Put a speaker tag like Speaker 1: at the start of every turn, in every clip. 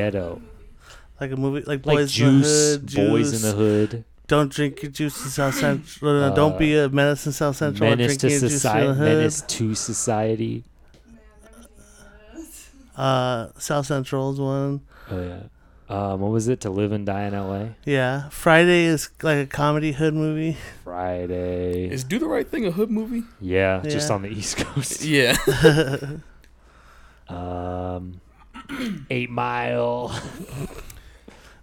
Speaker 1: ghetto,
Speaker 2: like a movie like
Speaker 1: like
Speaker 2: Boys
Speaker 1: Juice,
Speaker 2: in the Hood,
Speaker 1: Boys in
Speaker 2: Juice,
Speaker 1: the Hood,
Speaker 2: Don't drink your juice in South Central. no, don't be a menace in South Central. and
Speaker 1: Menace
Speaker 2: drink
Speaker 1: to
Speaker 2: your
Speaker 1: Society,
Speaker 2: Juice in the Hood.
Speaker 1: Menace to Society.
Speaker 2: Uh, South Central's one.
Speaker 1: Oh yeah. Um, what was it? To live and die in L.A.
Speaker 2: Yeah, Friday is like a comedy hood movie.
Speaker 1: Friday.
Speaker 3: Is Do the Right Thing a hood movie?
Speaker 1: yeah, just
Speaker 2: Yeah.
Speaker 1: on the East Coast.
Speaker 3: Yeah.
Speaker 1: Um, Eight Mile.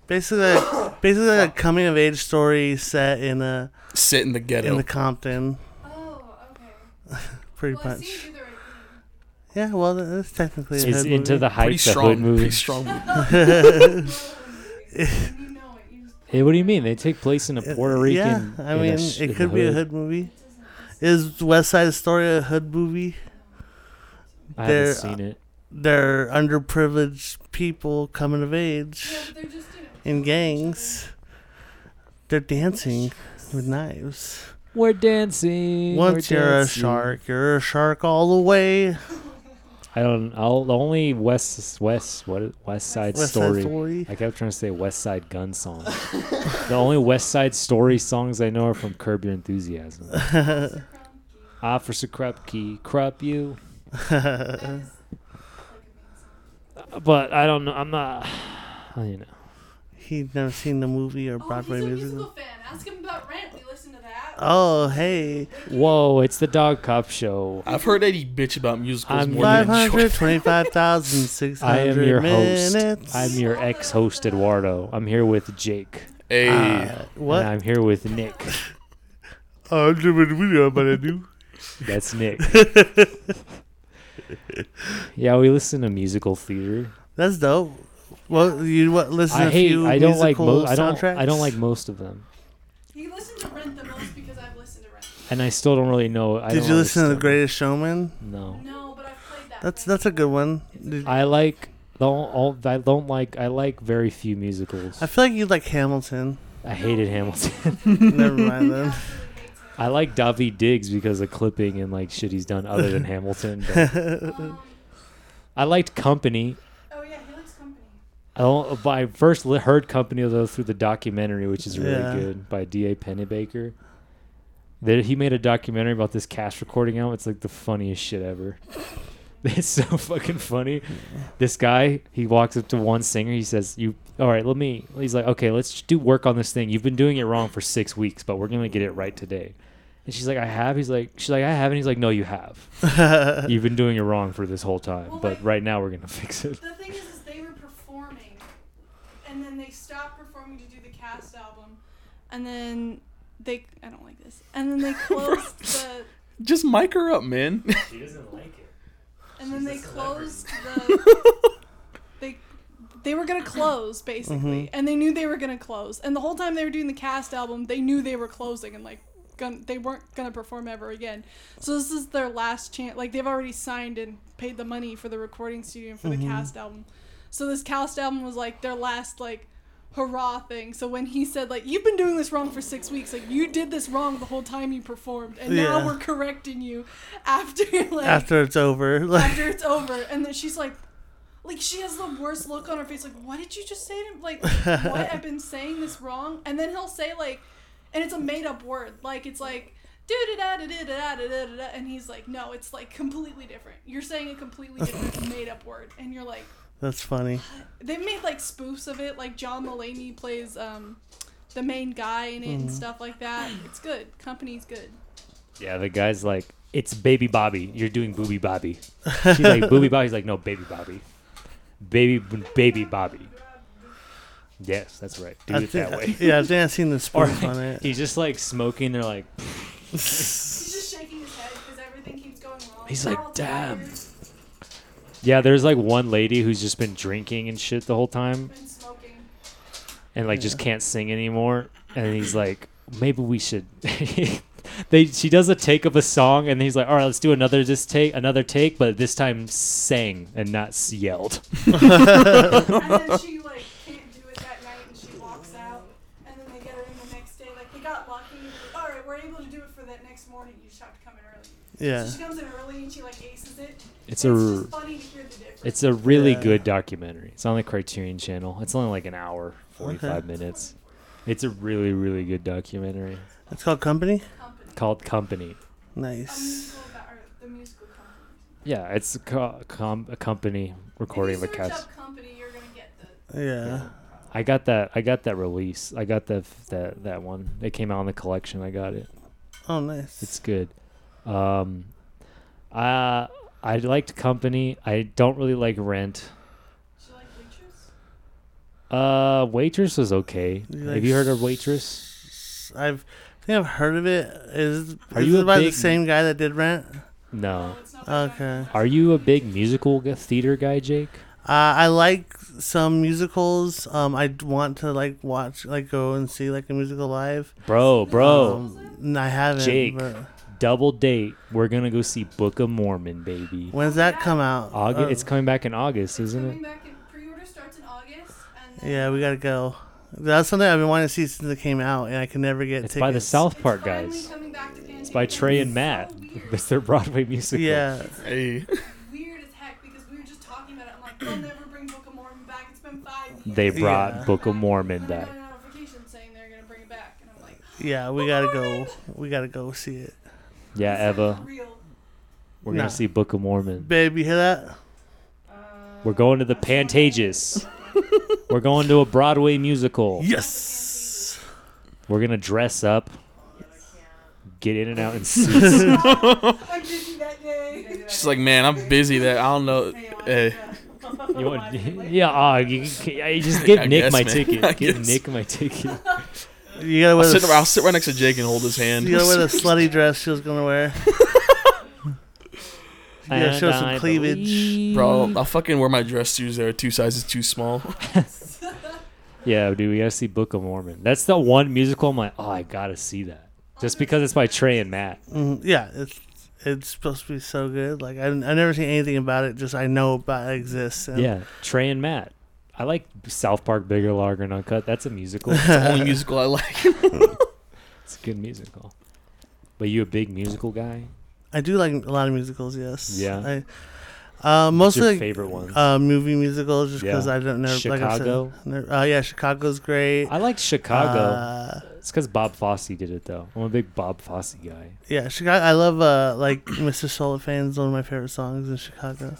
Speaker 2: Basically, like, basically like a coming of age story set in a
Speaker 3: Sit in the ghetto.
Speaker 2: in the Compton,
Speaker 4: Oh, okay.
Speaker 2: pretty
Speaker 4: Well, I
Speaker 2: much.
Speaker 4: see you do the right thing.
Speaker 2: Yeah, well, that's technically a
Speaker 1: Is
Speaker 2: hood
Speaker 1: Into
Speaker 2: movie.
Speaker 1: the
Speaker 3: pretty
Speaker 1: Heights a
Speaker 3: strong.
Speaker 1: hood movie?
Speaker 3: Pretty strong movie.
Speaker 4: And you know it. You just
Speaker 1: Hey, what do you mean? They take place in a
Speaker 2: Uh,
Speaker 1: Puerto Rican.
Speaker 2: Yeah, I
Speaker 1: in a
Speaker 2: mean,
Speaker 1: sh- in
Speaker 2: it
Speaker 1: the
Speaker 2: could be a hood movie. Is West Side Story a hood movie?
Speaker 1: I haven't
Speaker 2: There-
Speaker 1: seen it.
Speaker 2: They're underprivileged people coming of age
Speaker 4: yeah, but they're just you know.
Speaker 2: in gangs. They're dancing with knives.
Speaker 1: We're dancing.
Speaker 2: Once
Speaker 1: we're
Speaker 2: you're a
Speaker 1: dancing.
Speaker 2: shark, you're a shark all the way.
Speaker 1: I don't. I'll, the only West West what is- West Side
Speaker 2: West Side
Speaker 1: Story.
Speaker 2: Story.
Speaker 1: I kept trying to say West Side Gun song. the only West Side Story songs I know are from Curb Your Enthusiasm.
Speaker 2: uh, uh-uh.
Speaker 1: Ah, Officer Krupke, Krupp you. but I don't know. I'm not. You know.
Speaker 2: He'd never seen the movie or Broadway
Speaker 4: oh, he's a
Speaker 2: musical.
Speaker 4: musical fan. Ask him about Rent. We listen to that.
Speaker 2: Oh, hey.
Speaker 1: Whoa! It's the Dog Cop Show.
Speaker 3: I've heard that he bitch about musicals
Speaker 1: I'm
Speaker 3: more than I enjoy.
Speaker 2: 525,600
Speaker 1: I am your
Speaker 2: minutes.
Speaker 1: host. I'm your ex-host Eduardo. I'm here with Jake.
Speaker 3: Hey,
Speaker 2: Uh,
Speaker 1: And
Speaker 2: what?
Speaker 1: I'm here with Nick.
Speaker 2: I'm doing a video about it, dude.
Speaker 1: That's Nick. yeah, we listen to musical theater.
Speaker 2: That's dope. Well, you what, listen to
Speaker 1: I
Speaker 2: a
Speaker 1: hate.
Speaker 2: few
Speaker 1: I don't like.
Speaker 2: musical
Speaker 1: Mo- I don't.
Speaker 2: soundtracks?
Speaker 1: I don't like most of them,
Speaker 4: He listened to Rent the most because I've listened to Rent.
Speaker 1: and I still don't really know. I
Speaker 2: Did
Speaker 1: don't
Speaker 2: you listen to The
Speaker 1: understand.
Speaker 2: Greatest Showman?
Speaker 1: No.
Speaker 4: No, but I've played that.
Speaker 2: That's
Speaker 4: one.
Speaker 2: that's a good one. Did-
Speaker 1: I like. Don't. All, I don't like. I like very few musicals.
Speaker 2: I feel like you like Hamilton.
Speaker 1: I hated Hamilton.
Speaker 2: Never mind then.
Speaker 1: I like Davy Diggs because of clipping and like shit he's done other than Hamilton. but-
Speaker 2: Uh-uh.
Speaker 1: I liked Company.
Speaker 4: Um, Oh yeah, he likes company.
Speaker 1: I don't, but I first li- heard Company though through the documentary, which is really
Speaker 2: Yeah.
Speaker 1: good by D.A. Pennebaker. That he made a documentary about this cast recording album. It's like the funniest shit ever. It's so fucking funny. This guy, he walks up to one singer. He says, "You, all right? Let me." He's like, "Okay, let's do work on this thing. You've been doing it wrong for six weeks, but we're gonna get it right today." And she's like, "I have." He's like, "She's like, I have." And he's like, "No, you have. You've been doing it wrong for this whole time.
Speaker 4: Well,
Speaker 1: but
Speaker 4: like-
Speaker 1: right now, we're gonna fix it."
Speaker 4: The thing is, is they were performing, and then they stopped performing to do the cast album, and then they I don't like this, and then they closed the
Speaker 3: just mic her up, man.
Speaker 1: She doesn't like it.
Speaker 4: and then they closed the they they were gonna close basically,
Speaker 2: Mm-hmm.
Speaker 4: and they knew they were gonna close, and the whole time they were doing the cast album, they knew they were closing and like. Gun, they weren't gonna perform ever again, so this is their last chance. Like they've already signed and paid the money for the recording studio and for
Speaker 2: Mm-hmm.
Speaker 4: the cast album, so this cast album was like their last like hurrah thing. So when he said like you've been doing this wrong for six weeks, like you did this wrong the whole time you performed, and
Speaker 2: Yeah.
Speaker 4: now we're correcting you after like
Speaker 2: After it's over, like
Speaker 4: after it's over, and then she's like, like she has the worst look on her face. Like, what did you just say to him? Like, what? I've been saying this wrong. And then he'll say like, and it's a made up word. Like it's like. Do da da da da da da da da da, and he's like, no, it's like completely different. You're saying a completely different made up word, and you're like,
Speaker 2: that's funny.
Speaker 4: they made like spoofs of it. Like John Mulaney plays um, the main guy in it and stuff like that. It's good. Company's good.
Speaker 1: Yeah, the guy's like, "It's baby Bobby. You're doing booby Bobby." She's like, "Booby Bobby." He's like, "No, baby Bobby, baby, b- baby Bobby." Yes, that's right. Do
Speaker 2: I
Speaker 1: it that way.
Speaker 2: think, yeah, I think I've seen the
Speaker 1: Or
Speaker 2: spoof on it.
Speaker 1: he's just like smoking. They're like,
Speaker 4: He's just shaking his head because everything keeps going wrong.
Speaker 1: He's
Speaker 4: We're
Speaker 1: like,
Speaker 4: all
Speaker 1: "Damn."
Speaker 4: tired
Speaker 1: yeah. There's like one lady who's just been drinking and shit the whole time,
Speaker 4: and smoking.
Speaker 1: and like just can't sing anymore. And he's like, "Maybe we should." They, she does a take of a song and he's like, "All right, let's do another this take, another take, but this time sang and not s- yelled."
Speaker 4: and then she like can't do it that night and she walks out and then they get her in the next day like we got lucky all right we're able to do it for that next morning you just have to come in early
Speaker 2: Yeah,
Speaker 4: so she comes in early and she like aces it
Speaker 1: It's
Speaker 4: it's
Speaker 1: a
Speaker 4: just funny to hear the difference
Speaker 1: It's a really
Speaker 2: Yeah.
Speaker 1: good documentary. It's on the Criterion Channel. It's only like an hour, forty-five minutes. It's a really, really good documentary
Speaker 2: It's called Company.
Speaker 4: Company.
Speaker 1: called Company.
Speaker 4: A
Speaker 2: Nice.
Speaker 4: musical about or the musical company.
Speaker 1: Yeah, it's co- com- a company recording
Speaker 4: if
Speaker 1: of
Speaker 4: you
Speaker 1: a
Speaker 4: search
Speaker 1: cast.
Speaker 4: up company, you're gonna get the
Speaker 1: Um,
Speaker 2: Yeah.
Speaker 1: I got that. I got that release. I got that that that one. It came out in the collection. I got it.
Speaker 2: Oh, nice.
Speaker 1: It's good. Um, I I liked Company. I don't really like Rent.
Speaker 4: Do you like bleachers?
Speaker 1: Uh, Waitress was okay.
Speaker 2: You
Speaker 1: Have
Speaker 2: like
Speaker 1: you heard of Waitress?
Speaker 2: I've I think I've heard of it. Is
Speaker 1: Are
Speaker 2: is
Speaker 1: you
Speaker 2: it
Speaker 1: a
Speaker 2: by the
Speaker 1: big-
Speaker 2: same guy that did Rent? Uh,
Speaker 1: No.
Speaker 4: it's not that
Speaker 2: Okay.
Speaker 4: bad.
Speaker 1: Uh, Are you a big musical g- theater guy, Jake?
Speaker 2: Uh, I like some musicals. Um, I d- want to like watch, like go and see like a musical live.
Speaker 1: Bro, bro,
Speaker 2: um, n- I haven't.
Speaker 1: Jake.
Speaker 2: but-
Speaker 1: double date. We're gonna go see Book of Mormon, baby.
Speaker 2: when's that come out?
Speaker 1: August.
Speaker 2: Uh,
Speaker 1: It's coming back in August,
Speaker 4: Coming
Speaker 1: isn't it?
Speaker 4: back in pre-order starts in August, and then
Speaker 2: yeah, we gotta go. That's something I've been wanting to see since it came out, and I could never get
Speaker 1: It's
Speaker 2: tickets.
Speaker 1: by the South
Speaker 4: it's
Speaker 1: Park
Speaker 4: finally
Speaker 1: guys.
Speaker 4: coming back to It's
Speaker 1: By Trey and Matt.
Speaker 4: So weird.
Speaker 1: That's their Broadway musical.
Speaker 2: Yeah,
Speaker 3: Hey,
Speaker 4: weird as heck because we were just talking about it. I'm like, they'll never bring Book of Mormon back. It's been five years.
Speaker 1: They brought
Speaker 2: Yeah.
Speaker 1: Book of Mormon
Speaker 4: And I
Speaker 1: back.
Speaker 4: got a notification saying they're gonna bring it back, and I'm like,
Speaker 2: yeah, we gotta go. We gotta go see it,
Speaker 1: Yeah,
Speaker 4: "Is that
Speaker 1: Uh, Eva.
Speaker 4: real?"
Speaker 1: We're gonna
Speaker 2: Nah.
Speaker 1: see Book of Mormon.
Speaker 2: babe. You hear that?
Speaker 1: We're going to the Pantages. We're going to a Broadway musical.
Speaker 2: Yes.
Speaker 1: We're gonna dress up. Get in and out and see.
Speaker 4: I'm busy that day.
Speaker 3: she's like, man, I'm busy. That I don't know. Hey,
Speaker 1: You want, yeah, uh, you, you- you just give
Speaker 3: I
Speaker 1: Nick
Speaker 3: guess,
Speaker 1: my
Speaker 3: man. I
Speaker 1: ticket. Give
Speaker 3: guess.
Speaker 1: Nick my ticket.
Speaker 2: You gotta
Speaker 3: I'll
Speaker 2: wear.
Speaker 3: sit,
Speaker 2: the,
Speaker 3: I'll sit right next to Jake and hold his hand.
Speaker 2: You gotta wear the slutty dress she was gonna wear. gotta show
Speaker 1: And
Speaker 2: some
Speaker 1: I
Speaker 2: cleavage.
Speaker 1: believe-
Speaker 3: Bro, I'll fucking wear my dress shoes. They're two sizes too small.
Speaker 1: Yeah, dude, we gotta see Book of Mormon. That's the one musical I'm like, oh, I gotta see that. Just because it's by Trey and Matt.
Speaker 2: Mhm, Yeah, it's it's supposed to be so good. Like I I never seen anything about it. Just I know about it exists. and-
Speaker 1: Yeah, Trey and Matt. I like South Park Bigger Lager and Uncut. That's a musical.
Speaker 3: It's the only musical I like.
Speaker 1: it's a good musical. But you a big musical guy?
Speaker 2: I do like a lot of musicals. Yes.
Speaker 1: Yeah.
Speaker 2: I, uh,
Speaker 1: What's
Speaker 2: mostly
Speaker 1: your
Speaker 2: like,
Speaker 1: favorite ones?
Speaker 2: uh, movie musicals, just
Speaker 1: Yeah.
Speaker 2: because I don't know.
Speaker 1: Chicago?
Speaker 2: Like I said, never- uh, yeah, Chicago's great.
Speaker 1: I like Chicago.
Speaker 2: Uh,
Speaker 1: it's because Bob Fosse did it though. I'm a big Bob Fosse guy.
Speaker 2: yeah, Chicago. I love uh, like Mr. Solofan's one of my favorite songs in Chicago.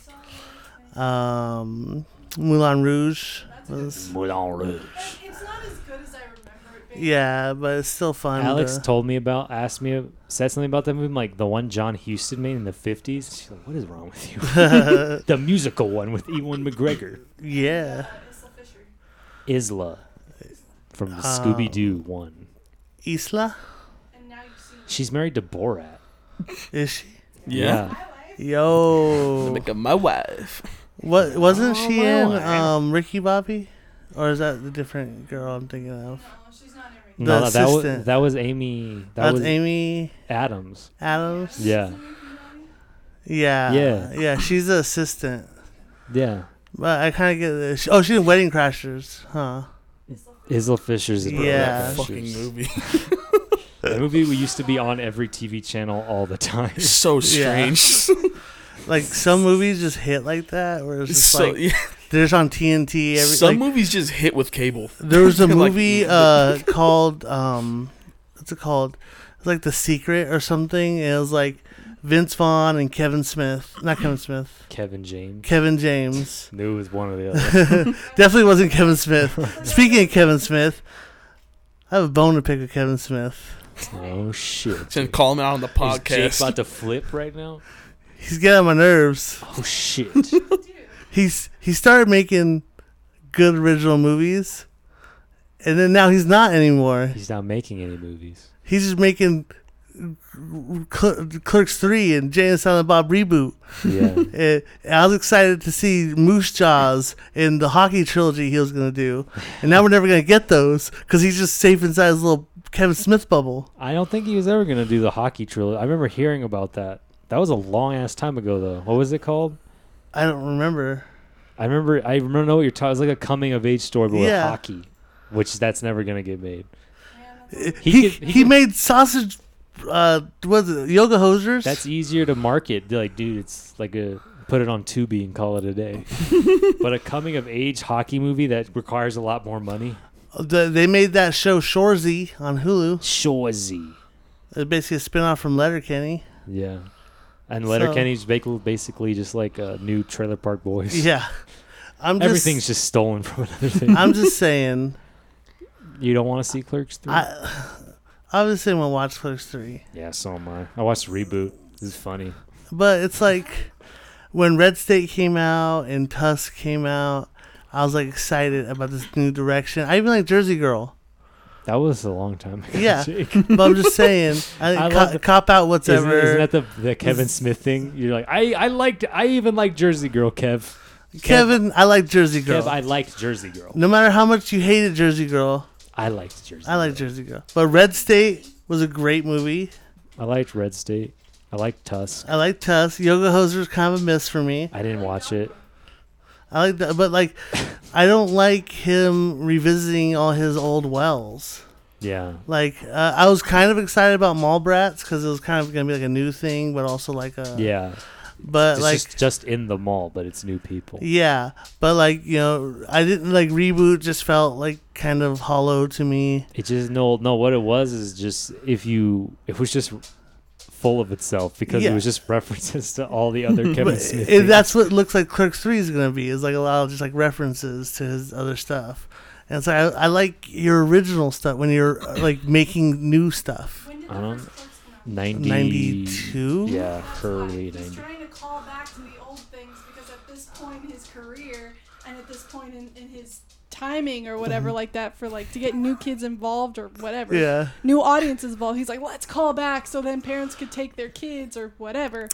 Speaker 2: Um, Moulin Rouge was
Speaker 1: Moulin Rouge.
Speaker 4: It's not as good as I remember it being.
Speaker 2: yeah, but it's still fun.
Speaker 1: Alex
Speaker 2: to-
Speaker 1: told me about, asked me, said something about that movie, like the one John Huston made in the 50s. She's like, what is wrong with you? the musical one with Ewan McGregor.
Speaker 2: yeah,
Speaker 4: Uh, Isla Fisher.
Speaker 1: Isla from the Scooby Doo one.
Speaker 2: Isla
Speaker 4: And now you see.
Speaker 1: She's married to Borat.
Speaker 2: is she?
Speaker 3: Yeah.
Speaker 4: My wife.
Speaker 2: Yo,
Speaker 3: Look at my wife.
Speaker 2: what wasn't
Speaker 1: Oh,
Speaker 2: she
Speaker 1: my
Speaker 2: in
Speaker 1: wife.
Speaker 2: um Ricky Bobby, or is that the different girl I'm thinking of?
Speaker 4: No, she's not in
Speaker 1: No,
Speaker 4: everything.
Speaker 2: The
Speaker 1: that was
Speaker 2: assistant.
Speaker 1: that was Amy. That
Speaker 2: That's
Speaker 1: was
Speaker 2: Amy
Speaker 1: Adams.
Speaker 2: Adams.
Speaker 1: Yeah,
Speaker 2: Yeah.
Speaker 1: Yeah.
Speaker 2: Yeah. She's the assistant.
Speaker 1: yeah.
Speaker 2: But I kind of get this. Oh, she's in Wedding Crashers, huh?
Speaker 1: Isla Fisher's in Borat.
Speaker 2: Yeah.
Speaker 1: That
Speaker 3: Fucking
Speaker 1: shit's-
Speaker 3: movie.
Speaker 1: That movie we used to be on every TV channel all the time.
Speaker 3: It's so
Speaker 2: Yeah.
Speaker 3: strange.
Speaker 2: Like some movies just hit like that, where it's
Speaker 3: It's
Speaker 2: just
Speaker 3: so,
Speaker 2: like
Speaker 3: yeah.
Speaker 2: they're just on TNT. Every
Speaker 3: Some
Speaker 2: like,
Speaker 3: movies just hit with cable.
Speaker 2: there was a
Speaker 3: like-
Speaker 2: movie uh called um, what's it called? It's like The Secret or something. and It was like Vince Vaughn and Kevin Smith, not Kevin Smith,
Speaker 1: Kevin James
Speaker 2: Kevin James.
Speaker 1: knew it was one or the other.
Speaker 2: Definitely wasn't Kevin Smith. Speaking of Kevin Smith, I have a bone to pick with Kevin Smith.
Speaker 1: oh shit!
Speaker 3: And call him out on the
Speaker 1: Is Jake
Speaker 3: podcast.
Speaker 1: about to flip right now?
Speaker 2: He's getting on my nerves.
Speaker 1: Oh shit!
Speaker 2: he's he started making good original movies and then now he's not anymore
Speaker 1: He's not making any movies.
Speaker 2: he's just making Cl- clerks 3 and jay and silent bob reboot
Speaker 1: Yeah,
Speaker 2: Uh, i was excited to see moose jaws and the hockey trilogy he was going to do and now we're never going to get those because he's just safe inside his little kevin smith bubble
Speaker 1: I don't think he was ever gonna do the hockey trilogy. I remember hearing about that. That was a long ass time ago though. What was it called?
Speaker 2: i don't remember
Speaker 1: I remember. I remember know what you're talking. It's like a coming of age story, but with
Speaker 2: Yeah.
Speaker 1: hockey, which that's never gonna get made. He
Speaker 2: he he,
Speaker 1: could- he could-
Speaker 2: made sausage uh was it yoga hosers
Speaker 1: That's easier to market. They're like, dude, it's like a put it on Tubi and call it a day. but a coming of age hockey movie that requires a lot more money.
Speaker 2: Uh, The, they made that show Shorzy on Hulu.
Speaker 1: Shorzy.
Speaker 2: It's basically a spin-off from Letterkenny.
Speaker 1: Yeah. And Letterkenny's ba- basically just like a new Trailer Park Boys.
Speaker 2: Yeah, I'm just,
Speaker 1: Everything's just stolen from another thing.
Speaker 2: I'm just saying.
Speaker 1: you don't want to see Clerks 3?
Speaker 2: I obviously I'm gonna watch Clerks three,
Speaker 1: yeah, so am I. I watched Reboot. This is funny.
Speaker 2: but it's like when Red State came out and Tusk came out, I was like excited about this new direction. I even like Jersey Girl,
Speaker 1: That was a long time ago.
Speaker 2: Yeah.
Speaker 1: Jake.
Speaker 2: but I'm just saying, I,
Speaker 1: I
Speaker 2: co-
Speaker 1: love the-
Speaker 2: cop out what's
Speaker 1: Isn't,
Speaker 2: ever.
Speaker 1: isn't that the, the Kevin Smith thing? You're like, I, I liked, I even like Jersey Girl, Kev.
Speaker 2: Kevin, I like Jersey Girl.
Speaker 1: Kev, I liked Jersey Girl.
Speaker 2: no matter how much you hated Jersey Girl,
Speaker 1: I liked Jersey.
Speaker 2: I like
Speaker 1: Girl.
Speaker 2: Jersey Girl. But Red State was a great movie.
Speaker 1: I liked Red State. I liked Tusk.
Speaker 2: I like Tusk. Yoga Hoser's kind of a miss for me.
Speaker 1: I didn't watch it.
Speaker 2: I like that, but like, I don't like him revisiting all his old wells.
Speaker 1: Yeah,
Speaker 2: Like, uh, I was kind of excited about Mallbrats because it was kind of gonna be like a new thing, but also like a
Speaker 1: yeah.
Speaker 2: But
Speaker 1: It's
Speaker 2: like,
Speaker 1: just, just in the mall, but it's new people.
Speaker 2: yeah, but like you know, I didn't like reboot. Just felt like kind of hollow to me.
Speaker 1: It just no, no. What it was is just if you, it was just full of itself because
Speaker 2: Yeah.
Speaker 1: it was just references to all the other Kevin
Speaker 2: But
Speaker 1: Smith.
Speaker 2: it,
Speaker 1: things.
Speaker 2: that's what it looks like Clerks Three is gonna be. Is like a lot of just like references to his other stuff. And so I, I like your original stuff when you're uh, like making new stuff.
Speaker 4: When did
Speaker 1: I don't-
Speaker 4: the first Clerks come out?
Speaker 1: 90,
Speaker 2: 92?
Speaker 1: Yeah,
Speaker 4: That's why
Speaker 1: early
Speaker 4: He's
Speaker 1: 90.
Speaker 4: trying to call back to the old things because at this point in his career and at this point in, in his timing or whatever like that for like to get new kids involved or whatever
Speaker 2: Mm-hmm. Yeah.
Speaker 4: new audiences involved he's like let's call back so then parents could take their kids or whatever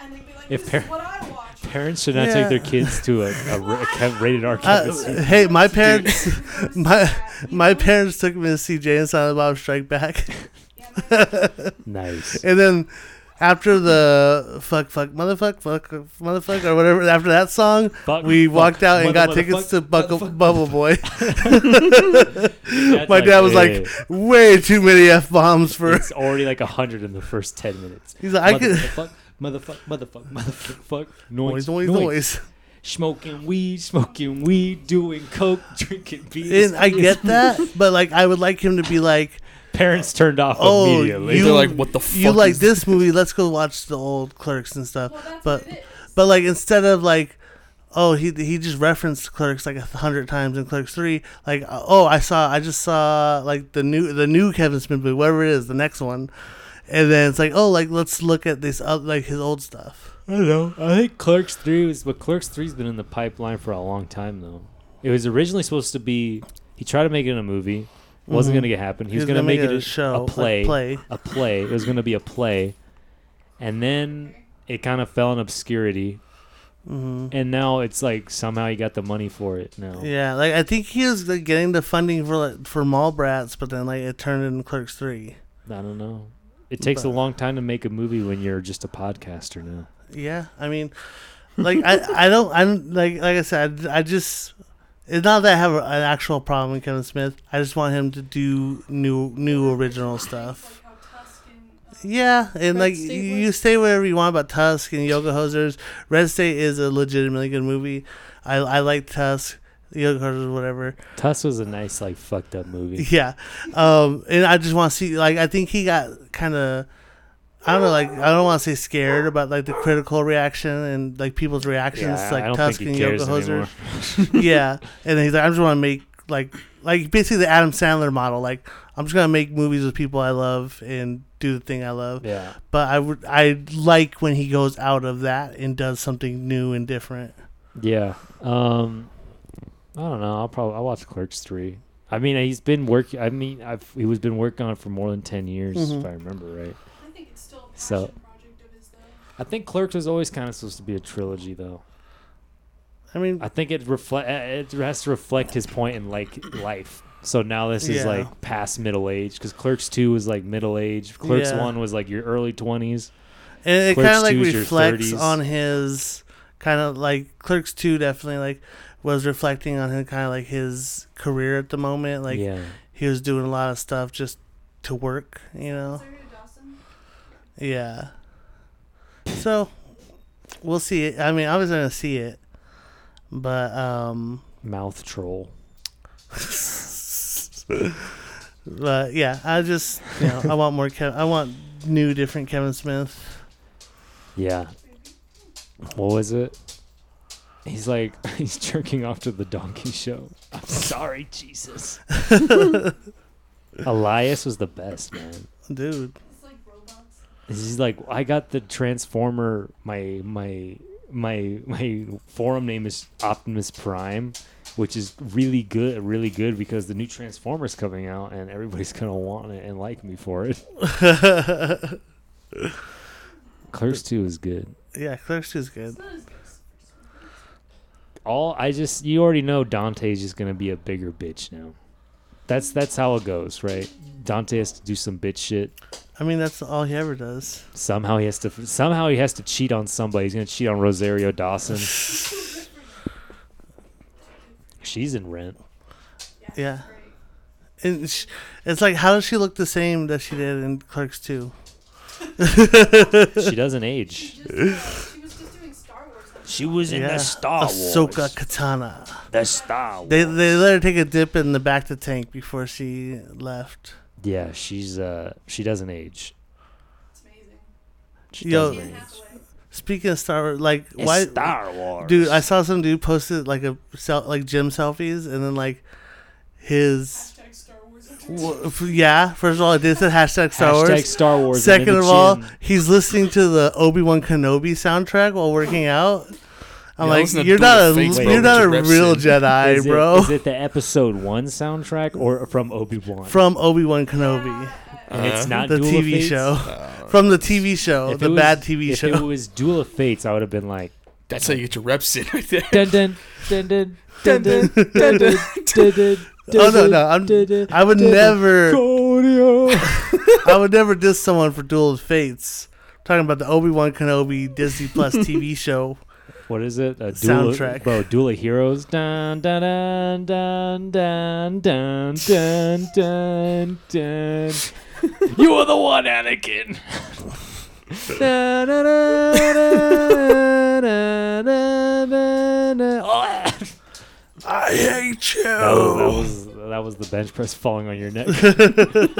Speaker 4: and they'd be like
Speaker 1: If
Speaker 4: this
Speaker 1: par-
Speaker 4: is what i watch
Speaker 1: Parents should not take
Speaker 2: Yeah.
Speaker 1: their kids to a, a, ra- a Kev- rated R Kevin
Speaker 2: Uh,
Speaker 1: Smith.
Speaker 2: hey, my parents,
Speaker 4: Versus
Speaker 2: my
Speaker 4: that, you
Speaker 2: my
Speaker 4: know?
Speaker 2: parents took me to see Jay and Silent Bob Strike Back,
Speaker 4: Yeah, my-
Speaker 1: Nice.
Speaker 2: and then after the fuck fuck motherfuck fuck motherfuck or whatever after that song,
Speaker 1: Fuck,
Speaker 2: we
Speaker 1: fuck,
Speaker 2: walked out and
Speaker 1: mother-
Speaker 2: got tickets
Speaker 1: motherfuck,
Speaker 2: to Buckle,
Speaker 1: motherfuck.
Speaker 2: Bubble Boy.
Speaker 1: That's
Speaker 2: my dad was
Speaker 1: hey,
Speaker 2: like, way too many f bombs for.
Speaker 1: it's already like a hundred in the first ten minutes.
Speaker 2: He's like, I could.
Speaker 1: Motherfuck, motherfuck, motherfuck, motherfuck, fuck,
Speaker 2: Noise,
Speaker 1: noise,
Speaker 2: noise, noise.
Speaker 1: smoking weed, smoking weed, doing coke, drinking beer.
Speaker 2: And I get that, but like, I would like him to be like,
Speaker 1: Parents turned off
Speaker 2: Oh,
Speaker 1: immediately.
Speaker 2: you-
Speaker 3: They're like, what the fuck?
Speaker 2: you like
Speaker 3: is
Speaker 2: this movie? Let's go watch the old Clerks and stuff.
Speaker 4: well, that's
Speaker 2: But
Speaker 4: what it is.
Speaker 2: But like instead of like, oh he he just referenced Clerks like a hundred times in Clerks three. Like oh I saw I just saw like the new the new Kevin Smith movie whatever it is the next one, and then it's like oh like let's look at this uh, like his old stuff.
Speaker 1: I don't know. I think Clerks Three was, but Clerks Three's been in the pipeline for a long time though. It was originally supposed to be. He tried to make it a movie. Wasn't
Speaker 2: Mhm.
Speaker 1: going to happen. Mm-hmm. He, was, going to make it a, show, a
Speaker 2: like,
Speaker 1: play, a play. It was going to be a play, and then it kind of fell in obscurity.
Speaker 2: Mhm.
Speaker 1: And now it's like somehow he got the money for it now.
Speaker 2: Yeah, like I think he was like, getting the funding for like, for Mallrats, but then like it turned into Clerks three.
Speaker 1: I don't know. It takes a
Speaker 2: But-
Speaker 1: long time to make a movie when you're just a podcaster now.
Speaker 2: Yeah, I mean, like I, I don't, I don't like, like I said, I just. It's not that I have a, an actual problem with Kevin Smith. I just want him to do new, new original stuff.
Speaker 4: It's like how Tusk and, uh,
Speaker 2: Yeah, and
Speaker 4: Red
Speaker 2: like you,
Speaker 4: State
Speaker 2: you
Speaker 4: was-
Speaker 2: say whatever you want about Tusk and Yoga Hosers. Red State is a legitimately good movie. I, I like Tusk, Yoga Hosers, whatever.
Speaker 1: Tusk was a nice like fucked up movie.
Speaker 2: Yeah, um, and I just want to see. Like I think he got kind of. I don't know, like I don't want to say scared about like the critical reaction and like people's reactions
Speaker 1: Yeah,
Speaker 2: to,
Speaker 1: I
Speaker 2: like
Speaker 1: don't
Speaker 2: Tusk
Speaker 1: think
Speaker 2: and
Speaker 1: he
Speaker 2: Yoga
Speaker 1: cares
Speaker 2: Hosers.
Speaker 1: anymore.
Speaker 2: yeah, and he's like, I just want to make like like basically the Adam Sandler model. Like I'm just gonna make movies with people I love and do the thing I love.
Speaker 1: Yeah.
Speaker 2: But I would I like when he goes out of that and does something new and different.
Speaker 1: Yeah. Um I don't know. I'll probably I'll watch Clerks 3. I mean, he's been working I mean, I've he was been working on it for more than 10 years
Speaker 2: Mhm.
Speaker 1: if I remember right.
Speaker 4: i think it's still a passion
Speaker 1: So-
Speaker 4: project of his though
Speaker 1: I think Clerks was always kind of supposed to be a trilogy though.
Speaker 2: I mean,
Speaker 1: I think it reflect it has to reflect his point in like life. So now this is
Speaker 2: Yeah.
Speaker 1: like past middle age cuz Clerks 2 was like middle age. Clerks
Speaker 2: Yeah.
Speaker 1: 1 was like your early 20s.
Speaker 2: and it
Speaker 1: Clerks
Speaker 2: kind of like
Speaker 1: 2 is your
Speaker 2: reflects
Speaker 1: 30s.
Speaker 2: on his kind of like Clerks Two definitely like was reflecting on him kind of like his career at the moment. Like
Speaker 1: yeah.
Speaker 2: he was doing a lot of stuff just to work, you know.
Speaker 4: Sarah Dawson?
Speaker 2: Yeah. So We'll see. It. I mean, I was gonna see it, but um,
Speaker 1: Mouth troll.
Speaker 2: but yeah, I just you know I want more. Kev- I want new, different Kevin Smith.
Speaker 1: Yeah. What was it? He's like he's jerking off to the donkey show. I'm sorry, Jesus. Elias was the best, man.
Speaker 2: Dude,
Speaker 4: It's like robots.
Speaker 1: He's like I got the Transformer my my my my forum name is Optimus Prime, which is really good, really good because the new Transformers coming out and everybody's going to want it and like me for it. Clerks 2 is good.
Speaker 2: yeah, Clerks 2 is good.
Speaker 4: It's not as good. as-
Speaker 1: all I just you already know Dante's just gonna be a bigger bitch now. That's that's how it goes, right? Dante has to do some bitch shit.
Speaker 2: I mean, that's all he ever does.
Speaker 1: Somehow he has to somehow he has to cheat on somebody. He's gonna cheat on Rosario Dawson. She's in Rent.
Speaker 2: Yeah,
Speaker 4: Great.
Speaker 2: and sh it's like, how does she look the same that she did in Clerks 2?
Speaker 1: She doesn't
Speaker 4: She
Speaker 1: age.
Speaker 4: just, uh, she was just doing Star Wars. on
Speaker 1: She was in
Speaker 2: Yeah.
Speaker 1: the Star Wars.
Speaker 2: Ahsoka Katana.
Speaker 1: The Star Wars.
Speaker 2: They they let her take a dip in the back to tank before she left.
Speaker 1: yeah, she's uh she doesn't age.
Speaker 4: It's
Speaker 1: She
Speaker 2: Yo-
Speaker 1: doesn't
Speaker 4: amazing. Anne
Speaker 1: age.
Speaker 4: Hathaway.
Speaker 2: Speaking of Star Wars, like
Speaker 1: It's
Speaker 2: why
Speaker 1: Star Wars.
Speaker 2: dude i saw some dude posted like a sel- like gym selfies and then like his
Speaker 4: Hashtag Star Wars.
Speaker 2: wha- f- yeah first of all it did say hashtag star
Speaker 1: Hashtag
Speaker 2: wars
Speaker 1: Star Wars. and in
Speaker 2: second
Speaker 1: the
Speaker 2: of all
Speaker 1: gym.
Speaker 2: he's listening to the obi-wan kenobi soundtrack while working out i'm
Speaker 3: Yeah, I
Speaker 2: like
Speaker 3: listen to
Speaker 2: you're
Speaker 3: Duel
Speaker 2: not,
Speaker 3: of
Speaker 2: a,
Speaker 3: Fates,
Speaker 1: bro,
Speaker 2: you're not a
Speaker 3: Richard Ripson.
Speaker 2: real jedi
Speaker 1: is
Speaker 2: bro
Speaker 1: It, is it the episode one soundtrack or from Obi Wan?
Speaker 2: from obi-wan kenobi
Speaker 1: it's not
Speaker 2: the
Speaker 1: Duel of
Speaker 2: tv
Speaker 1: Fates?
Speaker 2: show
Speaker 3: Uh,
Speaker 2: from the tv show
Speaker 1: If
Speaker 2: the
Speaker 1: it was-
Speaker 2: bad tv
Speaker 1: If it
Speaker 2: show
Speaker 1: was Duel of Fates, I would have been like,
Speaker 3: That's how you get your reps in right there.
Speaker 1: dun dun dun dun dun dun dun dun dun. dun,
Speaker 2: Oh, no,
Speaker 1: dun,
Speaker 2: no, I'm-
Speaker 1: dun, dun,
Speaker 2: i would
Speaker 1: dun, dun.
Speaker 2: never
Speaker 1: Claudio.
Speaker 2: i would never diss someone for duel of fates talking about the obi-wan kenobi disney plus tv show
Speaker 1: What is it? A duel
Speaker 2: Soundtrack.
Speaker 1: Of, bro, Duel of Heroes. Dun dun dun dun dun dun dun dun dun. you are the one, Anakin. Dun, dun, dun, dun, dun, dun, dun, dun. Oh,
Speaker 2: I hate you.
Speaker 1: That was,
Speaker 3: Oh.
Speaker 1: that was that was the bench press falling on your neck.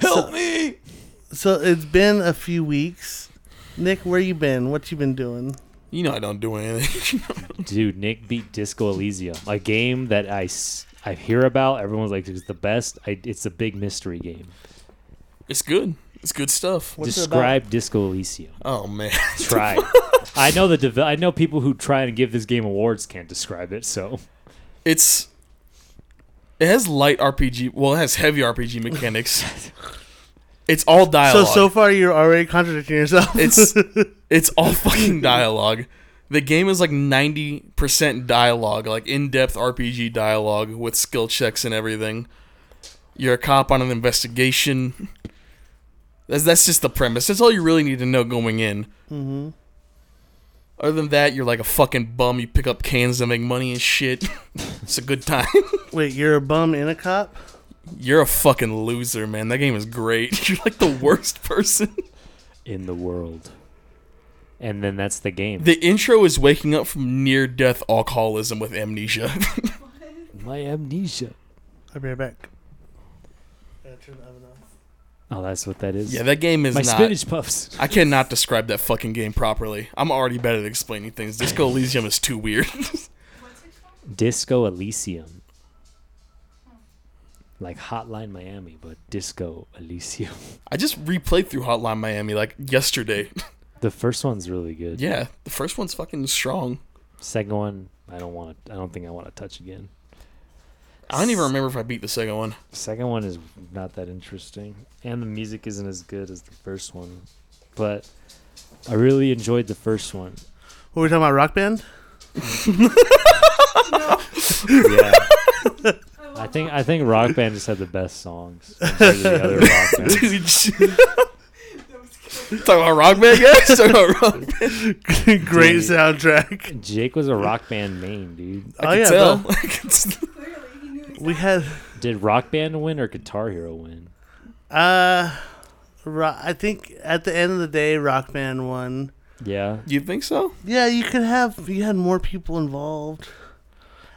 Speaker 1: Help me!
Speaker 2: So it's been a few weeks. Nick, where you been? What you been doing?
Speaker 3: You know I don't do anything.
Speaker 1: Dude, Nick beat Disco Elysium, a game that I, s- I hear about. Everyone's like, it's the best. I, it's a big mystery game.
Speaker 3: it's good. It's good stuff.
Speaker 2: What's it about?
Speaker 1: Describe Disco Elysium.
Speaker 3: Oh man.
Speaker 1: Try. I know the devel- I know people who try and give this game awards can't describe it. So
Speaker 3: It's it has light RPG. Well, it has heavy RPG mechanics. it's all
Speaker 2: So
Speaker 3: dialogue.
Speaker 2: so far you're already contradicting yourself.
Speaker 3: it's it's all fucking dialogue. The game is like ninety percent dialogue, like in-depth RPG dialogue with skill checks and everything. You're a cop on an investigation. That's that's just the premise. That's all you really need to know going in.
Speaker 2: hmm
Speaker 3: Other than that, you're like a fucking bum. You pick up cans to make money and shit. it's a good time.
Speaker 2: Wait, you're a bum and a cop?
Speaker 3: You're a fucking loser, man. That game is great. You're like the worst person.
Speaker 1: in the world, and then that's the game.
Speaker 3: The intro is waking up from near death alcoholism with amnesia.
Speaker 1: My amnesia.
Speaker 2: I'll be right back. Gotta turn the oven off.
Speaker 1: Oh, that's what that is.
Speaker 3: yeah, that game is
Speaker 1: My
Speaker 3: not.
Speaker 1: spinach puffs.
Speaker 3: I cannot describe that fucking game properly. I'm already bad at explaining things. Disco Elysium is too weird.
Speaker 4: What's it called?
Speaker 1: Disco Elysium. Like Hotline Miami, but Disco Elysium.
Speaker 3: I just replayed through Hotline Miami like yesterday.
Speaker 1: The first one's really good.
Speaker 3: Yeah, the first one's fucking strong.
Speaker 1: Second one, I don't want. To, I don't think I want to touch again.
Speaker 3: I don't even remember if I beat the second one.
Speaker 1: Second one is not that interesting, and the music isn't as good as the first one. But I really enjoyed the first one.
Speaker 2: What were we talking about? Rock band?
Speaker 1: Yeah.
Speaker 4: I, love
Speaker 1: I think I think Rock Band just had the best songs. compared to the other rock bands.
Speaker 3: Talking about Rock Band, yeah. Talking about Rock Band.
Speaker 2: Great
Speaker 1: Dude.
Speaker 2: soundtrack.
Speaker 1: Jake was a Rock Band main dude.
Speaker 3: I
Speaker 2: Oh,
Speaker 3: can
Speaker 2: yeah,
Speaker 3: tell.
Speaker 2: bro.
Speaker 3: I can s-
Speaker 4: Clearly, he knew exactly.
Speaker 2: We had
Speaker 1: Did Rock Band win or Guitar Hero win?
Speaker 2: uh ro- I think at the end of the day Rock Band won.
Speaker 1: Yeah.
Speaker 3: You think so?
Speaker 2: Yeah, you could have you had more people involved.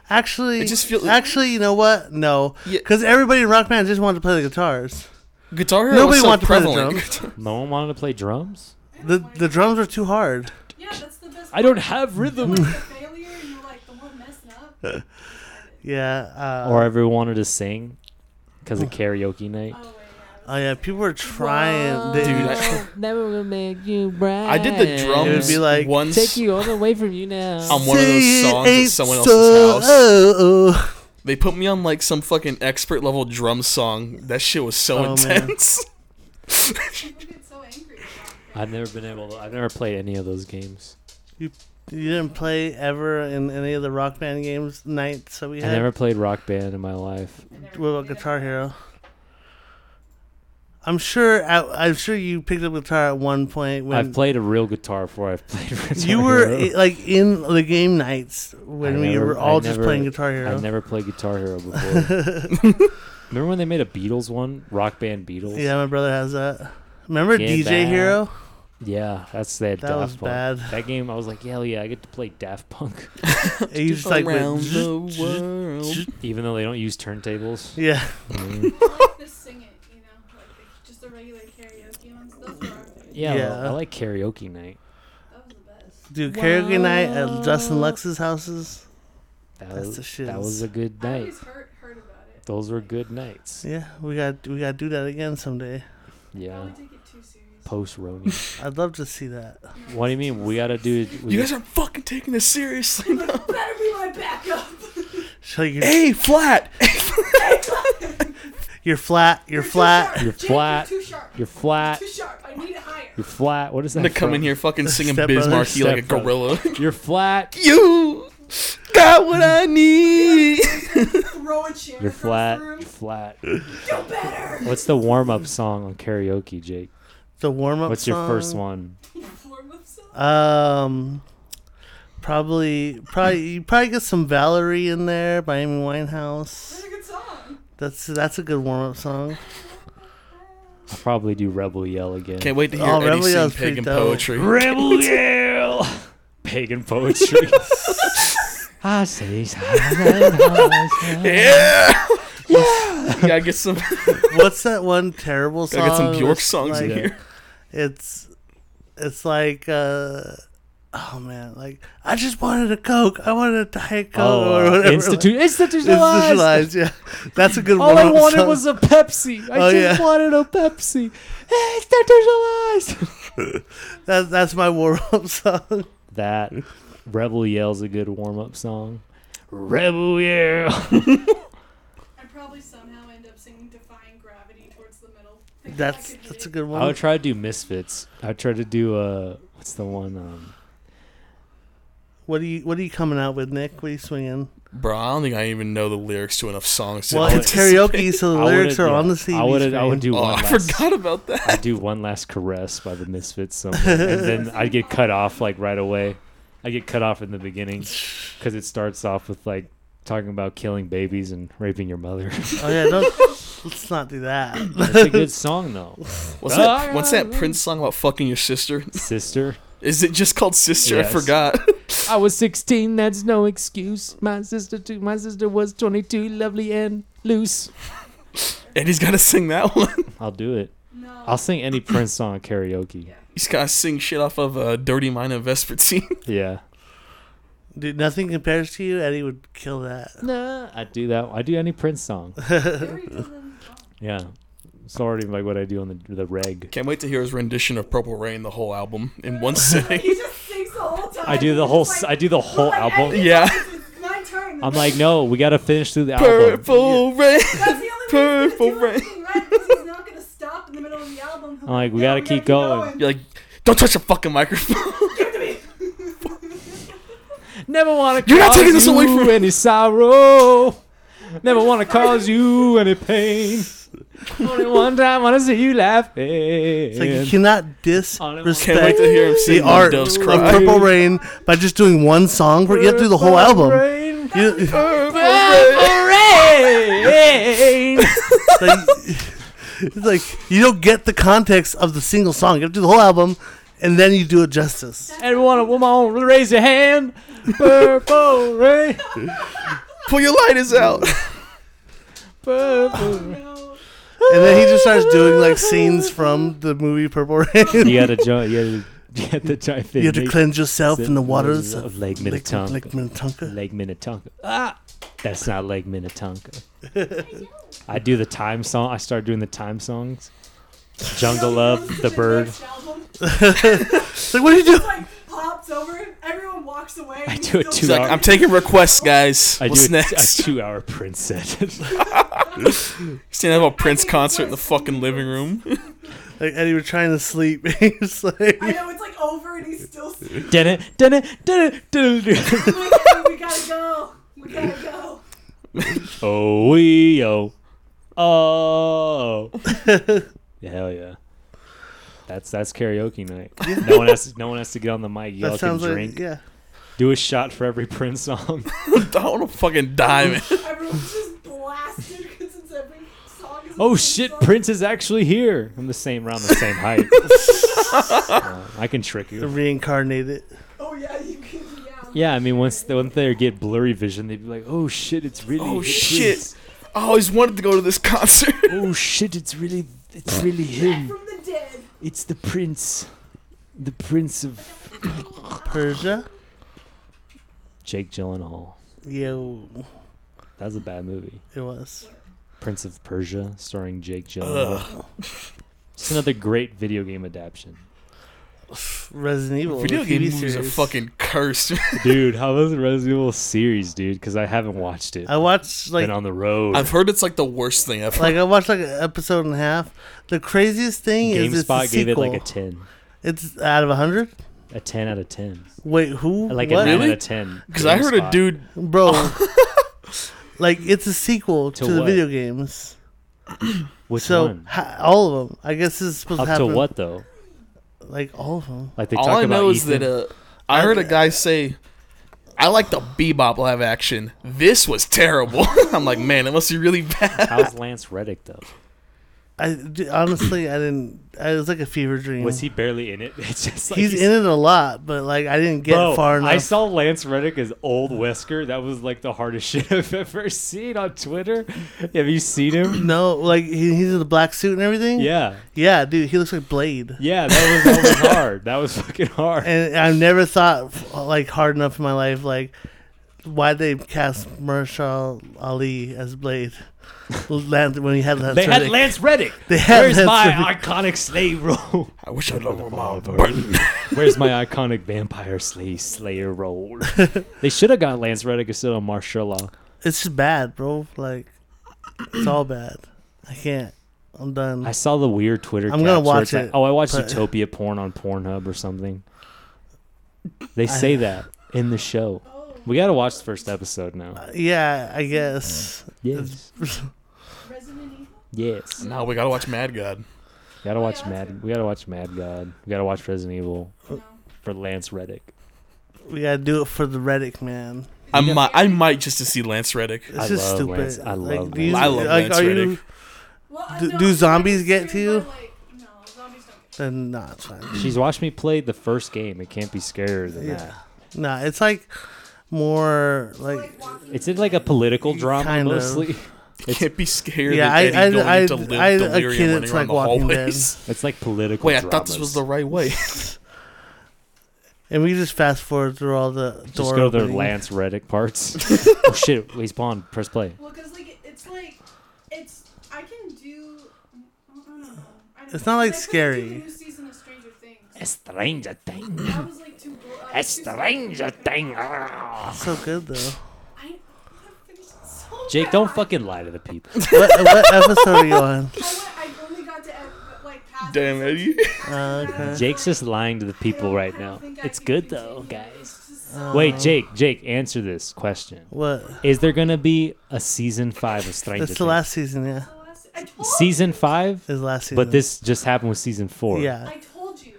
Speaker 2: Actually,
Speaker 3: It just feel-
Speaker 2: actually, you know what? No,
Speaker 3: Yeah.
Speaker 2: because everybody in Rock Band just wanted to play the guitars.
Speaker 3: Guitar Hero
Speaker 2: Nobody
Speaker 3: was so
Speaker 2: wanted to play the
Speaker 3: prevalent.
Speaker 1: No one wanted to play drums.
Speaker 2: The the drums were too hard.
Speaker 4: yeah, that's the best.
Speaker 1: I don't have rhythm.
Speaker 4: Like the failure, and you're like the one messing up.
Speaker 2: Yeah. Uh,
Speaker 1: or everyone wanted to sing because of karaoke night.
Speaker 4: Oh wait,
Speaker 1: Uh,
Speaker 2: oh yeah, people were trying. They,
Speaker 3: Dude, I-
Speaker 5: never gonna make you bright.
Speaker 3: I did the drums
Speaker 2: It would be like-
Speaker 3: once.
Speaker 5: Take you all the way from you now.
Speaker 3: I'm- on one of those
Speaker 2: Say it
Speaker 3: songs at
Speaker 2: ain't
Speaker 3: someone else's house.
Speaker 2: Oh, oh.
Speaker 3: They put me on like some fucking expert level drum song. That shit was so
Speaker 2: Oh, man.
Speaker 3: intense.
Speaker 4: yeah. People get so angry.
Speaker 1: I've never been able to. I've never played any of those games.
Speaker 2: You didn't play ever in any of the Rock Band games nights that we
Speaker 1: I
Speaker 2: had.
Speaker 1: never played Rock Band in my life.
Speaker 2: What about Guitar Hero? I'm sure. I, I'm sure you picked up guitar at one point when
Speaker 1: I've played a real guitar before. I've played. Guitar
Speaker 2: you were
Speaker 1: Hero.
Speaker 2: i- like in the game nights when
Speaker 1: I
Speaker 2: we
Speaker 1: never-
Speaker 2: were all
Speaker 1: I
Speaker 2: just
Speaker 1: never-
Speaker 2: playing Guitar
Speaker 1: I
Speaker 2: Hero.
Speaker 1: never played Guitar Hero before. Remember when they made a Beatles one? Rock Band Beatles.
Speaker 2: Yeah, my brother has that. Remember
Speaker 1: Get
Speaker 2: DJ
Speaker 1: back.
Speaker 2: Hero?
Speaker 1: Yeah, that's that.
Speaker 2: That
Speaker 1: Daft
Speaker 2: was
Speaker 1: Punk.
Speaker 2: bad.
Speaker 1: That game, I was like, hell yeah, I get to play Daft Punk,
Speaker 2: He just like went
Speaker 3: Around
Speaker 2: zzz,
Speaker 3: the
Speaker 2: zzz.
Speaker 3: world.
Speaker 1: even though they don't use turntables.
Speaker 2: Yeah,
Speaker 1: Mm.
Speaker 4: I like the sing it, you know, like the, just the regular karaoke ones. Those were our favorite.
Speaker 1: Yeah,
Speaker 2: Yeah.
Speaker 1: I like karaoke night.
Speaker 4: That was the best.
Speaker 2: dude, karaoke night at Justin Lux's houses.
Speaker 1: That
Speaker 2: That's
Speaker 1: was
Speaker 2: the shiz.
Speaker 1: that was a good
Speaker 4: I
Speaker 1: night.
Speaker 4: always heard heard about it.
Speaker 1: Those were good nights.
Speaker 2: Yeah, we got we got to do that again someday.
Speaker 1: Yeah,
Speaker 4: Probably take it too serious.
Speaker 1: post Roni.
Speaker 2: I'd love to see that.
Speaker 1: What do you mean? We gotta do. We
Speaker 3: You guys aren't fucking taking this seriously. No.
Speaker 4: Better be my backup.
Speaker 2: Show you
Speaker 3: A flat.
Speaker 2: you're flat, you're
Speaker 4: too
Speaker 2: flat.
Speaker 4: sharp.
Speaker 1: You're
Speaker 4: Jake,
Speaker 1: flat.
Speaker 4: You're too sharp.
Speaker 1: you're flat.
Speaker 4: too sharp. I need it higher.
Speaker 1: You're flat. What is that?
Speaker 3: I'm gonna come in
Speaker 1: from?
Speaker 3: here fucking singing
Speaker 2: Step
Speaker 3: Bismarcky
Speaker 1: brother,
Speaker 3: like a
Speaker 1: step
Speaker 3: gorilla.
Speaker 1: You're flat.
Speaker 3: you got what I need.
Speaker 4: Throw a chair.
Speaker 1: You're
Speaker 4: across
Speaker 1: flat.
Speaker 4: The
Speaker 1: You're
Speaker 4: room.
Speaker 1: flat.
Speaker 4: Do better.
Speaker 1: What's the warm up song on karaoke, Jake?
Speaker 2: The warm up.
Speaker 1: What's your first one?
Speaker 4: Form of self.
Speaker 2: Um, probably, probably you probably get some Valerie in there by Amy Winehouse.
Speaker 4: That's a good song.
Speaker 2: That's that's a good warm up song.
Speaker 1: I'll probably do Rebel Yell again.
Speaker 3: Can't wait to hear
Speaker 2: Oh,
Speaker 3: Eddie
Speaker 2: Rebel
Speaker 3: sing
Speaker 2: Yell's pretty
Speaker 3: pagan
Speaker 2: dope.
Speaker 3: poetry.
Speaker 1: Rebel Yell. Pagan poetry. I say,
Speaker 3: Yeah. Yeah. gotta get some.
Speaker 2: What's that one terrible song?
Speaker 3: Gotta get some Bjork
Speaker 2: that's
Speaker 3: songs in
Speaker 2: like-
Speaker 3: here.
Speaker 2: It's it's like uh, oh man, like I just wanted a Coke. I wanted a Diet Coke
Speaker 1: oh,
Speaker 2: or
Speaker 1: uh,
Speaker 2: whatever.
Speaker 1: institute,
Speaker 2: Like,
Speaker 1: institutionalized.
Speaker 2: institutionalized, yeah. That's a good
Speaker 1: All I
Speaker 2: warm-up
Speaker 1: wanted
Speaker 2: song.
Speaker 1: was a Pepsi. I
Speaker 2: Oh,
Speaker 1: just
Speaker 2: yeah.
Speaker 1: wanted a Pepsi. Institutionalized.
Speaker 2: that, that's my warm up song.
Speaker 1: That Rebel Yell's a good warm up song. Rebel Yell.
Speaker 4: I probably somehow end up singing "Defying Gravity" towards the middle. Thinking I
Speaker 2: That's
Speaker 4: could hit
Speaker 2: that's
Speaker 4: it.
Speaker 2: a good one.
Speaker 1: I would try to do Misfits. I would try to do uh what's the one um
Speaker 2: What are you What are you coming out with, Nick? What are you swinging?
Speaker 3: Bro, I don't think I even know the lyrics to enough songs. to
Speaker 2: Well,
Speaker 3: know
Speaker 2: it's
Speaker 3: this.
Speaker 2: karaoke, so the
Speaker 1: I
Speaker 2: lyrics are
Speaker 1: would've-
Speaker 2: on
Speaker 1: yeah,
Speaker 2: the CD.
Speaker 1: I would I would
Speaker 2: screen.
Speaker 1: do
Speaker 3: Oh,
Speaker 1: one.
Speaker 3: I
Speaker 1: last,
Speaker 3: forgot about that.
Speaker 1: I'd do one last caress by the Misfits somewhere, and then I'd get cut off like right away. I get cut off in the beginning because it starts off with like talking about killing babies and raping your mother.
Speaker 2: Oh yeah, don't, let's not do that.
Speaker 1: It's a good song though,
Speaker 3: What's that? What's that Prince song about fucking your sister?
Speaker 1: sister.
Speaker 3: Is it just called Sister?
Speaker 1: Yes.
Speaker 3: I forgot.
Speaker 5: I was 16. That's no excuse. My sister too. My sister was 22. Lovely and loose.
Speaker 3: And he's gotta sing that one.
Speaker 1: I'll do it.
Speaker 4: No.
Speaker 1: I'll sing any Prince song at karaoke.
Speaker 3: He's gotta sing shit off of uh, Dirty Mind and Vespertine.
Speaker 1: Yeah,
Speaker 2: Dude, nothing compares to you. Eddie would kill that.
Speaker 1: nah, I do that. I do any Prince song.
Speaker 4: There you go then.
Speaker 1: Yeah, it's already like what I do on the the reg.
Speaker 3: Can't wait to hear his rendition of Purple Rain, the whole album, in one sitting.
Speaker 4: He just sings the whole time.
Speaker 1: I do the
Speaker 4: He's
Speaker 1: whole
Speaker 4: just
Speaker 1: s-
Speaker 4: like,
Speaker 1: I do the whole
Speaker 4: "Look, I
Speaker 1: album.
Speaker 4: did
Speaker 3: Yeah.
Speaker 4: this. It's my turn.
Speaker 1: I'm like, no, we gotta finish through the album.
Speaker 3: Purple Rain.
Speaker 4: That's the only
Speaker 3: Purple
Speaker 4: way he's
Speaker 3: Rain.
Speaker 4: gonna do anything right because he's not gonna stop in the middle of the album.
Speaker 1: I'm like, we
Speaker 4: Yeah,
Speaker 1: gotta keep going.
Speaker 3: You're like, don't touch the fucking microphone.
Speaker 4: Give it to me.
Speaker 1: Never want to.
Speaker 3: You're not taking this away from-
Speaker 1: any sorrow. Never want to cause you any pain. Only one time want to see you laughing.
Speaker 2: It's like you cannot
Speaker 3: Can't wait
Speaker 2: disrespect
Speaker 3: to hear him sing
Speaker 2: the
Speaker 3: Love
Speaker 2: art
Speaker 3: Doves
Speaker 2: of
Speaker 3: Cry.
Speaker 2: Purple Rain by just doing one song. For you have to do the whole album.
Speaker 1: Rain,
Speaker 2: You,
Speaker 3: Purple Rain.
Speaker 1: purple rain.
Speaker 2: it's like, it's like you don't get the context of the single song. You have to do the whole album, and and then you do it justice.
Speaker 5: Everyone, woman, raise your hand. Purple rain.
Speaker 3: Pull your lighters out.
Speaker 5: Purple.
Speaker 4: Oh, no.
Speaker 2: And then he just starts doing like scenes from the movie Purple Rain.
Speaker 1: You gotta jump. You gotta, you have to dive in.
Speaker 2: You have to cleanse yourself in the waters of
Speaker 1: of Lake
Speaker 2: Lake,
Speaker 1: Minnetonka.
Speaker 2: Lake Minnetonka.
Speaker 1: Lake Minnetonka. Ah, that's not Lake Minnetonka. I do the time song. I start doing the time songs. Jungle Love, The Bird.
Speaker 4: Next album,
Speaker 2: It's like, what do you
Speaker 4: just
Speaker 2: do?
Speaker 4: like pops over. Everyone walks away.
Speaker 1: I
Speaker 4: and
Speaker 1: do
Speaker 4: you
Speaker 1: it
Speaker 3: He's
Speaker 1: too
Speaker 4: still-
Speaker 3: like, I'm taking requests, guys.
Speaker 1: I do
Speaker 3: What's
Speaker 1: a,
Speaker 3: next?
Speaker 1: a two-hour Prince set.
Speaker 3: He's gonna have a Prince concert in the fucking living room.
Speaker 2: Like Eddie, we're trying to sleep. He's like,
Speaker 4: I know it's like over, and he's still. singing.
Speaker 1: Dun it, dun it, dun it, dun it.
Speaker 4: I'm like, "Hey, we gotta go. We gotta go.
Speaker 1: Oh, wee, oh, oh. Hell yeah. That's that's karaoke night. No one has to, no one has to get on the mic.
Speaker 2: that
Speaker 1: Y'all can
Speaker 2: sounds like
Speaker 1: drink.
Speaker 2: yeah.
Speaker 1: Do a shot for every Prince song.
Speaker 3: I want to fucking die, man.
Speaker 4: Everyone's just blasted because it's every song. Is a
Speaker 1: Oh
Speaker 4: different
Speaker 1: shit,
Speaker 4: song.
Speaker 1: Prince is actually here. I'm the same around the same height. Uh, I can trick you.
Speaker 2: Reincarnate it.
Speaker 4: Oh yeah, you can. Yeah.
Speaker 1: Yeah, I mean once once they get blurry vision, they'd be like, "Oh shit, it's really
Speaker 3: Oh
Speaker 1: it's
Speaker 3: shit!
Speaker 1: Prince.
Speaker 3: I always wanted to go to this concert.
Speaker 1: Oh shit, it's really it's really
Speaker 4: Back
Speaker 1: him.
Speaker 4: from the dead.
Speaker 1: It's the prince. The prince of
Speaker 2: Persia.
Speaker 1: Jake Gyllenhaal.
Speaker 2: Yo,
Speaker 1: That was a bad movie.
Speaker 2: it was.
Speaker 1: Prince of Persia starring Jake Gyllenhaal. It's another great video game adaptation.
Speaker 2: Resident Evil.
Speaker 3: Video
Speaker 2: the
Speaker 3: game
Speaker 2: TV
Speaker 3: movies are
Speaker 2: series.
Speaker 3: fucking cursed.
Speaker 1: Dude, how was the Resident Evil series, dude? Cuz I haven't watched it.
Speaker 2: I watched like
Speaker 1: Been on the road.
Speaker 3: I've heard it's like the worst thing ever.
Speaker 2: like I watched like an episode and a half. The craziest thing is it's a
Speaker 1: GameSpot gave it
Speaker 2: sequel.
Speaker 1: like a 10.
Speaker 2: it's out of hundred.
Speaker 1: A 10 out of 10.
Speaker 2: Wait, who?
Speaker 1: Like
Speaker 2: what?
Speaker 1: a 9
Speaker 3: Really?
Speaker 1: out of 10.
Speaker 3: Because I heard a
Speaker 1: GameSpot.
Speaker 3: dude.
Speaker 2: bro. like it's a sequel to,
Speaker 1: Oh. To
Speaker 2: the
Speaker 1: what?
Speaker 2: video games.
Speaker 1: Which
Speaker 2: so
Speaker 1: one?
Speaker 2: ha- all of them. I guess this is supposed
Speaker 1: Up
Speaker 2: to happen.
Speaker 1: to what though?
Speaker 2: Like all of them.
Speaker 1: Like they
Speaker 3: All
Speaker 1: talk
Speaker 3: I
Speaker 1: about
Speaker 3: know is
Speaker 1: Ethan.
Speaker 3: that uh, I heard a guy say, "I like the Bebop live action. This was terrible." I'm like, man, it must be really bad.
Speaker 1: How's Lance Reddick though?
Speaker 2: I d- honestly I didn't. I, it was like a fever dream.
Speaker 1: Was he barely in it? It's just like
Speaker 2: he's, in it a lot, but like I didn't get
Speaker 1: Bro,
Speaker 2: far enough.
Speaker 1: I saw Lance Reddick as old Wesker. That was like the hardest shit I've ever seen on Twitter. Have you seen him?
Speaker 2: no, like he, he's in the black suit and everything.
Speaker 1: Yeah,
Speaker 2: yeah, dude, he looks like Blade.
Speaker 1: yeah, that was, that was hard. That was fucking hard.
Speaker 2: and I've never thought f- like hard enough in my life like why they cast Marshall Ali as Blade Lan- when he had Lance
Speaker 1: They had
Speaker 2: Reddick.
Speaker 1: Lance Reddick.
Speaker 2: They had
Speaker 1: Where's
Speaker 2: Lance
Speaker 1: my
Speaker 2: Reddick.
Speaker 1: iconic slave role?
Speaker 3: I wish I'd known my
Speaker 1: Where's my iconic vampire slave slayer role? they should have got Lance Reddick instead of martial law.
Speaker 2: It's just bad, bro. Like it's all bad. I can't. I'm done.
Speaker 1: I saw the weird Twitter.
Speaker 2: I'm
Speaker 1: caps
Speaker 2: gonna
Speaker 1: where
Speaker 2: watch
Speaker 1: it's like,
Speaker 2: it,
Speaker 1: oh, I watched
Speaker 2: but-
Speaker 1: Utopia porn on Pornhub or something. They say that in the show.
Speaker 4: Oh,
Speaker 1: We gotta watch the first episode
Speaker 2: Uh,
Speaker 1: now.
Speaker 2: yeah, I guess.
Speaker 1: Yes,
Speaker 4: Resident Evil.
Speaker 1: yes.
Speaker 3: Now we gotta watch Mad God.
Speaker 1: Gotta watch
Speaker 4: yeah, that's
Speaker 1: Mad. We gotta watch Mad God. We gotta watch Resident Evil
Speaker 4: No.
Speaker 1: for Lance Reddick.
Speaker 2: We gotta do it for the Reddick man.
Speaker 3: I might, I might just to see Lance Reddick.
Speaker 2: It's
Speaker 1: I
Speaker 2: just
Speaker 1: love
Speaker 2: stupid.
Speaker 1: Lance- I love
Speaker 2: do you-
Speaker 3: Lance. I love Lance
Speaker 2: are you?
Speaker 3: Reddick.
Speaker 4: Well, I
Speaker 2: Do-
Speaker 4: know,
Speaker 2: do
Speaker 4: I think
Speaker 2: zombies
Speaker 4: it's
Speaker 2: get
Speaker 4: weird,
Speaker 2: to you?
Speaker 4: but, Like, no, zombies don't get
Speaker 2: Then nah, it's fine.
Speaker 1: She's watched me play the first game. It can't be scarier than that.
Speaker 2: Nah, it's like more
Speaker 4: you.
Speaker 2: like
Speaker 4: Like, walking
Speaker 1: It's in like a political drama
Speaker 2: Kind of.
Speaker 1: mostly.
Speaker 3: You can't be scared
Speaker 2: Yeah,
Speaker 3: yeah,
Speaker 2: I-
Speaker 3: that Eddie
Speaker 2: I-
Speaker 3: going
Speaker 2: I-
Speaker 3: to live
Speaker 2: I- a
Speaker 3: delirium
Speaker 2: kid,
Speaker 3: running
Speaker 2: it's
Speaker 3: around
Speaker 2: like
Speaker 3: the
Speaker 2: Walking Dead.
Speaker 3: hallways.
Speaker 1: It's like political.
Speaker 3: Wait, I thought this
Speaker 1: dramas.
Speaker 3: was the right way.
Speaker 2: And we just fast forward through all the door
Speaker 1: Just go to the
Speaker 2: opening.
Speaker 1: Lance Reddick parts. oh shit! He's spawned. Press play.
Speaker 4: Well, because like it's like it's I can do. I don't know. I don't
Speaker 2: It's
Speaker 4: know.
Speaker 2: not, like,
Speaker 4: I couldn't do
Speaker 2: scary.
Speaker 4: The new season of Stranger Things.
Speaker 1: Stranger Thing.
Speaker 4: That was like too. bro- I
Speaker 1: A
Speaker 4: was too
Speaker 1: stranger
Speaker 4: scared.
Speaker 1: thing.
Speaker 2: So good though.
Speaker 4: I I've been so
Speaker 1: Jake, don't
Speaker 4: bad.
Speaker 1: fucking lie to the people.
Speaker 2: what, what episode are you on?
Speaker 4: I, went, I only got to ep- like past.
Speaker 3: Damn, Eddie.
Speaker 2: Uh, okay.
Speaker 1: Jake's just lying to the
Speaker 4: I don't-
Speaker 1: people
Speaker 4: I
Speaker 1: right
Speaker 4: don't
Speaker 1: now.
Speaker 4: think I
Speaker 1: It's
Speaker 4: can
Speaker 1: good
Speaker 4: continue.
Speaker 1: though, guys.
Speaker 4: It's just so-
Speaker 1: Wait, Jake, Jake, answer this question.
Speaker 2: What?
Speaker 1: Is there gonna be a season five of Stranger
Speaker 2: It's
Speaker 1: Things?
Speaker 2: the last season, yeah.
Speaker 4: I told
Speaker 1: season five?
Speaker 2: It's the last season.
Speaker 1: But this just happened with season four.
Speaker 2: Yeah.
Speaker 4: I told you.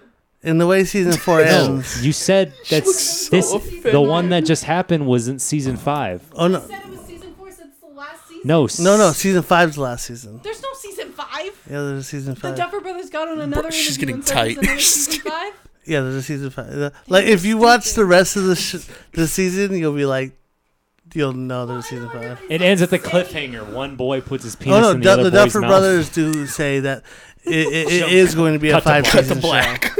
Speaker 2: In the way season four
Speaker 1: No,
Speaker 2: ends.
Speaker 1: you said that's this
Speaker 3: offended.
Speaker 1: the one that just happened wasn't season five.
Speaker 2: Oh no.
Speaker 4: I said it was season four. Said it's the last season.
Speaker 1: No,
Speaker 2: No, no.
Speaker 1: s-
Speaker 2: Season five's the last season.
Speaker 4: There's no season five.
Speaker 2: Yeah, there's season
Speaker 4: The
Speaker 2: five.
Speaker 4: Duffer Brothers got on another.
Speaker 3: she's getting
Speaker 4: interview and said there's
Speaker 3: tight.
Speaker 4: another
Speaker 3: She's
Speaker 4: season five.
Speaker 2: Yeah, there's a season five. The- Like, if you watch the rest of the sh- the season, you'll be like, you'll know there's a season five.
Speaker 1: It ends at the cliffhanger. One boy puts his penis
Speaker 2: Oh no,
Speaker 1: in the
Speaker 2: Du-
Speaker 1: other
Speaker 2: the
Speaker 1: boy's
Speaker 2: Duffer
Speaker 1: mouth.
Speaker 2: Brothers do say that it, it, it is going to be a
Speaker 1: Cut to
Speaker 2: five
Speaker 1: black.
Speaker 3: Cut to
Speaker 2: season show.
Speaker 3: black.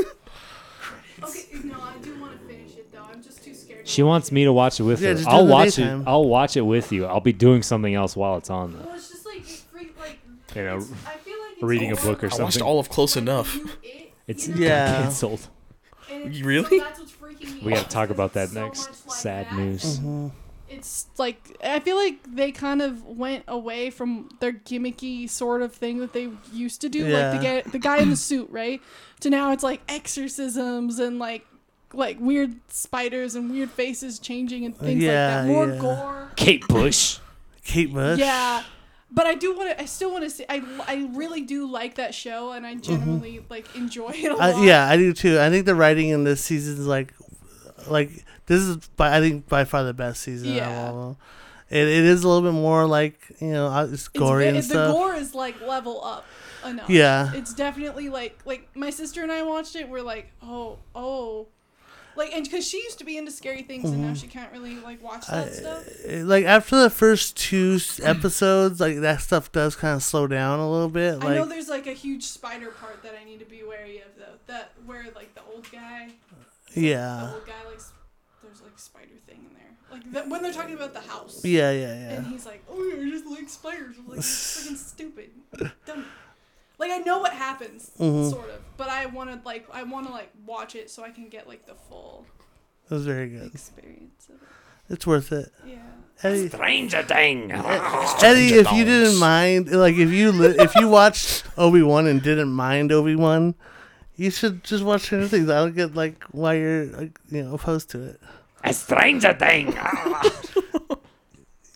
Speaker 4: Okay, no, I do want to finish it though. I'm just too scared.
Speaker 1: She wants me to watch it with
Speaker 2: Yeah,
Speaker 1: her.
Speaker 2: just do it
Speaker 1: I'll
Speaker 2: in the
Speaker 1: watch
Speaker 2: daytime.
Speaker 1: it. I'll watch it with you. I'll be doing something else while it's on, though.
Speaker 4: Well, it's just like it freaked like.
Speaker 1: You know,
Speaker 4: it's- I feel like it's
Speaker 1: reading a
Speaker 4: over
Speaker 1: book or
Speaker 4: by
Speaker 3: I watched
Speaker 1: something.
Speaker 3: all of Close
Speaker 4: the
Speaker 3: Enough.
Speaker 4: time you it,
Speaker 1: it's
Speaker 4: you
Speaker 1: got
Speaker 4: know?
Speaker 2: Yeah.
Speaker 1: canceled.
Speaker 4: And it's-
Speaker 3: Really?
Speaker 4: So that's what's freaking me
Speaker 1: We gotta
Speaker 4: out,
Speaker 1: talk
Speaker 4: because
Speaker 1: about that
Speaker 4: it's so
Speaker 1: next.
Speaker 4: much like
Speaker 1: Sad
Speaker 4: that.
Speaker 1: news.
Speaker 2: Mm-hmm.
Speaker 4: It's like I feel like they kind of went away from their gimmicky sort of thing that they used to do, like the
Speaker 2: Yeah.
Speaker 4: guy, the guy in the suit, right? To now it's like exorcisms and like like weird spiders and weird faces changing and things
Speaker 2: Yeah,
Speaker 4: like that. More
Speaker 2: yeah.
Speaker 4: gore.
Speaker 1: Kate Bush.
Speaker 2: Kate Bush.
Speaker 4: Yeah. But I do want to. I still want to see. I, I really do like that show, and I genuinely like enjoy it a lot.
Speaker 2: Mm-hmm. I, yeah, I do too. I think the writing in this season is like, like this is by I think by far the best season. out
Speaker 4: Yeah.
Speaker 2: Of all of them. It, it is a little bit more like you know uh, it's
Speaker 4: It's
Speaker 2: gory
Speaker 4: ve-
Speaker 2: and
Speaker 4: the
Speaker 2: stuff.
Speaker 4: gore is like level up enough.
Speaker 2: Yeah.
Speaker 4: It's definitely like like my sister and I watched it. We're like, oh oh, like and because she used to be into scary things and
Speaker 2: Mm-hmm.
Speaker 4: now she can't really like watch that stuff.
Speaker 2: It- eh, like after the first two s- episodes, like that stuff does kind of slow down a little bit.
Speaker 4: I know
Speaker 2: Like
Speaker 4: there's like a huge spider part that I need to be wary of though. That where like the old guy, the
Speaker 2: yeah,
Speaker 4: old guy likes there's like spider thing in there. Like that, when they're talking about the house.
Speaker 2: yeah, yeah, yeah.
Speaker 4: And he's like, oh, I just like spiders. I'm like, that's freaking stupid. Dumb. Like, I know what happens,
Speaker 3: Mm-hmm.
Speaker 4: sort of. But I want to, like, I want to, like, watch it so I can get, like, the full
Speaker 2: It was very good.
Speaker 4: experience of it.
Speaker 2: It's worth it.
Speaker 4: Yeah.
Speaker 2: Eddie,
Speaker 1: Stranger Thing.
Speaker 2: Eddie, if you
Speaker 3: Thongs.
Speaker 2: didn't mind, like if you li- if you watched Obi wan and didn't mind Obi wan you should just watch Stranger Things. I don't get like why you're like, you know opposed to it.
Speaker 1: A Stranger Thing.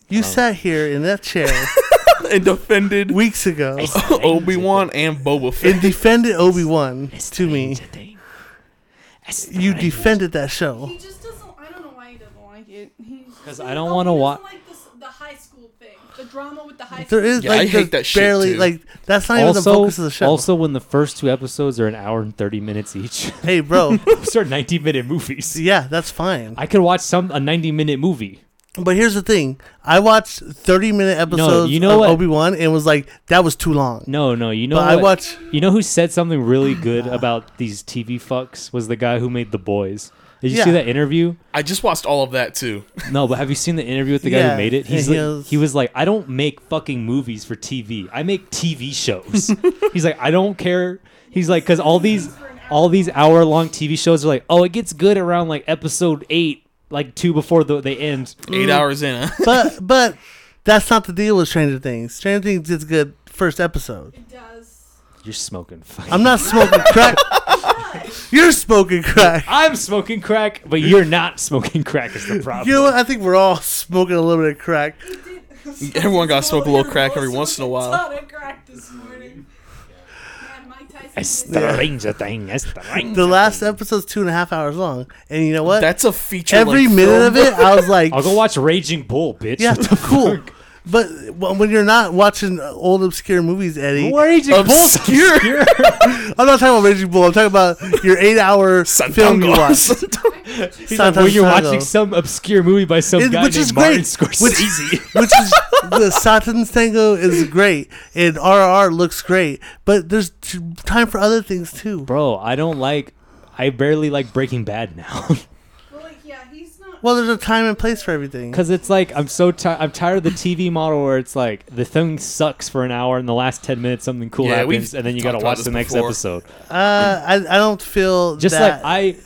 Speaker 2: You sat here in that chair
Speaker 3: and defended
Speaker 2: weeks ago
Speaker 3: Obi Wan and Boba Fett.
Speaker 2: and defended Obi wan to me. You defended that show.
Speaker 4: He just doesn't, I don't know why he doesn't like it. Because
Speaker 1: I don't wanna wa-
Speaker 4: like this, the high school thing. The drama with the high
Speaker 2: There
Speaker 4: school.
Speaker 2: is
Speaker 3: Yeah,
Speaker 2: like
Speaker 3: I hate
Speaker 2: the
Speaker 3: that shit,
Speaker 2: barely
Speaker 3: too.
Speaker 2: like that's not even the
Speaker 1: Also,
Speaker 2: focus of the show.
Speaker 1: also, when the first two episodes are an hour and thirty minutes each,
Speaker 2: hey, bro,
Speaker 1: those are ninety-minute movies.
Speaker 2: yeah, that's fine.
Speaker 1: I could watch some a ninety-minute movie.
Speaker 2: But here's the thing: I watched 30 minute episodes
Speaker 1: you know what?
Speaker 2: of Obi wan and was like, that was too long.
Speaker 1: No, no, you know.
Speaker 2: but I
Speaker 1: what?
Speaker 2: watched.
Speaker 1: You know who said something really good about these TV fucks was the guy who made The Boys. Did you see
Speaker 2: Yeah.
Speaker 1: that interview?
Speaker 3: I just watched all of that too.
Speaker 1: No, but have you seen the interview with the guy
Speaker 2: Yeah,
Speaker 1: who made it? He's
Speaker 2: and
Speaker 1: like,
Speaker 2: he
Speaker 1: he,
Speaker 2: was-
Speaker 1: was, like, I don't make fucking movies for TV. I make TV shows. He's like, I don't care. He's like, because all these, all these hour long TV shows are like, oh, it gets good around like episode eight, like two before the, they end.
Speaker 2: Mm.
Speaker 3: Eight hours in. huh?
Speaker 2: but but that's not the deal with Stranger Things. Stranger Things is good first episode.
Speaker 4: It does.
Speaker 1: You're smoking fucking.
Speaker 2: I'm not smoking crack. You're smoking crack.
Speaker 1: I'm smoking crack, but you're not smoking crack is the problem.
Speaker 2: You know what? I think we're all smoking a little bit of crack.
Speaker 4: It did.
Speaker 3: Everyone gotta smoke a little
Speaker 4: Your
Speaker 3: crack every
Speaker 4: voice
Speaker 3: once in a
Speaker 4: was
Speaker 3: while.
Speaker 4: ton of crack this morning. Man, Mike Tyson
Speaker 1: A
Speaker 4: is-
Speaker 1: stranger thing. A stranger
Speaker 2: The last
Speaker 1: thing.
Speaker 2: episode's two and a half hours long, and you know what?
Speaker 3: That's a feature.
Speaker 2: Every minute of it, I was like,
Speaker 1: I'll go watch Raging Bull, bitch.
Speaker 2: yeah,
Speaker 1: What the
Speaker 2: cool.
Speaker 1: fuck?
Speaker 2: But wh- when you're not watching uh, old obscure movies, Eddie,
Speaker 1: Raging Bull's
Speaker 3: Obscure.
Speaker 1: obscure.
Speaker 2: I'm not talking about Raging Bull. I'm talking about your eight-hour film you watch.
Speaker 1: He's like,
Speaker 2: Santos
Speaker 1: well, you're
Speaker 2: Santos.
Speaker 1: watching some obscure movie by some
Speaker 2: It-
Speaker 1: guy
Speaker 2: which
Speaker 1: named
Speaker 2: is
Speaker 1: Martin
Speaker 2: great,
Speaker 1: Scorsese.
Speaker 2: which is the Satan's Tango is great and RRR looks great, but there's t- time for other things too.
Speaker 1: Bro, I don't like. I barely like Breaking Bad now
Speaker 4: Well, like, yeah, he's not.
Speaker 2: Well, there's a time and place for everything.
Speaker 1: because it's like I'm so tired. I'm tired of the TV model where it's like the thing sucks for an hour, and the last ten minutes something cool
Speaker 3: Yeah, we've
Speaker 1: happens, and then you gotta
Speaker 3: talked about
Speaker 1: watch
Speaker 3: this
Speaker 1: the next
Speaker 3: before.
Speaker 1: episode.
Speaker 2: Uh, I, I don't feel
Speaker 1: Just
Speaker 2: that.
Speaker 1: like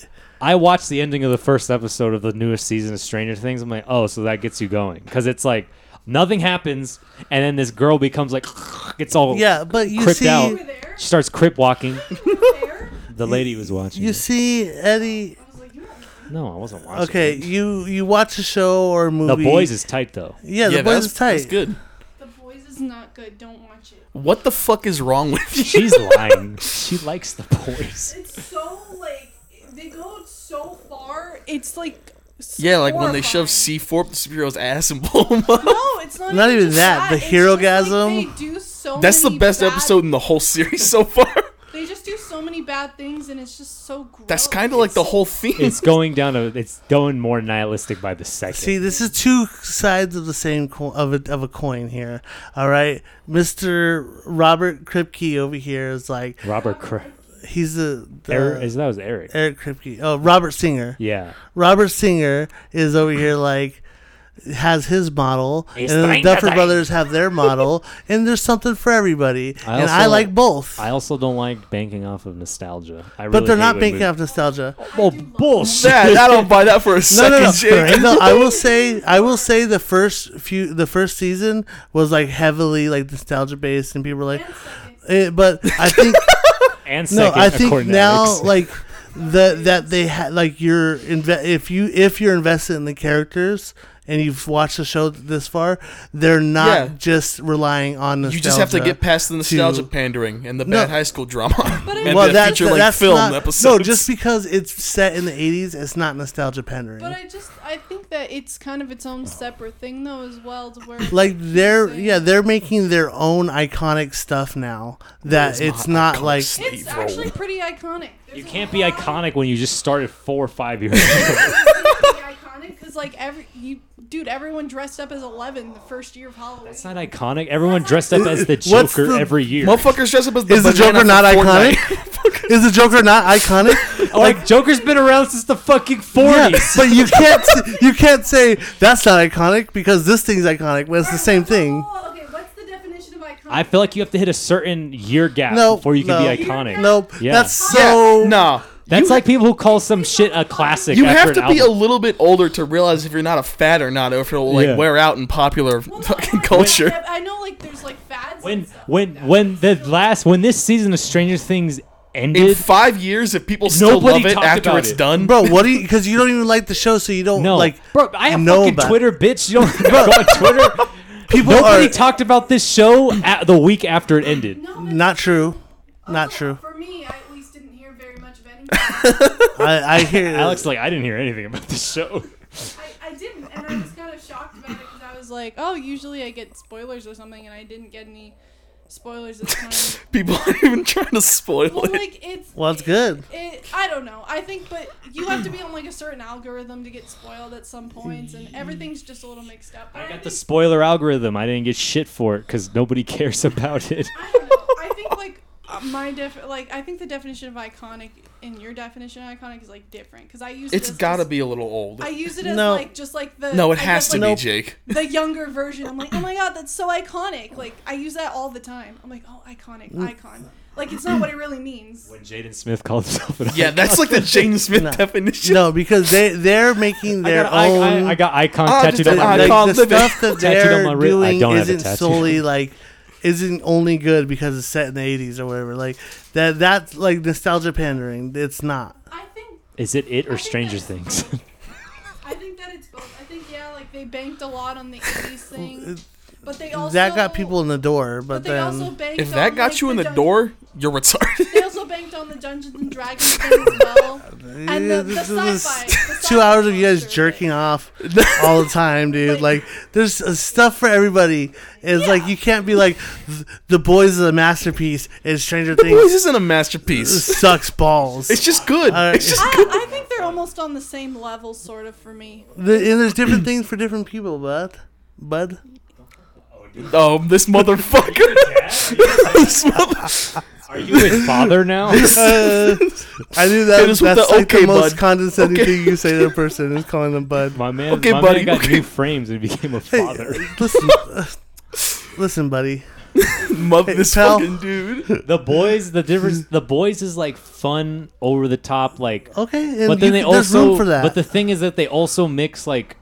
Speaker 1: I, I watched the ending of the first episode of the newest season of Stranger Things. I'm like, oh, so that gets you going because it's like nothing happens, and then this girl becomes like, gets all
Speaker 2: yeah, but you
Speaker 1: Cripped
Speaker 2: see,
Speaker 1: out.
Speaker 4: You were there.
Speaker 1: She starts crip walking.
Speaker 4: You were there.
Speaker 1: The lady was watching.
Speaker 2: you
Speaker 1: it.
Speaker 2: see Eddie.
Speaker 4: I was like, you don't
Speaker 1: no, I wasn't watching.
Speaker 2: Okay,
Speaker 1: it.
Speaker 2: you you watch a show or a
Speaker 1: The
Speaker 2: movie.
Speaker 1: boys is tight though.
Speaker 2: yeah, the
Speaker 3: yeah,
Speaker 2: boys
Speaker 3: that's,
Speaker 2: is tight.
Speaker 3: that's good.
Speaker 4: The boys is not good. Don't watch it.
Speaker 3: What the fuck is wrong with you?
Speaker 1: She's lying. she likes the boys.
Speaker 4: It's so like they go so far. It's like s-
Speaker 3: Yeah, like when they shove C
Speaker 4: horrifying.
Speaker 3: four up the superhero's ass and blow him up.
Speaker 4: No, it's not.
Speaker 2: Not even
Speaker 4: just
Speaker 2: that, the
Speaker 4: It's just, like,
Speaker 2: herogasm.
Speaker 4: they do so.
Speaker 3: That's the
Speaker 4: many
Speaker 3: best
Speaker 4: bad-
Speaker 3: episode in the whole series so far.
Speaker 4: They just do so many bad things, and it's just so gross.
Speaker 3: That's kind of like the whole theme.
Speaker 1: It's going down to it's going more nihilistic by the second.
Speaker 2: See, this is two sides of the same co- of a of a coin here. All right, Mister Robert Kripke over here is like
Speaker 1: Robert Cr-
Speaker 2: he's the, the
Speaker 1: Eric, is that was Eric.
Speaker 2: Eric Kripke. Oh, Robert Singer.
Speaker 1: Yeah.
Speaker 2: Robert Singer is over here like has his model,
Speaker 1: He's
Speaker 2: and then the
Speaker 1: trying to
Speaker 2: Duffer
Speaker 1: die.
Speaker 2: Brothers have their model, and there's something for everybody.
Speaker 1: I
Speaker 2: and
Speaker 1: also
Speaker 2: I like
Speaker 1: like-
Speaker 2: both,
Speaker 1: I also don't like banking off of nostalgia. I really
Speaker 2: but they're
Speaker 1: hate
Speaker 2: not
Speaker 1: when
Speaker 2: banking
Speaker 1: movies-
Speaker 2: off nostalgia.
Speaker 1: Well, bullshit.
Speaker 3: that. I don't buy that for a
Speaker 2: No,
Speaker 3: second,
Speaker 2: no,
Speaker 3: Jake.
Speaker 2: no. no. I will say, I will say, the first few, the first season was like heavily like nostalgia based, and people were like, eh, but I think
Speaker 1: And
Speaker 2: no,
Speaker 1: second,
Speaker 2: I think
Speaker 1: according to
Speaker 2: now
Speaker 1: Alex.
Speaker 2: like the that they had like you're inve- if you if you're invested in the characters and you've watched the show this far, they're not
Speaker 3: Yeah.
Speaker 2: just relying on nostalgia.
Speaker 3: You just have to get past the nostalgia
Speaker 2: to-
Speaker 3: pandering and the
Speaker 2: No.
Speaker 3: bad high school drama and
Speaker 4: Well,
Speaker 3: the
Speaker 2: that-
Speaker 3: feature like
Speaker 2: that's
Speaker 3: film
Speaker 2: not-
Speaker 3: episodes.
Speaker 2: No, just because it's set in the '80s, it's not nostalgia pandering.
Speaker 4: But I just I think that it's kind of its own separate thing though as well to where
Speaker 2: like they're yeah they're making their own iconic stuff now that it's not
Speaker 3: iconic
Speaker 2: like
Speaker 3: stuff?
Speaker 4: it's actually pretty iconic. There's
Speaker 1: you
Speaker 4: a
Speaker 1: can't be
Speaker 4: lot
Speaker 1: iconic when you just started four or five years old.
Speaker 4: of pretty iconic because like every you dude everyone dressed up as Eleven the first year of Halloween.
Speaker 1: That's not iconic. Everyone dressed up as the
Speaker 2: What's
Speaker 1: Joker
Speaker 2: the-
Speaker 1: every year.
Speaker 3: Motherfuckers dress up as the
Speaker 2: is the
Speaker 3: banana
Speaker 2: Joker not
Speaker 3: from Fortnite.
Speaker 2: iconic? is the Joker not iconic?
Speaker 1: like Joker's been around since the fucking
Speaker 2: Yeah,
Speaker 1: forties.
Speaker 2: but you can't you can't say that's not iconic because this thing's iconic. But it's the same thing.
Speaker 4: Oh, okay, what's the definition of iconic?
Speaker 1: I feel like you have to hit a certain year gap
Speaker 2: No,
Speaker 1: before you can
Speaker 2: no,
Speaker 1: be iconic.
Speaker 2: Nope.
Speaker 1: Yeah.
Speaker 2: That's
Speaker 3: Yeah,
Speaker 2: so
Speaker 3: nah.
Speaker 1: That's like people who call some shit a classic.
Speaker 3: You
Speaker 1: after
Speaker 3: have to
Speaker 1: an
Speaker 3: be a
Speaker 1: album.
Speaker 3: little bit older to realize if you're not a fad or not, or if it'll like
Speaker 1: Yeah.
Speaker 3: wear out in popular
Speaker 4: Well, no,
Speaker 3: fucking
Speaker 4: I-
Speaker 3: culture.
Speaker 4: I know like there's like fads.
Speaker 1: when
Speaker 4: and stuff
Speaker 1: when
Speaker 4: like that.
Speaker 1: when the last when this season of Stranger Things
Speaker 3: in
Speaker 1: ended.
Speaker 3: five years, if people still
Speaker 1: Nobody
Speaker 3: love it
Speaker 1: talked
Speaker 3: after
Speaker 1: about
Speaker 3: it's
Speaker 1: it.
Speaker 3: done,
Speaker 2: bro. What do you? Because you don't even like the show, so you don't
Speaker 1: No,
Speaker 2: like.
Speaker 1: bro, I have
Speaker 2: know
Speaker 1: fucking
Speaker 2: about-
Speaker 1: Twitter, bitch. You don't go on Twitter.
Speaker 2: People
Speaker 1: Nobody
Speaker 2: are
Speaker 1: talked about this show at the week after it ended.
Speaker 4: No, but
Speaker 2: not true. Not
Speaker 4: also,
Speaker 2: true.
Speaker 4: For me, I at least didn't hear very much of anything.
Speaker 2: I, I hear
Speaker 1: Alex, like, I didn't hear anything about this show.
Speaker 4: I, I didn't, and I was kind of shocked about it because I was like, oh, usually I get spoilers or something, and I didn't get any spoilers this time.
Speaker 3: people aren't even trying to spoil
Speaker 4: well,
Speaker 3: it.
Speaker 4: like it's
Speaker 2: Well, it's good.
Speaker 4: It, I don't know. I think, but you have to be on like a certain algorithm to get spoiled at some points, and everything's just a little mixed up. But
Speaker 1: I got the
Speaker 4: think-
Speaker 1: spoiler algorithm. I didn't get shit for it because nobody cares about it.
Speaker 4: I don't know. I think like uh, my def like I think the definition of iconic and your definition of iconic is like different because I use it
Speaker 3: It's
Speaker 4: as
Speaker 3: gotta
Speaker 4: just-
Speaker 3: be a little old.
Speaker 4: I use it as
Speaker 2: No.
Speaker 4: like just like the
Speaker 3: no, it
Speaker 4: I
Speaker 3: has
Speaker 4: guess,
Speaker 3: to
Speaker 4: like,
Speaker 3: be
Speaker 2: Nope.
Speaker 3: Jake.
Speaker 4: the younger version. I'm like, oh my god, that's so iconic. Like I use that all the time. I'm like, oh, iconic, icon. Like it's not what it really means.
Speaker 1: When Jaden Smith called himself an
Speaker 3: Yeah, that's like the Jaden Smith
Speaker 2: No.
Speaker 3: definition.
Speaker 2: No, because they they're making
Speaker 1: I
Speaker 2: their
Speaker 1: got, I,
Speaker 2: own.
Speaker 1: I, I got icon
Speaker 3: Oh,
Speaker 1: tattooed
Speaker 3: just
Speaker 1: on
Speaker 3: an
Speaker 1: my
Speaker 2: like,
Speaker 1: leg.
Speaker 3: icon.
Speaker 2: the
Speaker 3: living.
Speaker 2: stuff that
Speaker 1: Tattooed on my
Speaker 2: they're
Speaker 1: wrist. I
Speaker 2: doing
Speaker 1: don't have a
Speaker 2: isn't
Speaker 1: tattoo.
Speaker 2: solely like isn't only good because it's set in the eighties or whatever. Like that that's like nostalgia pandering. It's not.
Speaker 4: I think
Speaker 1: Is it it
Speaker 4: I
Speaker 1: or
Speaker 4: think
Speaker 1: Stranger
Speaker 4: that-
Speaker 1: Things?
Speaker 4: I think that it's both. I think yeah, like they banked a lot on the 80s thing, but they also
Speaker 2: that got people in the door, but,
Speaker 4: But they
Speaker 2: then
Speaker 4: also banked
Speaker 3: If that
Speaker 4: on,
Speaker 3: got
Speaker 4: like,
Speaker 3: you in the
Speaker 4: Dun-
Speaker 3: door, you're retarded.
Speaker 4: They also banked on the Dungeons and Dragons thing as well. And the, the
Speaker 2: This
Speaker 4: sci-fi,
Speaker 2: is
Speaker 4: the
Speaker 2: two hours of you guys
Speaker 4: sci-fi
Speaker 2: jerking
Speaker 4: culture
Speaker 2: off all the time, dude. Like, there's uh, stuff for everybody. It's like you can't be like, "Th- the boys is a masterpiece, and Stranger
Speaker 3: This
Speaker 2: Things
Speaker 3: isn't a masterpiece.
Speaker 2: sucks balls.
Speaker 3: It's just good.
Speaker 2: All right.
Speaker 3: It's just
Speaker 4: thing. I, I think they're almost on the same level, sort of, for me.
Speaker 2: The- and there's different things for different people, bud. Bud.
Speaker 3: oh, this motherfucker. this mother-
Speaker 1: Are you his father now?
Speaker 2: Uh, I knew that.
Speaker 3: Hit us
Speaker 2: That's
Speaker 3: with
Speaker 2: like
Speaker 3: the okay,
Speaker 2: the most
Speaker 3: bud.
Speaker 2: condescending
Speaker 3: Okay.
Speaker 2: thing you say to a person is calling them bud.
Speaker 1: My man,
Speaker 3: Okay,
Speaker 1: my
Speaker 3: buddy,
Speaker 1: man got
Speaker 3: okay.
Speaker 1: new frames and became a
Speaker 2: Hey,
Speaker 1: father.
Speaker 2: listen, uh, listen, buddy.
Speaker 3: mother- this
Speaker 2: pal.
Speaker 3: fucking dude.
Speaker 1: The boys, the difference, the boys is like fun, over the top, like.
Speaker 2: Okay, and
Speaker 1: But then they
Speaker 2: there's
Speaker 1: also,
Speaker 2: room for that.
Speaker 1: but the thing is that they also mix like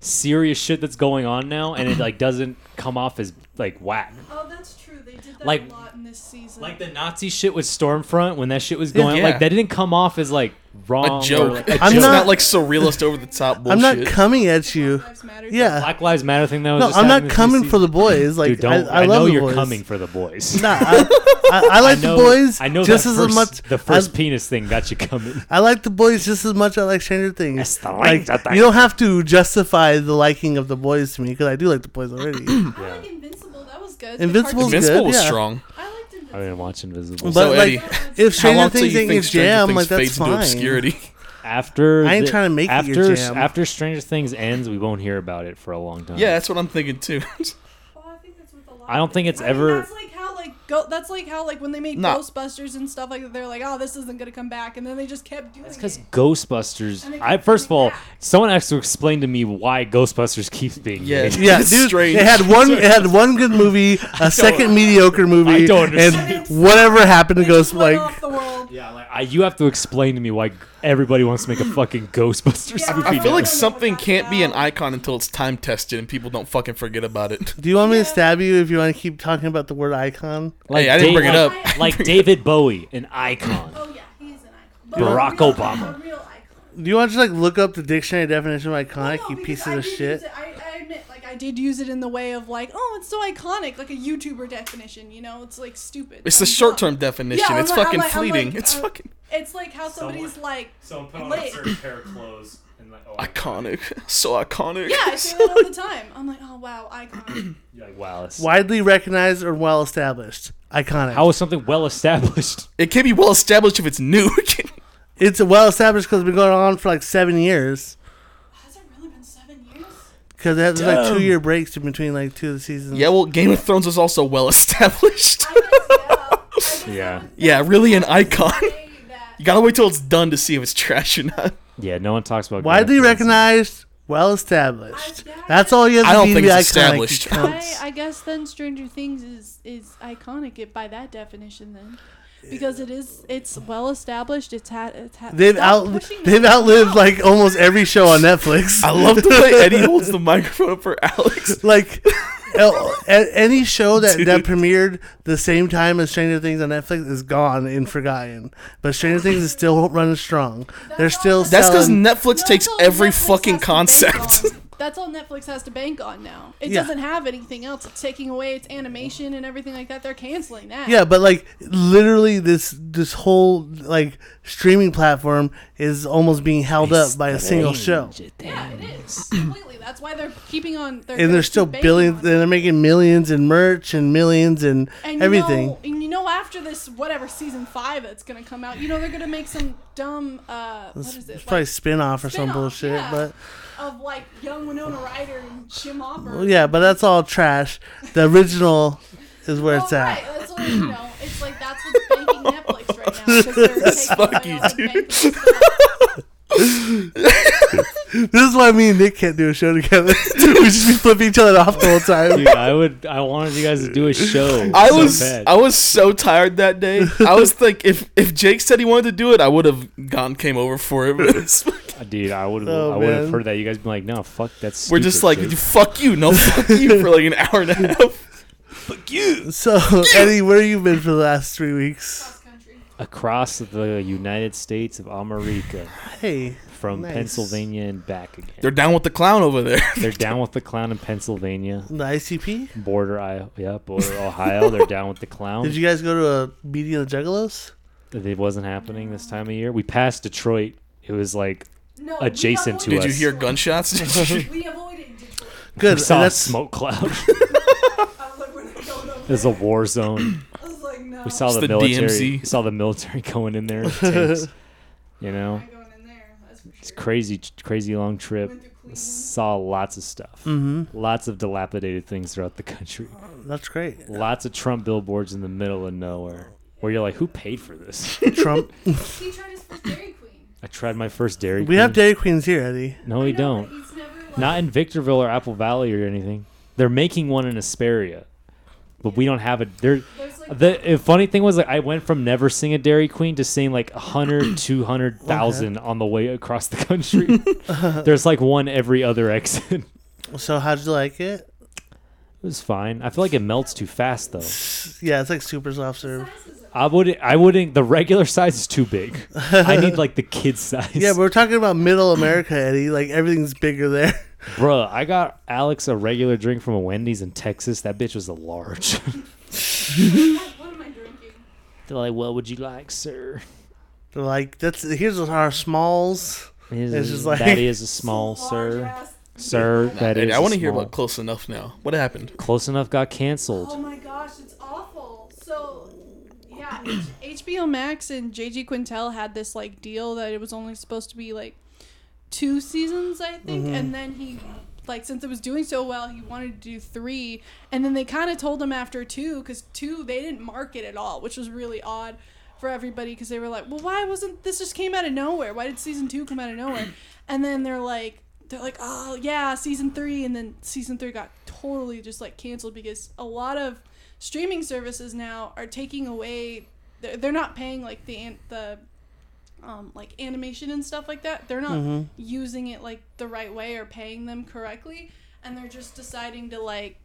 Speaker 1: serious shit that's going on now, and it like doesn't come off as like whack.
Speaker 4: Oh, that's true. They did that
Speaker 1: Like-
Speaker 4: a lot in this season.
Speaker 1: Like the Nazi shit with Stormfront when that shit was going,
Speaker 3: Yeah.
Speaker 1: on, like that didn't come off as like wrong
Speaker 3: A
Speaker 1: Or,
Speaker 3: joke.
Speaker 1: like, a
Speaker 2: I'm
Speaker 1: joke.
Speaker 3: it's
Speaker 2: not-
Speaker 3: not, like surrealist over the top bullshit.
Speaker 2: I'm not coming at you.
Speaker 4: Black Lives Matter.
Speaker 2: Yeah.
Speaker 1: Black Lives Matter thing that was.
Speaker 2: No,
Speaker 1: just
Speaker 2: I'm
Speaker 1: happening
Speaker 2: not
Speaker 1: this
Speaker 2: coming
Speaker 1: season.
Speaker 2: for the boys. Like
Speaker 1: Dude, don't.
Speaker 2: I, I, love
Speaker 1: know
Speaker 2: the
Speaker 1: you're
Speaker 2: boys.
Speaker 1: coming for the boys.
Speaker 2: Nah, I, I, I like
Speaker 1: know,
Speaker 2: the boys
Speaker 1: I know
Speaker 2: just
Speaker 1: that
Speaker 2: as
Speaker 1: first,
Speaker 2: much.
Speaker 1: The first penis thing got you coming.
Speaker 2: I, I like the boys just as much. I like Stranger
Speaker 1: It's
Speaker 2: Things.
Speaker 1: the
Speaker 2: Like,
Speaker 1: Stranger Things.
Speaker 2: you don't have to justify the liking of the boys to me because I do like the boys already.
Speaker 4: I like Invincible. That was good. The
Speaker 2: Invincible
Speaker 4: cartoon-
Speaker 2: was good.
Speaker 3: Invincible was
Speaker 2: yeah.
Speaker 3: strong.
Speaker 4: I liked Invincible.
Speaker 1: I didn't watch Invisible.
Speaker 2: But
Speaker 3: So,
Speaker 2: like,
Speaker 3: Eddie,
Speaker 2: if
Speaker 3: How long
Speaker 2: Stranger
Speaker 3: till
Speaker 2: Things
Speaker 3: you
Speaker 2: ain't
Speaker 3: think
Speaker 2: your
Speaker 3: Stranger
Speaker 2: jam,
Speaker 3: Things
Speaker 2: like that's
Speaker 3: fades into
Speaker 2: fine.
Speaker 3: obscurity?
Speaker 1: after
Speaker 2: I ain't
Speaker 1: the-
Speaker 2: trying to make it
Speaker 1: after
Speaker 2: your jam.
Speaker 1: after Stranger Things ends, we won't hear about it for a long time.
Speaker 3: Yeah, that's what I'm thinking too.
Speaker 4: Well, I think that's with a lot
Speaker 1: I don't
Speaker 4: of
Speaker 1: think it's
Speaker 4: things. I mean,
Speaker 1: ever-
Speaker 4: that's like how like go. That's like how like when they made
Speaker 3: No.
Speaker 4: Ghostbusters and stuff like that. They're like, oh, this isn't gonna come back, and then they just kept doing
Speaker 1: Because
Speaker 4: it. And
Speaker 1: Ghostbusters,
Speaker 4: it
Speaker 1: I
Speaker 4: keeps
Speaker 1: first of
Speaker 4: coming
Speaker 1: all,
Speaker 4: back.
Speaker 1: someone has to explain to me why Ghostbusters keeps being
Speaker 3: Yeah.
Speaker 1: made.
Speaker 2: Yeah, dude.
Speaker 3: It's strange.
Speaker 2: It had one. It had one good movie, a second mediocre movie,
Speaker 1: I don't
Speaker 2: and
Speaker 1: understand.
Speaker 2: whatever happened to
Speaker 4: They just
Speaker 2: Ghost.
Speaker 4: went
Speaker 2: Like,
Speaker 4: off the world.
Speaker 1: Yeah, like I, you have to explain to me why everybody wants to make a fucking Ghostbusters
Speaker 4: Yeah,
Speaker 1: movie.
Speaker 3: I feel
Speaker 1: now.
Speaker 3: like
Speaker 4: Yeah.
Speaker 3: something can't be an icon until it's time tested and people don't fucking forget about it.
Speaker 2: do you want me to
Speaker 4: Yeah.
Speaker 2: stab you if you want to keep talking about the word icon?
Speaker 1: Like
Speaker 3: Hey, I didn't bring it
Speaker 1: Dave-
Speaker 3: up.
Speaker 1: Like David Bowie, an icon.
Speaker 4: Oh yeah, he's an icon. But
Speaker 1: Barack
Speaker 4: a real,
Speaker 1: Obama.
Speaker 4: A real icon.
Speaker 2: Do you want to just like look up the dictionary definition of
Speaker 4: No,
Speaker 2: iconic?
Speaker 4: no,
Speaker 2: you
Speaker 4: because
Speaker 2: pieces
Speaker 4: I
Speaker 2: of
Speaker 4: did
Speaker 2: shit.
Speaker 4: use it- I, I admit, like I did use it in the way of like, oh, it's so iconic, like a YouTuber definition. You know, it's like stupid.
Speaker 3: It's the
Speaker 4: I'm
Speaker 3: short term
Speaker 4: dumb.
Speaker 3: definition.
Speaker 4: Yeah, I'm
Speaker 3: it's
Speaker 4: like- I'm
Speaker 3: fucking
Speaker 4: like- I'm
Speaker 3: fleeting.
Speaker 4: like,
Speaker 3: it's
Speaker 4: uh,
Speaker 3: fucking
Speaker 4: It's like how somebody's like,
Speaker 1: So put
Speaker 4: on a Lit. certain
Speaker 1: pair of clothes and like, oh,
Speaker 3: iconic. So iconic.
Speaker 4: yeah, I say that all the time. I'm like, oh wow, icon.
Speaker 1: wow. it's-
Speaker 2: Widely recognized or well established. Iconic.
Speaker 1: How is something well established?
Speaker 3: It can't be well established if it's new.
Speaker 2: it's well established because it's been going on for like seven years.
Speaker 4: Has it really been seven years?
Speaker 2: Because it has like
Speaker 1: Dumb.
Speaker 2: two year breaks in between like two of the seasons.
Speaker 3: yeah, well, Game of Thrones is also well established.
Speaker 4: I guess, yeah. I guess I
Speaker 1: Yeah.
Speaker 4: would
Speaker 3: yeah, really an icon.
Speaker 4: say that-
Speaker 3: You gotta wait till it's done to see if it's trash or not.
Speaker 1: Yeah, no one talks about.
Speaker 2: Widely
Speaker 1: Game of Thrones.
Speaker 2: recognized, well established.
Speaker 4: I-
Speaker 2: That's all you have to
Speaker 3: I don't
Speaker 2: be to
Speaker 3: think
Speaker 2: be
Speaker 3: it's
Speaker 2: iconic,
Speaker 3: established.
Speaker 2: you cunts.
Speaker 4: I, I guess then Stranger Things is is iconic it, by that definition then, because it is it's well established. It's had it's had.
Speaker 2: They've
Speaker 4: stop
Speaker 2: out
Speaker 4: pushing
Speaker 2: they've
Speaker 4: it.
Speaker 2: outlived like almost every show on Netflix.
Speaker 3: I love the way Eddie holds the microphone up for Alex.
Speaker 2: like el- a- any show that, that
Speaker 3: Dude.
Speaker 2: premiered the same time as Stranger Things on Netflix is gone and forgotten. But Stranger Things is still running strong. They're
Speaker 4: That's
Speaker 2: still
Speaker 4: all-
Speaker 3: That's because
Speaker 2: selling-
Speaker 4: No,
Speaker 3: Netflix
Speaker 4: that's
Speaker 3: takes
Speaker 4: all
Speaker 3: every
Speaker 4: Netflix
Speaker 3: fucking
Speaker 4: has to bank
Speaker 3: concept.
Speaker 4: on. That's all Netflix has to bank on now. It
Speaker 2: Yeah.
Speaker 4: doesn't have anything else. It's taking away its animation and everything like that. They're canceling that.
Speaker 2: Yeah, but like literally this this whole like streaming platform is almost being held up by a single show.
Speaker 4: Yeah, it is completely. That's why they're keeping on. They're
Speaker 2: And
Speaker 4: gonna
Speaker 2: they're still
Speaker 4: keep banking
Speaker 2: billions
Speaker 4: on
Speaker 2: and
Speaker 4: it.
Speaker 2: they're making millions in merch and millions and,
Speaker 4: And you
Speaker 2: everything.
Speaker 4: know, and you know, after this, whatever season five that's gonna come out, you know they're gonna make some dumb, uh, what is
Speaker 2: it's
Speaker 4: it?
Speaker 2: probably
Speaker 4: Like,
Speaker 2: spin off or some
Speaker 4: spin-off,
Speaker 2: bullshit,
Speaker 4: yeah.
Speaker 2: but
Speaker 4: of like young Winona Ryder and Jim Hopper.
Speaker 2: well, yeah, but that's all trash. The original is where
Speaker 4: Oh,
Speaker 2: it's at.
Speaker 4: Right. That's what, you know, it's like that's what's banking Netflix right now. 'cause they're taking away
Speaker 3: Fuck you,
Speaker 4: all the
Speaker 3: dude.
Speaker 4: banking stuff.
Speaker 2: This is why me and Nick can't do a show together. we just be flipping each other off the whole time.
Speaker 1: Dude, I would. I wanted you guys to do a show.
Speaker 3: I
Speaker 1: so
Speaker 3: was
Speaker 1: bad.
Speaker 3: I was so tired that day. I was like, if if Jake said he wanted to do it, I would have gone came over for it. We're
Speaker 1: Uh, dude. I would.
Speaker 2: Oh,
Speaker 1: I would have
Speaker 2: man.
Speaker 1: heard that. You guys been like, no, fuck. That's.
Speaker 3: just like,
Speaker 1: stupid, Jake."
Speaker 3: fuck you, no, fuck you for like an hour and a half.
Speaker 2: So, Eddie, where you been for the last three weeks?
Speaker 4: Cross country.
Speaker 1: across the United States of America,
Speaker 2: Hey,
Speaker 1: from
Speaker 2: Nice.
Speaker 1: Pennsylvania and back again.
Speaker 3: They're down with the clown over there.
Speaker 1: They're down with the clown in Pennsylvania.
Speaker 2: the ICP?
Speaker 1: Border, I yeah, border Ohio. They're down with the clown.
Speaker 2: Did you guys go to a meeting of the Juggalos?
Speaker 1: it wasn't happening this time of year. We passed Detroit. It was like
Speaker 4: No,
Speaker 1: Adjacent to
Speaker 4: we
Speaker 3: Did
Speaker 4: avoided
Speaker 3: you
Speaker 1: us.
Speaker 3: hear
Speaker 4: Detroit.
Speaker 3: gunshots? Did you-
Speaker 4: We avoided Detroit.
Speaker 2: Good.
Speaker 1: we saw a
Speaker 2: that's-
Speaker 1: smoke cloud.
Speaker 4: I was like, we're not going over
Speaker 1: it was
Speaker 4: there.
Speaker 1: a war zone.
Speaker 4: I was like, no.
Speaker 1: We saw
Speaker 3: It's
Speaker 1: the,
Speaker 3: the
Speaker 1: military.
Speaker 3: DMZ.
Speaker 1: We saw the military going in there. in tanks, you know,
Speaker 4: I'm not going in there. That's for
Speaker 1: it's
Speaker 4: sure.
Speaker 1: crazy, crazy long trip.
Speaker 4: Went through Cleveland.
Speaker 1: Saw lots of stuff.
Speaker 2: Mm-hmm.
Speaker 1: Lots of dilapidated things throughout the country.
Speaker 2: That's great.
Speaker 1: Lots of Trump billboards in the middle of nowhere. Where you're like, who paid for this?
Speaker 2: Trump.
Speaker 4: He tried his first Dairy Queen.
Speaker 1: I tried my first dairy.
Speaker 2: We have
Speaker 1: Queen.
Speaker 2: Dairy Queens here, Eddie.
Speaker 1: no, we
Speaker 4: I know,
Speaker 1: don't.
Speaker 4: but he's never, like-
Speaker 1: Not in Victorville or Apple Valley or anything. They're making one in Asperia, but we don't have a. There,
Speaker 4: There's like
Speaker 1: the uh, funny thing was like I went from never seeing a Dairy Queen to seeing like 100, 200,000 on the way across the country. There's like one every other exit. it
Speaker 2: So, how'd you like it?
Speaker 1: was fine. I feel like it melts too fast though.
Speaker 2: Yeah, it's like super soft serve.
Speaker 4: sizes of-
Speaker 1: I would I wouldn't. The regular size is too big. I need like the kid size.
Speaker 2: Yeah, but we're talking about middle America, Eddie. Like, everything's bigger there.
Speaker 1: Bruh, I got Alex a regular drink from a Wendy's in Texas. That bitch was a large.
Speaker 4: What am I drinking?
Speaker 1: They're like, "What would you like, sir?"
Speaker 2: They're like, that's here's our smalls. It's just like-
Speaker 1: that is a small, sir.
Speaker 4: Large-ass-
Speaker 1: Sir, that is.
Speaker 3: Eddie, I
Speaker 1: a
Speaker 3: want to hear
Speaker 1: small.
Speaker 3: about close enough now. What happened?
Speaker 1: Close enough got
Speaker 4: Oh
Speaker 1: canceled.
Speaker 4: my gosh, it's awful. So yeah, H- HBO Max and JG Quintel had this like deal that it was only supposed to be like two seasons, I think, and then he like since it was doing so well, he wanted to do three, and then they kind of told him after two because two they didn't market at all, which was really odd for everybody because they were like, well, why wasn't this just came out of nowhere? Why did season two come out of nowhere? And then they're like. They're like, oh yeah, season three, and then season three got totally just like canceled because a lot of streaming services now are taking away they're, they're not paying like the an- the um, like animation and stuff like that they're not
Speaker 2: Mm-hmm.
Speaker 4: using it like the right way or paying them correctly and they're just deciding to like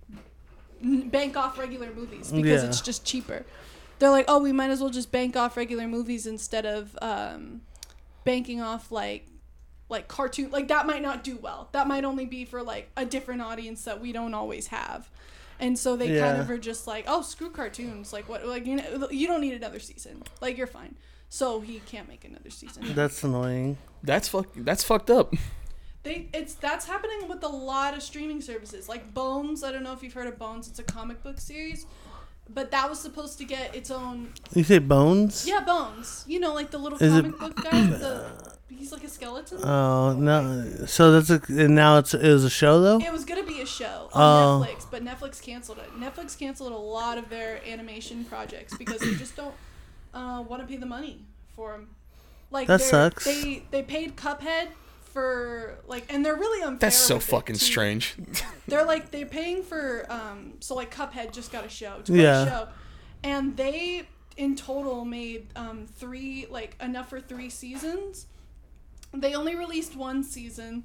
Speaker 4: n- bank off regular movies because
Speaker 2: Yeah.
Speaker 4: it's just cheaper they're like oh we might as well just bank off regular movies instead of um, banking off like like cartoon like that might not do well that might only be for like a different audience that we don't always have and so they kind
Speaker 2: Yeah.
Speaker 4: of are just like oh screw cartoons like what like you know you don't need another season like you're fine so he can't make another season
Speaker 2: That's annoying.
Speaker 3: That's fuck. That's fucked up.
Speaker 4: they it's that's happening with a lot of streaming services like bones i don't know if you've heard of bones it's a comic book series but that was supposed to get its own
Speaker 2: You say bones?
Speaker 4: yeah bones you know like the little
Speaker 2: Is it-
Speaker 4: comic book guy with the, he's like a skeleton
Speaker 2: Oh no! So that's a and now it's it was a show though.
Speaker 4: It was gonna be a show
Speaker 2: Oh.
Speaker 4: on Netflix, but Netflix canceled it. Netflix canceled a lot of their animation projects because they just don't uh, want to pay the money for them. Like
Speaker 2: That
Speaker 4: they're-
Speaker 2: sucks.
Speaker 4: They they paid Cuphead for like, and they're really unfair.
Speaker 3: That's so
Speaker 4: with it,
Speaker 3: fucking
Speaker 4: too.
Speaker 3: strange.
Speaker 4: They're like they're paying for um, so like Cuphead just got a show, just got
Speaker 2: Yeah.
Speaker 4: a show, and they in total made um, three like enough for three seasons they only released one season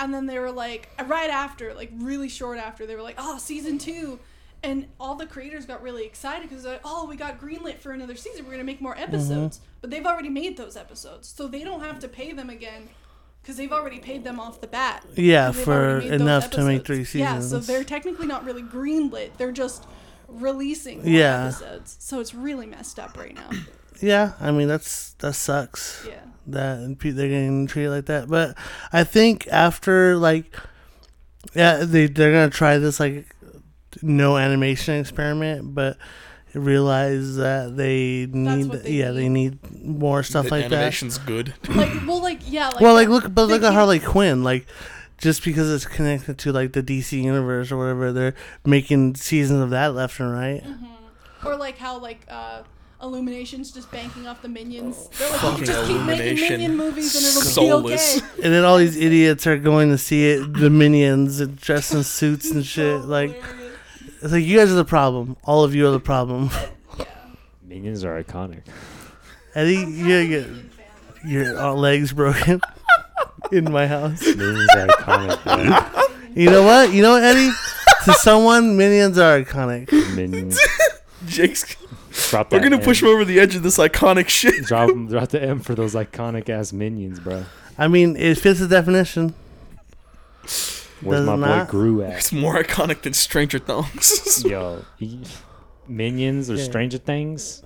Speaker 4: and then they were like right after like really short after they were like oh season two and all the creators got really excited because like oh we got greenlit for another season we're gonna make more episodes but they've already made those episodes so they don't have to pay them again because they've already paid them off the bat 'Cause
Speaker 2: Yeah,
Speaker 4: they've
Speaker 2: for
Speaker 4: already made those
Speaker 2: enough to make
Speaker 4: episodes.
Speaker 2: three
Speaker 4: yeah so
Speaker 2: seasons.
Speaker 4: they're technically not really greenlit they're just releasing more
Speaker 2: Yeah.
Speaker 4: episodes so it's really messed up right now
Speaker 2: Yeah, I mean that's that sucks.
Speaker 4: yeah
Speaker 2: that and pe- they're getting treated like that. But I think after like, yeah, they they're gonna try this like no animation experiment, but realize that they need
Speaker 4: what they
Speaker 2: yeah they need more stuff
Speaker 3: the
Speaker 2: like
Speaker 3: animation's good.
Speaker 4: like well like yeah like
Speaker 2: that. Well, like
Speaker 4: that-
Speaker 2: look, but look
Speaker 4: they
Speaker 2: at
Speaker 4: keep-
Speaker 2: Harley Quinn, like. Just because it's connected to like the DC universe or whatever, they're making seasons of that left and right.
Speaker 4: Or like how like uh Illumination's just banking off the minions. They're like,
Speaker 3: Oh, Fucking
Speaker 4: just keep making
Speaker 3: Illumination.
Speaker 4: minion movies and it'll
Speaker 3: Soulless.
Speaker 4: be okay.
Speaker 2: And then all these idiots are going to see it, the minions and dressed in suits and shit. Like,
Speaker 4: Hilarious.
Speaker 2: It's like you guys are the problem. All of you are the problem.
Speaker 1: Minions are iconic.
Speaker 2: Eddie, you're, you're, your uh, legs broken in my house.
Speaker 1: Minions are iconic. Bro.
Speaker 2: You know what? You know what, Eddie? to someone, minions are iconic.
Speaker 1: Minions.
Speaker 3: Jake's.
Speaker 1: Drop
Speaker 3: They're
Speaker 1: that
Speaker 3: gonna
Speaker 1: M.
Speaker 3: push him over the edge of this iconic shit.
Speaker 1: Drop, 'em- drop the M for those iconic ass minions, bro.
Speaker 2: I mean, it fits the definition.
Speaker 1: Where's
Speaker 2: Does
Speaker 1: my boy
Speaker 2: it not?
Speaker 1: Gru at?
Speaker 3: It's more iconic than Stranger Things.
Speaker 1: Yo, he- minions or
Speaker 2: Yeah.
Speaker 1: Stranger Things?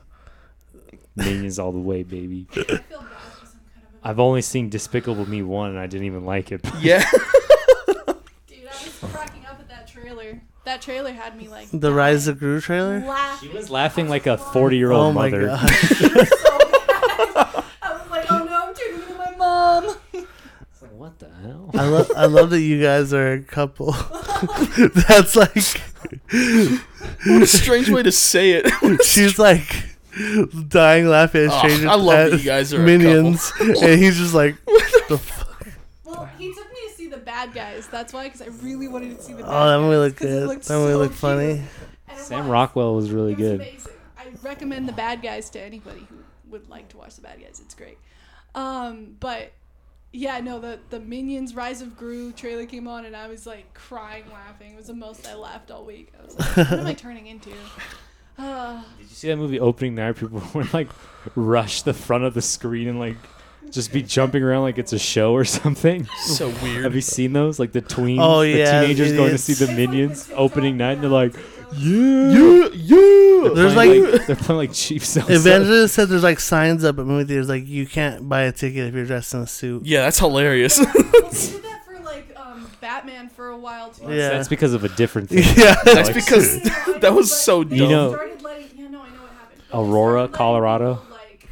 Speaker 1: Minions all the way, baby.
Speaker 4: I feel bad for some kind of
Speaker 1: I've only seen Despicable Me one, and I didn't even like it.
Speaker 3: yeah.
Speaker 4: a- Dude, I was cracking up at that trailer. That trailer had me like
Speaker 2: The Rise of Gru trailer.
Speaker 1: She
Speaker 4: laughing.
Speaker 1: was laughing like a forty-year-old
Speaker 2: Oh my
Speaker 1: mother.
Speaker 2: god!
Speaker 4: so bad. I was like, oh no, I'm turning into my mom.
Speaker 1: It's like, what the hell?
Speaker 2: I love I love that you guys are a couple. That's like
Speaker 3: what a strange way to say it.
Speaker 2: she's like dying laughing at
Speaker 3: Oh,
Speaker 2: strangers.
Speaker 3: I love that
Speaker 2: at
Speaker 3: you guys are a couple.
Speaker 2: minions, and he's just like the fuck.
Speaker 4: Well, he took me to see the bad guys. That's why, because I really wanted to see the bad
Speaker 2: Oh, that movie
Speaker 4: guys,
Speaker 2: looked
Speaker 4: 'cause it
Speaker 2: good.
Speaker 4: looked
Speaker 2: That movie
Speaker 4: so
Speaker 2: looked
Speaker 4: cute.
Speaker 2: funny.
Speaker 4: And it
Speaker 1: Sam
Speaker 4: was.
Speaker 1: Rockwell was really
Speaker 4: It was
Speaker 1: good.
Speaker 4: amazing. I recommend the bad guys to anybody who would like to watch the bad guys. It's great. Um, but yeah, no, the the Minions Rise of Gru trailer came on and I was like crying laughing. It was the most I laughed all week. I was like, what am I turning into? Uh,
Speaker 1: Did you see that movie opening night? People were like rush the front of the screen and like just be jumping around like it's a show or something.
Speaker 3: so
Speaker 1: Have
Speaker 3: weird.
Speaker 1: you seen those? Like the tweens,
Speaker 2: Oh,
Speaker 1: the
Speaker 2: yeah,
Speaker 1: teenagers going to
Speaker 2: idiots.
Speaker 1: see the
Speaker 4: It's like
Speaker 1: Minions
Speaker 4: the
Speaker 1: opening
Speaker 4: TikTok
Speaker 1: night, and they're like,
Speaker 3: Yeah,
Speaker 1: yeah.
Speaker 3: yeah.
Speaker 1: They're
Speaker 2: There's
Speaker 1: playing,
Speaker 2: like-
Speaker 1: they're playing like cheap songs.
Speaker 2: Evangelist said there's like signs up at movie theaters like you can't buy a ticket if you're dressed in a suit.
Speaker 3: Yeah, that's hilarious.
Speaker 4: well, they did that for like um, Batman for a while too.
Speaker 2: Yeah.
Speaker 1: That's because of a different thing.
Speaker 2: Yeah.
Speaker 3: That's because
Speaker 4: Yeah, I
Speaker 3: that
Speaker 4: know,
Speaker 3: was
Speaker 4: but
Speaker 3: so
Speaker 4: they
Speaker 1: You know-
Speaker 4: started letting- yeah, no, I know what happened.
Speaker 1: Aurora,
Speaker 4: started letting
Speaker 1: Colorado.
Speaker 4: people, like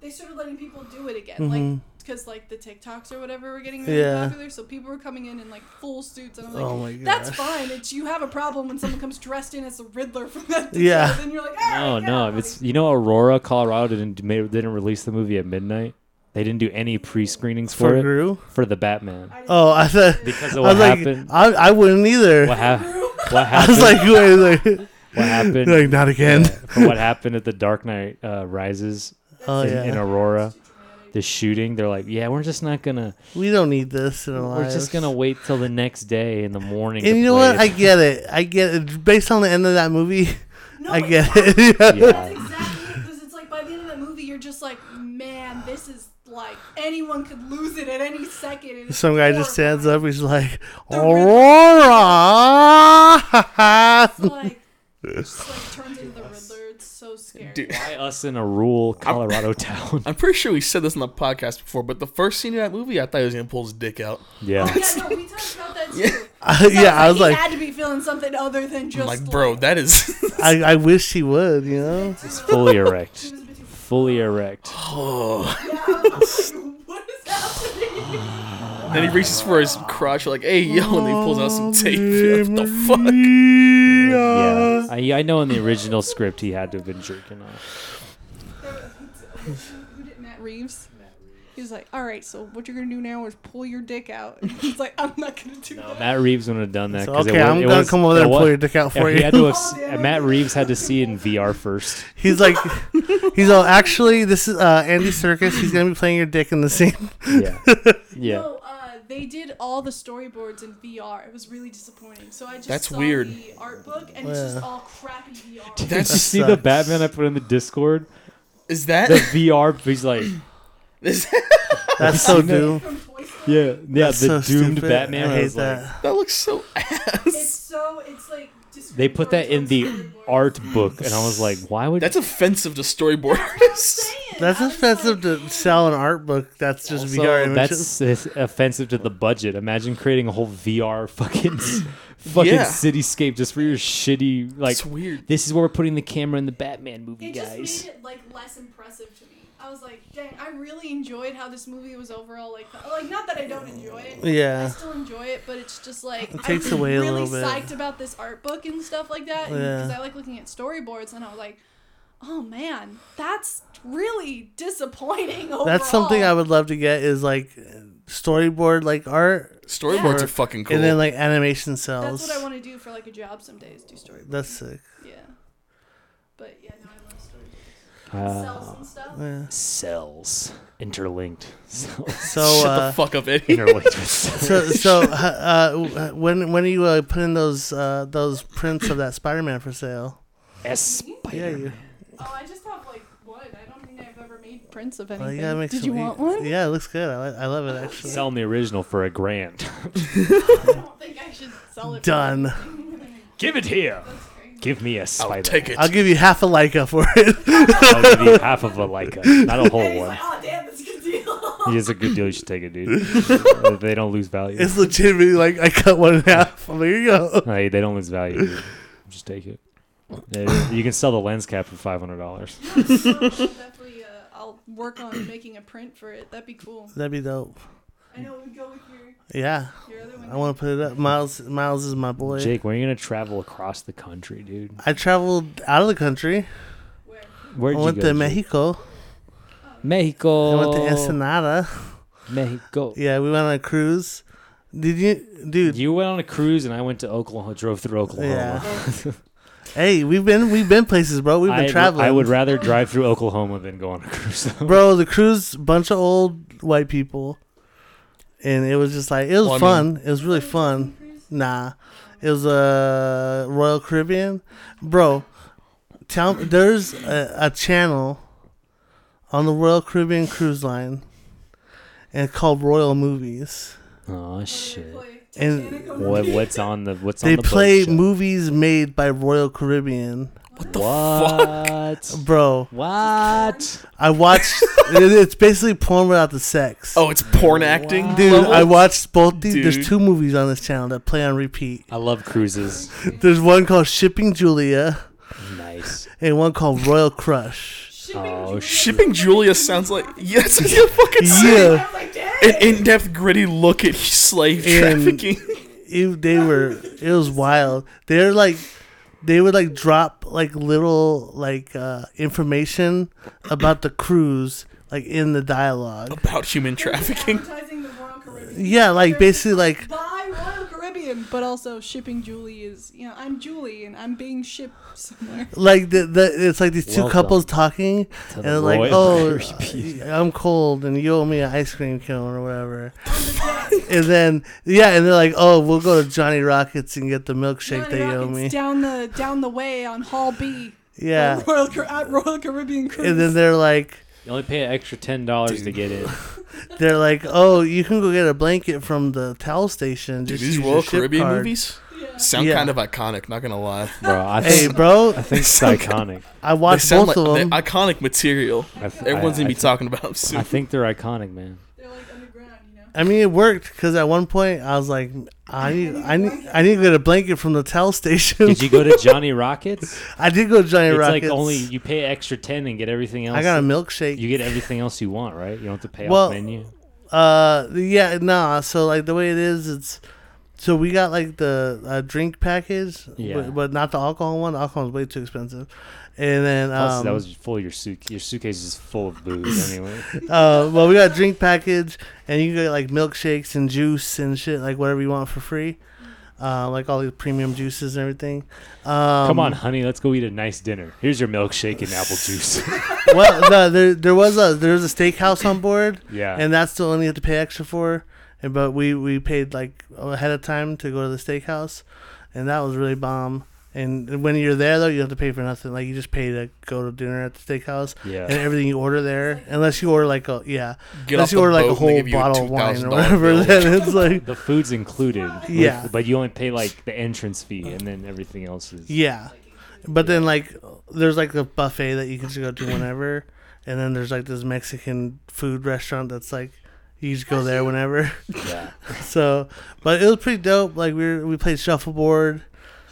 Speaker 4: they started letting people do it again,
Speaker 2: Mhm.
Speaker 4: like because like the TikToks or whatever were getting really
Speaker 2: Yeah.
Speaker 4: popular, so people were coming in in like full suits, and I'm like,
Speaker 2: Oh my god.
Speaker 4: that's fine. It's you have a problem when someone comes dressed in as the Riddler from that.
Speaker 2: Yeah.
Speaker 4: Then you're like, oh
Speaker 1: No, no. If it's you know, Aurora, Colorado didn't ma- didn't release the movie at midnight. They didn't do any pre screenings for,
Speaker 2: for
Speaker 1: it
Speaker 2: Gru.
Speaker 1: for the Batman
Speaker 2: Oh, I thought
Speaker 1: because
Speaker 2: I
Speaker 1: of
Speaker 2: was
Speaker 1: what
Speaker 2: like,
Speaker 1: happened.
Speaker 2: I, I wouldn't either.
Speaker 1: What, ha- what
Speaker 2: I
Speaker 1: happened?
Speaker 2: was like, wait, like,
Speaker 1: what happened?
Speaker 2: like not again.
Speaker 1: for what happened at the Dark Knight uh, Rises
Speaker 2: Oh
Speaker 1: in,
Speaker 2: yeah,
Speaker 1: in Aurora, the shooting. They're like, yeah, we're just not gonna.
Speaker 2: we don't need this in our
Speaker 1: We're just gonna
Speaker 2: lives.
Speaker 1: wait till the next day in the morning.
Speaker 2: And
Speaker 1: to
Speaker 2: you know
Speaker 1: play
Speaker 2: what? I
Speaker 1: it.
Speaker 2: get it. I get it. Based on the end of that movie,
Speaker 4: no,
Speaker 2: I
Speaker 4: it's
Speaker 2: get
Speaker 4: not.
Speaker 2: it.
Speaker 1: yeah.
Speaker 4: That's exactly it, because it's like by the end of that movie, you're just like, man, this is like anyone could lose it at any second. and it's
Speaker 2: Some guy just stands
Speaker 4: horrifying.
Speaker 2: up. He's like,
Speaker 4: The
Speaker 2: Aurora.
Speaker 4: Like, just like turns into the Riddler. It's so scary.
Speaker 3: Dude.
Speaker 1: Why us in a rural Colorado town?
Speaker 3: I'm pretty sure we said this on the podcast before, but the first scene of that movie, I thought he was gonna pull his dick out.
Speaker 1: Yeah.
Speaker 4: Yeah, no, we talked about that too.
Speaker 2: yeah, I was
Speaker 4: he
Speaker 2: like,
Speaker 4: had to be feeling something other than
Speaker 3: I'm
Speaker 4: just
Speaker 3: like, bro, that is.
Speaker 2: I, I wish he would. You know,
Speaker 1: Fully
Speaker 4: He
Speaker 1: erect.
Speaker 4: was a bit too-
Speaker 1: Fully erect.
Speaker 3: oh.
Speaker 4: Yeah, I was like, what is happening?
Speaker 3: Then he reaches for his crotch, like, hey yo, and he pulls out some tape. You're like, what the fuck?
Speaker 1: Yeah. I, I know in the original script he had to have been jerking off.
Speaker 4: Who did Matt Reeves? He was like, all right, so what you're gonna do now is pull your dick out. And he's like, I'm not gonna do that.
Speaker 1: Matt Reeves wouldn't have done that.
Speaker 2: So,
Speaker 1: 'cause it
Speaker 2: okay,
Speaker 1: wa-
Speaker 2: I'm
Speaker 1: it
Speaker 2: gonna
Speaker 1: was-
Speaker 2: come over there
Speaker 1: it
Speaker 2: and
Speaker 1: wa-
Speaker 2: pull your dick out
Speaker 1: yeah,
Speaker 2: for
Speaker 1: he
Speaker 2: you.
Speaker 1: had to have s- Matt Reeves had to see it in VR first.
Speaker 2: He's like, he's all actually. This is uh, Andy Circus. He's gonna be playing your dick in the scene.
Speaker 1: Yeah. Yeah.
Speaker 4: No, uh, they did all the storyboards in VR. It was really disappointing. So I just
Speaker 3: That's
Speaker 4: saw
Speaker 3: weird.
Speaker 4: the art book, and it's
Speaker 2: Yeah.
Speaker 4: just all crappy VR.
Speaker 1: Did you
Speaker 3: That's-
Speaker 1: see the
Speaker 2: sucks.
Speaker 1: Batman I put in the Discord?
Speaker 3: Is that?
Speaker 1: The VR, he's like,
Speaker 3: is
Speaker 2: That's so doom.
Speaker 4: From Toy Story.
Speaker 1: yeah, yeah,
Speaker 2: That's
Speaker 1: the
Speaker 2: so
Speaker 1: doomed
Speaker 2: stupid.
Speaker 1: Batman.
Speaker 2: I hate
Speaker 1: was like,
Speaker 2: that.
Speaker 3: that looks so ass.
Speaker 4: It's so it's like
Speaker 1: They put that in the
Speaker 4: discriminatory
Speaker 1: art book, and I was like, why would
Speaker 3: That's offensive to storyboard
Speaker 4: towards
Speaker 3: artists.
Speaker 4: Saiyan.
Speaker 2: That's
Speaker 4: I was
Speaker 2: offensive
Speaker 4: like,
Speaker 2: to sell an art book. That's just
Speaker 1: Also,
Speaker 2: VR images.
Speaker 1: that's uh, offensive to the budget. Imagine creating a whole VR fucking fucking
Speaker 3: Yeah.
Speaker 1: cityscape just for your shitty like.
Speaker 3: It's weird.
Speaker 1: This is where we're putting the camera in the Batman movie,
Speaker 4: It just
Speaker 1: guys.
Speaker 4: made it like less impressive to me. I was like, dang, I really enjoyed how this movie was overall like like not that I don't enjoy it. I
Speaker 2: Yeah.
Speaker 4: still enjoy it, but it's just like
Speaker 2: It takes
Speaker 4: I've been
Speaker 2: away a
Speaker 4: really
Speaker 2: little bit.
Speaker 4: psyched about this art book and stuff like that
Speaker 2: Yeah.
Speaker 4: because I like looking at storyboards and I was like, oh man, that's really disappointing. Overall.
Speaker 2: That's something I would love to get is like storyboard like art
Speaker 3: Storyboards
Speaker 2: Yeah.
Speaker 3: are fucking cool.
Speaker 2: and then like animation
Speaker 4: That's
Speaker 2: cells.
Speaker 4: what I want to do for like a job someday is do storyboards.
Speaker 2: That's sick.
Speaker 4: Yeah, but yeah, no, I love storyboards.
Speaker 1: Uh,
Speaker 4: Cells and stuff.
Speaker 2: Yeah.
Speaker 1: cells interlinked, cells
Speaker 2: So
Speaker 3: Shut
Speaker 2: uh,
Speaker 3: the fuck up, Eddie.
Speaker 1: interlinked with cells.
Speaker 2: so so uh, uh, when when are you uh, putting those uh, those prints of that Spider Man for sale?
Speaker 1: As spider.
Speaker 2: Yeah, you.
Speaker 4: Oh, I just have like one. I don't think I've ever made prints of anything.
Speaker 2: Well, you gotta make
Speaker 4: Did
Speaker 2: some, e-
Speaker 4: you want one?
Speaker 2: Yeah, it looks good. I, li- I love it actually.
Speaker 1: Selling the original for a grand.
Speaker 4: I don't think I should sell it. for
Speaker 2: Done.
Speaker 4: anything.
Speaker 1: Give it here.
Speaker 4: That's crazy.
Speaker 1: Give me a
Speaker 3: I'll
Speaker 1: spider.
Speaker 3: take it.
Speaker 2: I'll give you half a Leica for it.
Speaker 1: I'll give you half of a Leica, not a
Speaker 4: And
Speaker 1: whole
Speaker 4: he's
Speaker 1: one.
Speaker 4: like, oh damn, that's a good deal.
Speaker 1: It's a good deal. You should take it, dude. Uh, they don't lose value.
Speaker 2: it's legitimately like I cut one in half. I'm like, here you go.
Speaker 1: Hey, they don't lose value. dude. Just take it. There you go. You can sell the lens cap for five hundred dollars.
Speaker 4: So, I'll definitely, uh, I'll work on making a print for it. That'd be cool.
Speaker 2: That'd be dope.
Speaker 4: I know it would go with your,
Speaker 2: Yeah,
Speaker 4: your other one.
Speaker 2: I want to put it up. Miles Miles is my boy.
Speaker 1: Jake, when are you gonna travel across the country, dude?
Speaker 2: I traveled out of the country.
Speaker 4: Where?
Speaker 1: Where'd
Speaker 2: I
Speaker 1: you
Speaker 2: went
Speaker 1: go?
Speaker 2: to
Speaker 1: Jake?
Speaker 2: Mexico.
Speaker 1: Mexico.
Speaker 2: I went to
Speaker 4: Oh.
Speaker 2: Ensenada.
Speaker 1: Mexico.
Speaker 2: Yeah, we went on a cruise. Did you, dude?
Speaker 1: You went on a cruise and I went to Oklahoma. Drove through Oklahoma.
Speaker 2: yeah. hey, we've been we've been places, bro. We've been
Speaker 1: I,
Speaker 2: traveling.
Speaker 1: I would rather drive through Oklahoma than go on a cruise.
Speaker 2: bro. The cruise, bunch of old white people, and it was just like it was
Speaker 3: Well, I
Speaker 2: fun. it was really fun. Nah, it was a uh, Royal Caribbean, bro. Tell there's a, a channel on the Royal Caribbean cruise line, and it's called Royal Movies.
Speaker 1: oh shit.
Speaker 2: And
Speaker 1: What, what's on the what's
Speaker 2: They
Speaker 1: on the
Speaker 2: play
Speaker 1: boat
Speaker 2: movies made by Royal Caribbean,
Speaker 1: What the what? fuck?
Speaker 2: bro.
Speaker 1: What?
Speaker 2: I watched. it- it's basically porn without the sex.
Speaker 3: Oh, it's porn acting,
Speaker 2: dude,
Speaker 3: level?
Speaker 2: I watched both these.
Speaker 3: Dude.
Speaker 2: There's two movies on this channel that play on repeat.
Speaker 1: I love cruises.
Speaker 2: There's one called Shipping Julia,
Speaker 1: Nice. Nice.
Speaker 2: and one called Royal Crush.
Speaker 4: Shipping
Speaker 1: Oh,
Speaker 4: Julia.
Speaker 3: Shipping Julia sounds like yeah, that's like a fucking yeah.
Speaker 2: Yeah,
Speaker 4: I was like, dang.
Speaker 3: an in-depth gritty look at slave
Speaker 2: And-
Speaker 3: trafficking.
Speaker 2: it, they were. It was wild. They're like, they would like drop like little like uh, information about the cruise like in the dialogue.
Speaker 3: about human trafficking.
Speaker 4: Advertising the Royal Caribbean.
Speaker 2: Yeah, like basically like
Speaker 4: Buy Royal Caribbean, but also shipping Julie is, you know, I'm Julie and I'm being shipped somewhere.
Speaker 2: like the, the it's like these two
Speaker 1: Welcome
Speaker 2: couples talking
Speaker 1: To
Speaker 2: and
Speaker 1: the
Speaker 2: they're like
Speaker 1: Royal
Speaker 2: oh
Speaker 1: Caribbean.
Speaker 2: uh, i'm cold and you owe me an ice cream cone or whatever and then yeah and they're like oh we'll go to johnny rockets and get the milkshake
Speaker 4: Johnny
Speaker 2: they owe
Speaker 4: Rockets
Speaker 2: me
Speaker 4: Down the down the way on Hall B.
Speaker 2: yeah
Speaker 4: At Royal, Car- at Royal Caribbean Cruise.
Speaker 2: and then they're like
Speaker 1: You only pay an extra ten dollars to get in.
Speaker 2: they're like oh you can go get a blanket from the towel station
Speaker 3: Dude,
Speaker 2: just
Speaker 3: these
Speaker 2: use
Speaker 3: Royal
Speaker 2: your ship
Speaker 3: Caribbean
Speaker 2: card."
Speaker 3: movies sound
Speaker 2: Yeah.
Speaker 3: kind of iconic. Not gonna lie,
Speaker 1: Bro, I
Speaker 2: hey
Speaker 1: think,
Speaker 2: bro
Speaker 1: I think it's iconic.
Speaker 2: i
Speaker 3: they
Speaker 2: watched
Speaker 3: sound
Speaker 2: both
Speaker 3: like
Speaker 2: of them
Speaker 3: they're iconic material.
Speaker 1: I th-
Speaker 3: Everyone's
Speaker 1: I,
Speaker 3: gonna
Speaker 1: I
Speaker 3: be
Speaker 1: th-
Speaker 3: talking about them soon.
Speaker 1: I think they're iconic, man.
Speaker 4: They're like underground, you know.
Speaker 2: I mean, it worked because at one point I was like, I need, I need, I need to get a blanket from the towel station.
Speaker 1: Did you go to Johnny Rockets?
Speaker 2: I did go to Johnny
Speaker 1: it's
Speaker 2: Rockets.
Speaker 1: like only you pay extra ten and get everything else.
Speaker 2: I got a milkshake.
Speaker 1: you get everything else you want, right? You don't have to pay
Speaker 2: Well-
Speaker 1: off menu.
Speaker 2: uh, yeah, nah. So like the way it is, it's so we got like the uh, drink package,
Speaker 1: Yeah.
Speaker 2: but, but not the alcohol one. The alcohol is way too expensive. And then
Speaker 1: Plus,
Speaker 2: um,
Speaker 1: that was full of your suit. Your suitcase is full of booze anyway.
Speaker 2: uh, well, we got a drink package, and you get like milkshakes and juice and shit, like whatever you want for free. Uh, like all these premium juices and everything. Um,
Speaker 1: Come on, honey, let's go eat a nice dinner. Here's your milkshake and apple juice.
Speaker 2: well, no, there there was a there was a steakhouse on board,
Speaker 1: yeah.
Speaker 2: and that's the only you have to pay extra for. And but we we paid like ahead of time to go to the steakhouse, and that was really bomb. And when you're there though, you don't have to pay for nothing. Like you just pay to go to dinner at the steakhouse,
Speaker 1: Yeah.
Speaker 2: and everything you order there, unless you order like a yeah,
Speaker 3: Get
Speaker 2: unless
Speaker 3: off
Speaker 2: you
Speaker 3: the
Speaker 2: order like
Speaker 3: boat
Speaker 2: a
Speaker 3: and they
Speaker 2: whole
Speaker 3: give you a
Speaker 2: bottle of wine or
Speaker 3: $2,000
Speaker 2: whatever,
Speaker 3: bill.
Speaker 2: then it's like
Speaker 1: the food's included. with-
Speaker 2: Yeah.
Speaker 1: but you only pay like the entrance fee and then everything else is.
Speaker 2: yeah. But then like there's like a buffet that you can just go to whenever, and then there's like this Mexican food restaurant that's like you just go there whenever.
Speaker 1: Yeah.
Speaker 2: So, but it was pretty dope. Like we were, we played shuffleboard.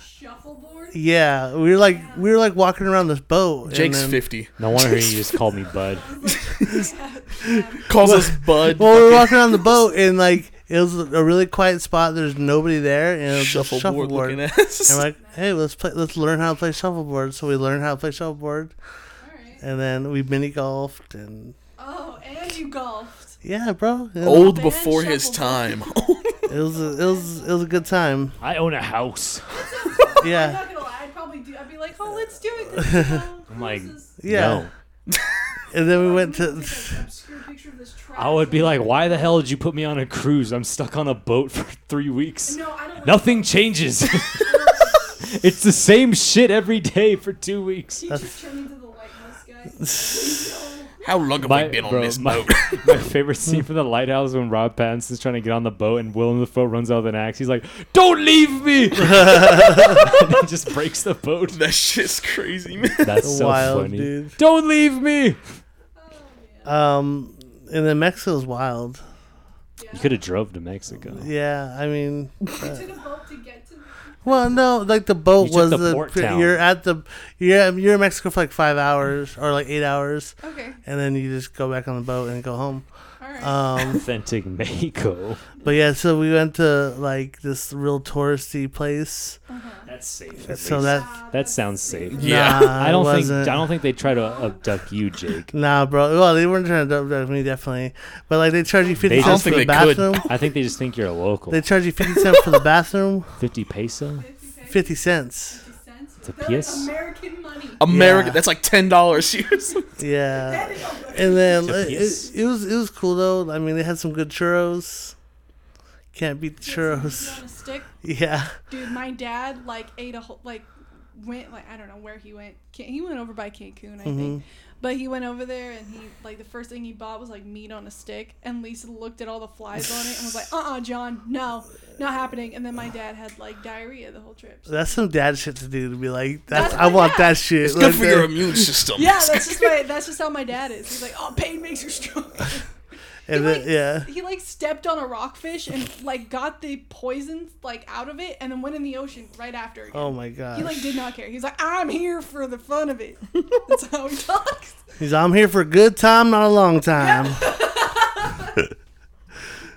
Speaker 4: Shuffleboard.
Speaker 2: Yeah, we were like we were like walking around this boat. and
Speaker 3: Jake's
Speaker 2: then-
Speaker 3: fifty.
Speaker 1: No wonder he just called me bud.
Speaker 3: Calls us Bud.
Speaker 2: Well, we were walking around the boat and like it was a really quiet spot. There's nobody there and it was
Speaker 3: shuffleboard,
Speaker 2: shuffleboard. shuffleboard.
Speaker 3: looking
Speaker 2: And
Speaker 3: ass.
Speaker 2: we're like, hey, let's play. Let's learn how to play shuffleboard. So we learned how to play shuffleboard,
Speaker 4: Alright.
Speaker 2: and then we mini golfed and
Speaker 4: Oh, and you golfed.
Speaker 2: yeah, bro. It,
Speaker 1: Oh.
Speaker 3: Old
Speaker 4: Band
Speaker 3: before his time.
Speaker 4: shuffleboard.
Speaker 2: it was a, it was it was a good time.
Speaker 1: I own a house.
Speaker 4: I'm
Speaker 2: Yeah,
Speaker 4: not gonna lie, I'd probably do. I'd be like, oh, let's do it. 'cause, you know,
Speaker 1: I'm like,
Speaker 4: this is-
Speaker 2: yeah.
Speaker 1: No.
Speaker 2: And then we went
Speaker 4: Like an
Speaker 2: to
Speaker 4: obscure picture of this trash.
Speaker 1: I would be like, why the hell did you put me on a cruise? I'm stuck on a boat for three weeks.
Speaker 4: no, I don't. want
Speaker 1: Nothing changes. it's the same shit every day for two weeks.
Speaker 4: to teach you turn into the White House guy.
Speaker 3: How long have we been on
Speaker 1: bro,
Speaker 3: this
Speaker 1: my-
Speaker 3: boat?
Speaker 1: my favorite scene from the lighthouse when Rob Pattinson's trying to get on the boat and Willem Dafoe runs out with an axe. He's like, "Don't leave me!" And he just breaks the boat.
Speaker 3: that shit's crazy, man.
Speaker 1: That's so
Speaker 2: wild,
Speaker 1: funny.
Speaker 2: dude.
Speaker 1: Don't leave me.
Speaker 2: Um, and then Mexico's wild.
Speaker 1: You could have drove to Mexico.
Speaker 2: Yeah, I mean,
Speaker 4: No. Took a boat to get to.
Speaker 2: well, no, like the boat
Speaker 1: You took
Speaker 2: was
Speaker 1: the
Speaker 2: the,
Speaker 1: port town.
Speaker 2: you're at the you're at- you're in Mexico for like five hours or like eight hours,
Speaker 4: Okay.
Speaker 2: and then you just go back on the boat and go home.
Speaker 4: All right.
Speaker 2: Um,
Speaker 1: Authentic Mexico.
Speaker 2: but yeah, so we went to like this real touristy place.
Speaker 4: Uh-huh.
Speaker 1: That's safe. at
Speaker 2: So
Speaker 1: least.
Speaker 4: Uh,
Speaker 2: that
Speaker 1: that sounds safe.
Speaker 3: Yeah.
Speaker 2: nah,
Speaker 1: I don't
Speaker 2: it
Speaker 1: think I
Speaker 2: wasn't.
Speaker 1: don't think they try to abduct you, Jake.
Speaker 2: Nah, bro. Well, they weren't trying to double me definitely, but like they charge you fifty
Speaker 1: They
Speaker 2: cents
Speaker 1: just-
Speaker 2: for the
Speaker 3: I don't think they
Speaker 2: bathroom.
Speaker 1: I think they just think you're a local.
Speaker 2: They charge you fifty cents for the bathroom.
Speaker 1: Fifty peso.
Speaker 2: Fifty cents.
Speaker 4: It's
Speaker 1: a PS?
Speaker 4: American money.
Speaker 3: America.
Speaker 2: Yeah.
Speaker 3: That's like ten dollars here.
Speaker 2: Yeah. And then
Speaker 1: It's a
Speaker 2: it,
Speaker 1: piece.
Speaker 2: it, it was it was cool though. I mean, they had some good churros. Can't beat the churros.
Speaker 4: On a stick,
Speaker 2: Yeah,
Speaker 4: dude. My dad like ate a whole like went like I don't know where he went. Can- He went over by Cancun, I
Speaker 2: Mm-hmm.
Speaker 4: think. But he went over there and he like the first thing he bought was like meat on a stick. And Lisa looked at all the flies on it and was like, "Uh, uh John, no, not happening." And then my dad had like diarrhea the whole trip. So-
Speaker 2: that's some dad shit to do. To be like, that's,
Speaker 4: That's
Speaker 2: I
Speaker 4: my
Speaker 2: want
Speaker 4: dad.
Speaker 2: that shit.
Speaker 3: It's good
Speaker 2: Like
Speaker 3: for your
Speaker 2: that.
Speaker 3: immune system.
Speaker 4: yeah, that's just my, that's just how my dad is. He's like, "Oh, pain makes you strong."
Speaker 2: and
Speaker 4: like,
Speaker 2: then, yeah,
Speaker 4: He like stepped on a rockfish and like got the poison like out of it and then went in the ocean right after. Again.
Speaker 2: oh my gosh,
Speaker 4: He like did not care. He's like, I'm here for the fun of it. That's how he talks.
Speaker 2: he's I'm here for a good time, not a long time.
Speaker 1: I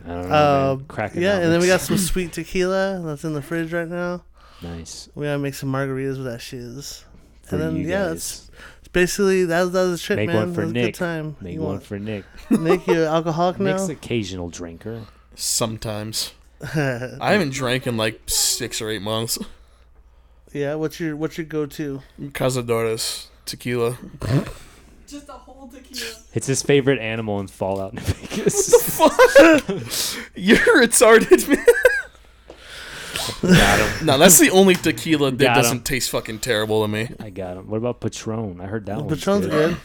Speaker 1: don't know.
Speaker 2: Uh,
Speaker 1: man. Cracking
Speaker 2: yeah, and then we got
Speaker 1: omelets.
Speaker 2: some sweet tequila that's in the fridge right now.
Speaker 1: nice.
Speaker 2: We gotta make some margaritas with that shiz.
Speaker 1: For
Speaker 2: and then
Speaker 1: you
Speaker 2: yeah,
Speaker 1: guys.
Speaker 2: that's it's basically that was, that was a trip,
Speaker 1: Make
Speaker 2: man.
Speaker 1: one for
Speaker 2: it was a
Speaker 1: Nick.
Speaker 2: good time.
Speaker 1: Make
Speaker 2: you
Speaker 1: one
Speaker 2: want
Speaker 1: for Nick.
Speaker 2: Nick, you an alcoholic
Speaker 1: Nick's
Speaker 2: now?
Speaker 1: occasional drinker.
Speaker 3: Sometimes I haven't drank in like six or eight months.
Speaker 2: yeah, what's your what's your go to?
Speaker 3: Cazadores tequila.
Speaker 4: Just a whole tequila.
Speaker 1: It's his favorite animal in Fallout New Vegas.
Speaker 3: You're retarded, man.
Speaker 1: Got him.
Speaker 3: No, that's the only tequila that
Speaker 1: Got 'em.
Speaker 3: doesn't taste fucking terrible to me.
Speaker 1: I got him. What about Patron? I heard that one.
Speaker 2: Patron's good.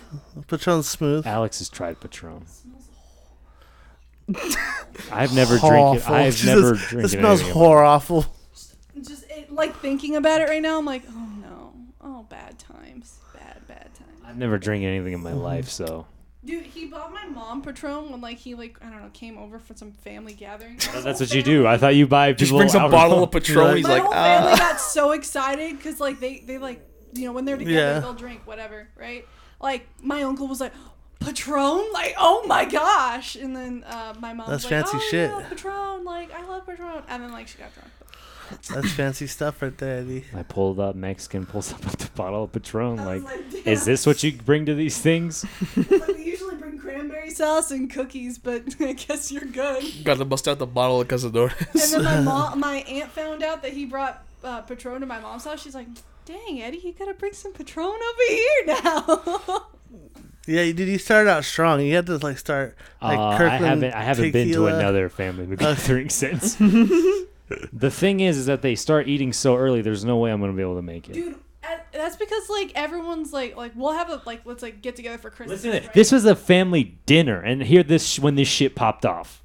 Speaker 2: Patron's smooth.
Speaker 1: Alex has tried Patron. I've never drank it.
Speaker 2: Awful.
Speaker 1: I've
Speaker 2: Jesus,
Speaker 1: never
Speaker 2: It
Speaker 1: drank it.
Speaker 2: smells horror awful.
Speaker 4: Just it, like thinking about it right now, I'm like, oh no, oh bad times, bad bad times.
Speaker 1: I've never drank anything in my
Speaker 2: Mm-hmm.
Speaker 1: life, so
Speaker 4: Dude, he bought my mom Patron when like he like I don't know came over for some family gathering. Oh,
Speaker 1: that's what you do. I thought you buy people.
Speaker 3: Just brings a
Speaker 1: alcohol.
Speaker 3: bottle of Patron.
Speaker 2: Like-
Speaker 3: He's
Speaker 4: my
Speaker 3: like,
Speaker 4: whole
Speaker 3: ah.
Speaker 4: family got so excited because like they they like you know when they're together
Speaker 2: Yeah.
Speaker 4: they'll drink whatever right like my uncle was like patron like oh my gosh and then uh, my mom
Speaker 2: That's
Speaker 4: was
Speaker 2: fancy
Speaker 4: like, oh,
Speaker 2: shit.
Speaker 4: yeah, patron like i love patron and then like she got drunk
Speaker 2: That's fancy stuff right there, Eddie.
Speaker 1: I pulled up. Mexican pulls up with the bottle of Patron.
Speaker 4: I
Speaker 1: Like,
Speaker 4: was like,
Speaker 1: Oh is this what you bring to these things?
Speaker 4: like, we usually bring cranberry sauce and cookies but i guess you're good
Speaker 3: Got to "Ah, bust out the bottle of
Speaker 4: and
Speaker 3: Cazadores.
Speaker 4: then my mom my aunt found out that he brought uh, patron to my mom's house she's like dang eddie you gotta bring some patron over here now
Speaker 2: Yeah, you dude, you started out strong. You had to like start like
Speaker 1: Uh, I
Speaker 2: Kirkland
Speaker 1: haven't. I haven't been to
Speaker 2: tequila. Uh,
Speaker 1: another family gathering since. the thing is, is that they start eating so early. There's no way I'm gonna be able to make it.
Speaker 4: dude uh, that's because like everyone's like like we'll have a like let's like get together for christmas
Speaker 1: Listen, to
Speaker 4: right?
Speaker 1: it. this was a family dinner, and here this sh- when this shit popped off.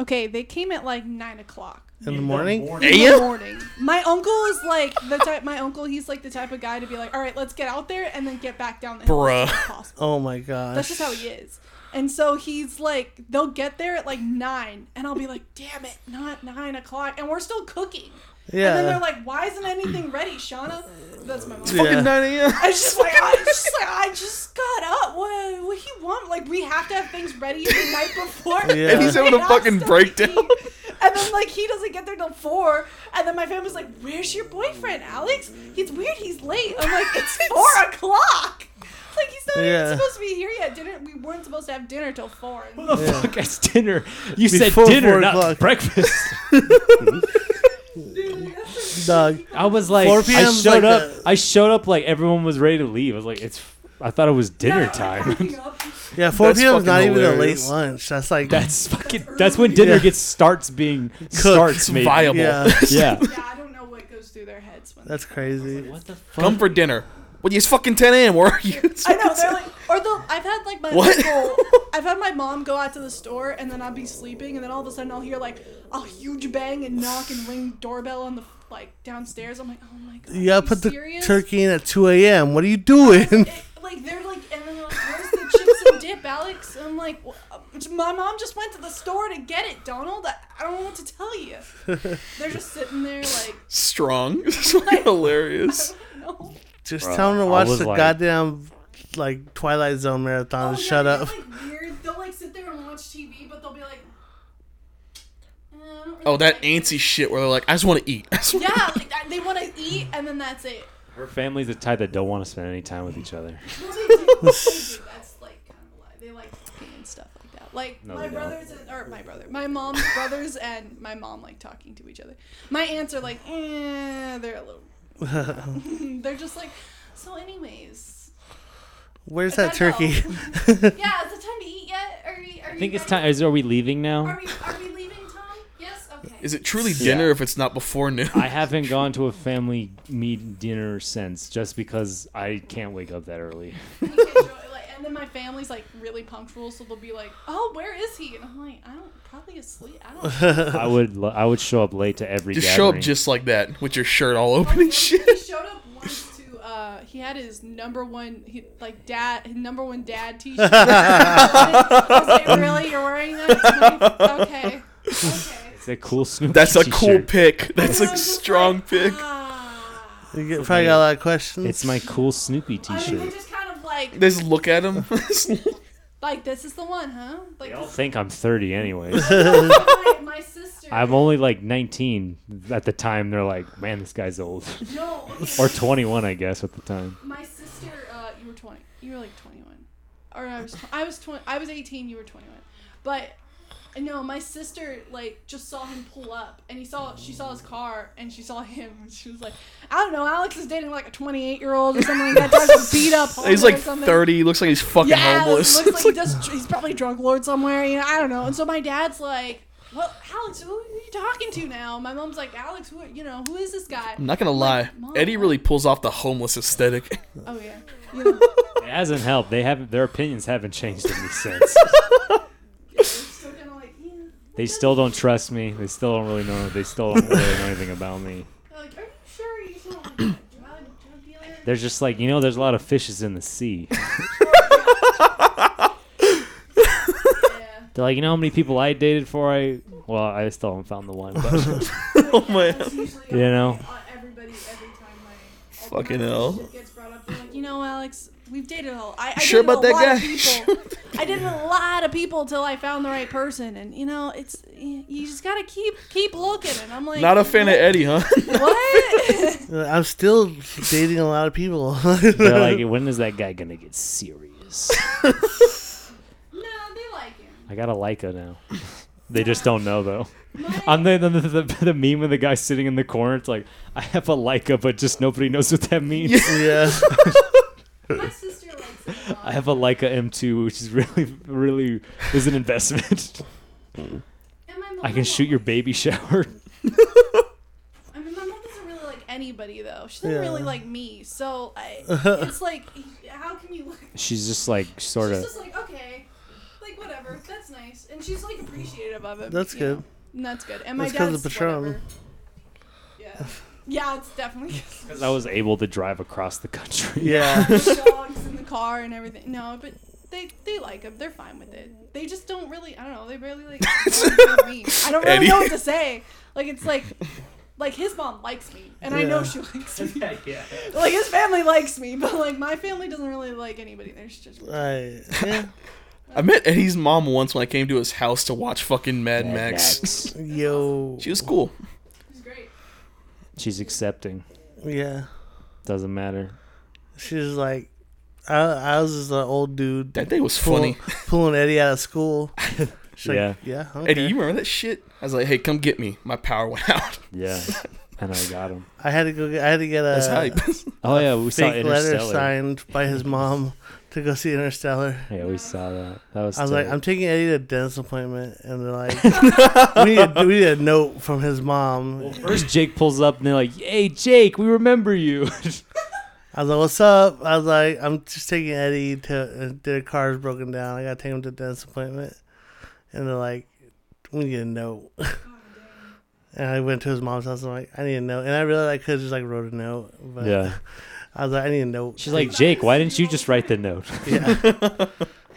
Speaker 4: okay they came at like nine o'clock
Speaker 2: in the morning.
Speaker 4: in the morning my uncle is like the type my uncle he's like the type of guy to be like all right let's get out there and then get back down the hill
Speaker 3: Bruh.
Speaker 4: as soon as possible.
Speaker 2: Oh my gosh.
Speaker 4: that's just how he is and so he's like they'll get there at like nine and i'll be like damn it not nine o'clock and we're still cooking and then they're
Speaker 2: Yeah.
Speaker 4: like why isn't anything ready shauna that's my mom
Speaker 2: yeah.
Speaker 4: I was just like, I was just like, I just got up. What, what he want? Like, we have to have things ready the night before.
Speaker 2: Yeah. And he's
Speaker 4: We're
Speaker 3: having a
Speaker 4: not
Speaker 3: fucking
Speaker 4: still
Speaker 3: breakdown.
Speaker 4: eating. And then like he doesn't get there till four. And then my family's like, "Where's your boyfriend, Alex? He's weird. He's late." I'm like, "It's four o'clock." Like he's not
Speaker 2: Yeah.
Speaker 4: even supposed to be here yet. Didn't we weren't supposed to have dinner till four? And
Speaker 1: What the fuck? That's dinner. You
Speaker 2: Before
Speaker 1: said dinner,
Speaker 2: four
Speaker 1: not
Speaker 2: o'clock.
Speaker 1: breakfast.
Speaker 2: Dog.
Speaker 1: I was like,
Speaker 2: 4
Speaker 1: I
Speaker 2: p.m. 's
Speaker 1: showed
Speaker 2: like
Speaker 1: up.
Speaker 2: the-
Speaker 1: I showed up like everyone was ready to leave. I was like, it's. I thought it was dinner time.
Speaker 4: packing up.
Speaker 2: Yeah, four
Speaker 3: That's
Speaker 2: p.m. is not
Speaker 3: fucking
Speaker 2: even a late
Speaker 3: hilarious.
Speaker 2: lunch. That's like
Speaker 1: that's fucking. That's when dinner
Speaker 2: Yeah.
Speaker 1: gets starts being starts maybe.
Speaker 3: Viable.
Speaker 2: yeah,
Speaker 1: Yeah.
Speaker 4: Yeah, I don't know what goes through their heads when.
Speaker 2: that's crazy.
Speaker 1: what the fuck?
Speaker 3: Come for dinner. What it's fucking 10 a.m. Where are you? It's
Speaker 4: I know they're like, or the I've had like my
Speaker 3: What?
Speaker 4: uncle, I've had my mom go out to the store and then I'll be sleeping and then all of a sudden I'll hear like a huge bang and knock and ring doorbell on the like downstairs. I'm like, oh my god,
Speaker 2: You
Speaker 4: are
Speaker 2: gotta
Speaker 4: you
Speaker 2: put the
Speaker 4: serious?
Speaker 2: turkey in at two a.m. What are you doing?
Speaker 4: It- like they're like, and then they're like, where's the chips and dip, Alex? I'm like, "Wha- uh, my mom just went to the store to get it, Donald. I, I don't know what to tell you. They're just sitting there like,
Speaker 3: strong. It's fucking hilarious.
Speaker 2: Oh,
Speaker 4: no.
Speaker 2: Just
Speaker 1: Bro,
Speaker 2: tell him to
Speaker 1: I
Speaker 2: watch
Speaker 1: was
Speaker 2: the
Speaker 1: like-
Speaker 2: goddamn like Twilight Zone marathon. and
Speaker 4: yeah,
Speaker 2: shut
Speaker 4: Oh they're,
Speaker 2: up.
Speaker 4: Like weird. They'll like sit there and watch TV, but they'll be like. "Eh, I don't really
Speaker 3: Oh, that
Speaker 4: like this."
Speaker 3: antsy shit where they're like, I just want to eat. I just wanna-"
Speaker 4: Yeah, like that- they want to eat and then that's it.
Speaker 1: Her family's the type that don't want to spend any time with each other.
Speaker 4: Well, they do. they do. That's like kind of a lie. They like talking and stuff like that. Like
Speaker 1: No,
Speaker 4: my
Speaker 1: they don't.
Speaker 4: brothers and or my brother, my mom's brothers and my mom like talking to each other. My aunts are like, eh, they're a little. they're just like, so anyways.
Speaker 2: Where's
Speaker 4: I
Speaker 2: that
Speaker 4: don't know.
Speaker 2: turkey?
Speaker 4: Yeah, is it time to eat yet? Are we? Are
Speaker 1: I think it's time. Is are we leaving
Speaker 4: Are
Speaker 1: now?
Speaker 4: we? Are we leaving, Tom? Yes. Okay.
Speaker 3: Is it truly dinner if it's not before noon?
Speaker 1: I haven't gone to a family meet dinner since, just because I can't wake up that early.
Speaker 4: You can't show it, like, and then my family's like really punctual, so they'll be like, "Oh, where is he?" And I'm like, "I don't, probably asleep. I don't." know."
Speaker 1: I would. lo- I would show up late to every.
Speaker 3: just show
Speaker 1: gathering.
Speaker 3: up just like that with your shirt all open and shit.
Speaker 4: he showed up once to uh, uh, he had his number one, he, like dad, his number one dad T-shirt. I was like, really, you're wearing that? tonight? Okay, okay.
Speaker 1: It's a cool Snoop.
Speaker 3: That's a
Speaker 1: t-shirt.
Speaker 3: cool pick. That's
Speaker 4: And I
Speaker 3: a
Speaker 4: was just
Speaker 3: strong
Speaker 4: like,
Speaker 3: pick.
Speaker 4: ah.
Speaker 2: You get, probably got a lot of questions.
Speaker 1: It's my cool Snoopy
Speaker 4: I mean, they
Speaker 1: T-shirt.
Speaker 4: just kind of like,
Speaker 3: They Just look at him.
Speaker 4: like this is the one, huh? Like
Speaker 1: I don't
Speaker 4: this,
Speaker 1: think I'm 30, anyways.
Speaker 4: my, my sister.
Speaker 1: I'm only like 19 at the time. They're like, man, this guy's old,
Speaker 4: no, okay.
Speaker 1: or 21, I guess, at the time.
Speaker 4: my sister. Uh, you were twenty. You were like twenty-one, or I was. tw- I was twenty. I was eighteen. You were twenty-one, but no, my sister like just saw him pull up, and he saw. She saw his car, and she saw him, and she was like, I don't know. Alex is dating like a twenty-eight-year-old or something like that. Tries to beat up.
Speaker 3: he's
Speaker 4: homeless
Speaker 3: like
Speaker 4: or something.
Speaker 3: 30. Looks like he's fucking
Speaker 4: Yeah,
Speaker 3: homeless.
Speaker 4: looks like,
Speaker 3: It's
Speaker 4: he
Speaker 3: like,
Speaker 4: does, he's probably drug lord somewhere. You know, I don't know. And so my dad's like, "Well, Alex, who are you talking to now?" My mom's like, "Alex, who? You know, who is this guy?"
Speaker 3: I'm not gonna lie.
Speaker 4: Mom,
Speaker 3: Eddie
Speaker 4: I-
Speaker 3: really pulls off the homeless aesthetic.
Speaker 4: Oh yeah. You know,
Speaker 1: It hasn't helped. They haven't. Their opinions haven't changed any since.
Speaker 4: so kind of like, yeah.
Speaker 1: They still don't trust me. They still don't really know. They still don't really know anything about me.
Speaker 4: They're like, are you sure he's not like a drug drug dealer?
Speaker 1: They're just like, you know, there's a lot of fishes in the sea.
Speaker 3: Oh,
Speaker 4: yeah.
Speaker 1: They're like, you know how many people I dated before I. Well, I still haven't found the one, but
Speaker 3: oh man.
Speaker 4: That's usually
Speaker 1: You know?
Speaker 4: on everybody every time I
Speaker 3: Fucking hell.
Speaker 4: gets brought up. They're like, you know, Alex, we've dated a I, I
Speaker 3: Sure
Speaker 4: dated
Speaker 3: about
Speaker 4: a
Speaker 3: that
Speaker 4: lot of
Speaker 3: guy?
Speaker 4: people. I dated a lot of people till I found the right person, and you know, it's you you just gotta keep keep looking. And I'm like,
Speaker 3: Not a fan of Eddie, huh?
Speaker 4: what?
Speaker 2: I'm still dating a lot of people.
Speaker 1: they're like, when is that guy gonna get serious?
Speaker 4: no, they like him.
Speaker 1: I got a Leica now. They just don't know though.
Speaker 4: My,
Speaker 1: I'm the the, the, the the meme of the guy sitting in the corner. It's like I have a Leica, but just nobody knows what that means.
Speaker 2: yeah.
Speaker 4: my sister likes him. a lot.
Speaker 1: I have a Leica M2, which is really really is an investment.
Speaker 4: And my
Speaker 1: I
Speaker 4: mom-
Speaker 1: can shoot your baby shower.
Speaker 4: I mean, my mom doesn't really like anybody though. She doesn't
Speaker 2: Yeah.
Speaker 4: really like me, so I, it's like, how can you? Like,
Speaker 1: She's just like sort
Speaker 4: she's
Speaker 1: of.
Speaker 4: just like, okay, like whatever, that's nice, and she's like appreciative of it.
Speaker 2: That's
Speaker 4: you
Speaker 2: good.
Speaker 4: know. And that's good. And my
Speaker 2: That's 'cause
Speaker 4: dad's
Speaker 2: of Patron.
Speaker 4: whatever. Yeah, yeah, it's definitely
Speaker 1: I was able to drive across the country.
Speaker 2: Yeah.
Speaker 4: the dogs in the car and everything. No, but. They, they like him. They're fine with it. They just don't really. I don't know. They barely like. know me. I don't really
Speaker 3: Eddie.
Speaker 4: know what to say. Like it's like, like his mom likes me, and I know
Speaker 2: Yeah.
Speaker 4: she likes me. like his family likes me, but like my family doesn't really like anybody. There's just
Speaker 2: I, yeah.
Speaker 3: I met Eddie's mom once when I came to his house to watch fucking Mad Max.
Speaker 2: Yo.
Speaker 3: She was cool.
Speaker 4: it's great.
Speaker 1: She's accepting.
Speaker 2: Yeah.
Speaker 1: Doesn't matter.
Speaker 2: She's like, I, I was just an old dude.
Speaker 3: That day was
Speaker 2: pull-
Speaker 3: funny.
Speaker 2: Pulling Eddie out of school. She's like,
Speaker 1: Yeah.
Speaker 2: yeah. I don't
Speaker 3: Eddie,
Speaker 2: care.
Speaker 3: you remember that shit? I was like, hey, come get me. My power went out.
Speaker 1: Yeah. And I got him.
Speaker 2: I had to go. Get, I had to get
Speaker 3: That's
Speaker 2: a
Speaker 3: hype.
Speaker 1: Oh yeah, we saw
Speaker 2: fake letter
Speaker 1: Interstellar.
Speaker 2: signed by his mom to go see Interstellar.
Speaker 1: Yeah, we saw that. That was.
Speaker 2: I was like,
Speaker 1: dope.
Speaker 2: I'm taking Eddie to a dentist appointment, and they're like, we, need a, we need a note from his mom.
Speaker 1: First, Jake pulls up and they're like, "Hey, Jake, we remember you."
Speaker 2: I was like, what's up? I was like, I'm just taking Eddie to, uh, their car's broken down. I gotta take him to a dentist appointment. And they're like, we need a note.
Speaker 4: Oh,
Speaker 2: and I went to his mom's house. I'm like, I need a note. And I realized I could just like wrote a note. But
Speaker 1: yeah.
Speaker 2: I was like, I need a note.
Speaker 1: She's like, Jake, why didn't you just write the note?
Speaker 4: I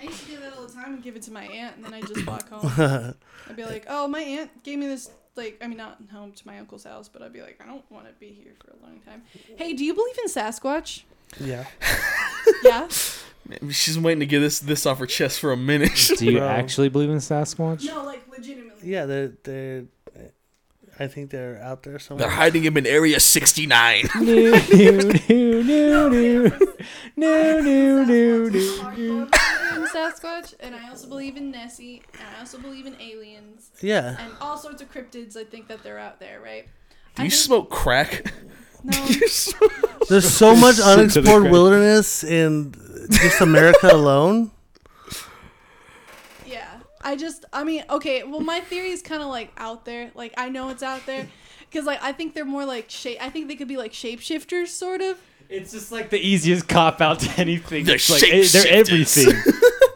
Speaker 4: used to do that all the time and give it to my aunt, and then I just walk home. I'd be like, oh, my aunt gave me this. Like, I mean, not home to my uncle's house, but I'd be like, I don't want to be here for a long time. Hey, do you believe in Sasquatch?
Speaker 2: yeah.
Speaker 4: Yeah.
Speaker 3: She's been waiting to get this this off her chest for a minute.
Speaker 1: Do you
Speaker 2: Bro.
Speaker 1: actually believe in Sasquatch?
Speaker 4: no, like legitimately.
Speaker 2: Yeah, they're, they're, I think they're out there somewhere.
Speaker 3: They're hiding him in Area 69.
Speaker 1: no, no, no, no, no, no, no, no, no.
Speaker 4: I believe in Sasquatch, and I also believe in Nessie, and I also believe in aliens,
Speaker 2: yeah.
Speaker 4: and all sorts of cryptids. I think that they're out there, right?
Speaker 3: Do
Speaker 4: I
Speaker 3: you
Speaker 4: think-
Speaker 3: smoke crack?
Speaker 4: No,
Speaker 2: There's so much
Speaker 1: Sit to the
Speaker 2: unexplored
Speaker 1: crack.
Speaker 2: wilderness in just America alone.
Speaker 4: Yeah. I just, I mean, okay, well, my theory is kind of like out there. Like, I know it's out there. Because, like, I think they're more like shape. I think they could be like shapeshifters, sort of.
Speaker 1: It's just like the easiest cop out to anything.
Speaker 3: They're
Speaker 1: it's like eh, they're
Speaker 3: shapeshifters.
Speaker 1: everything.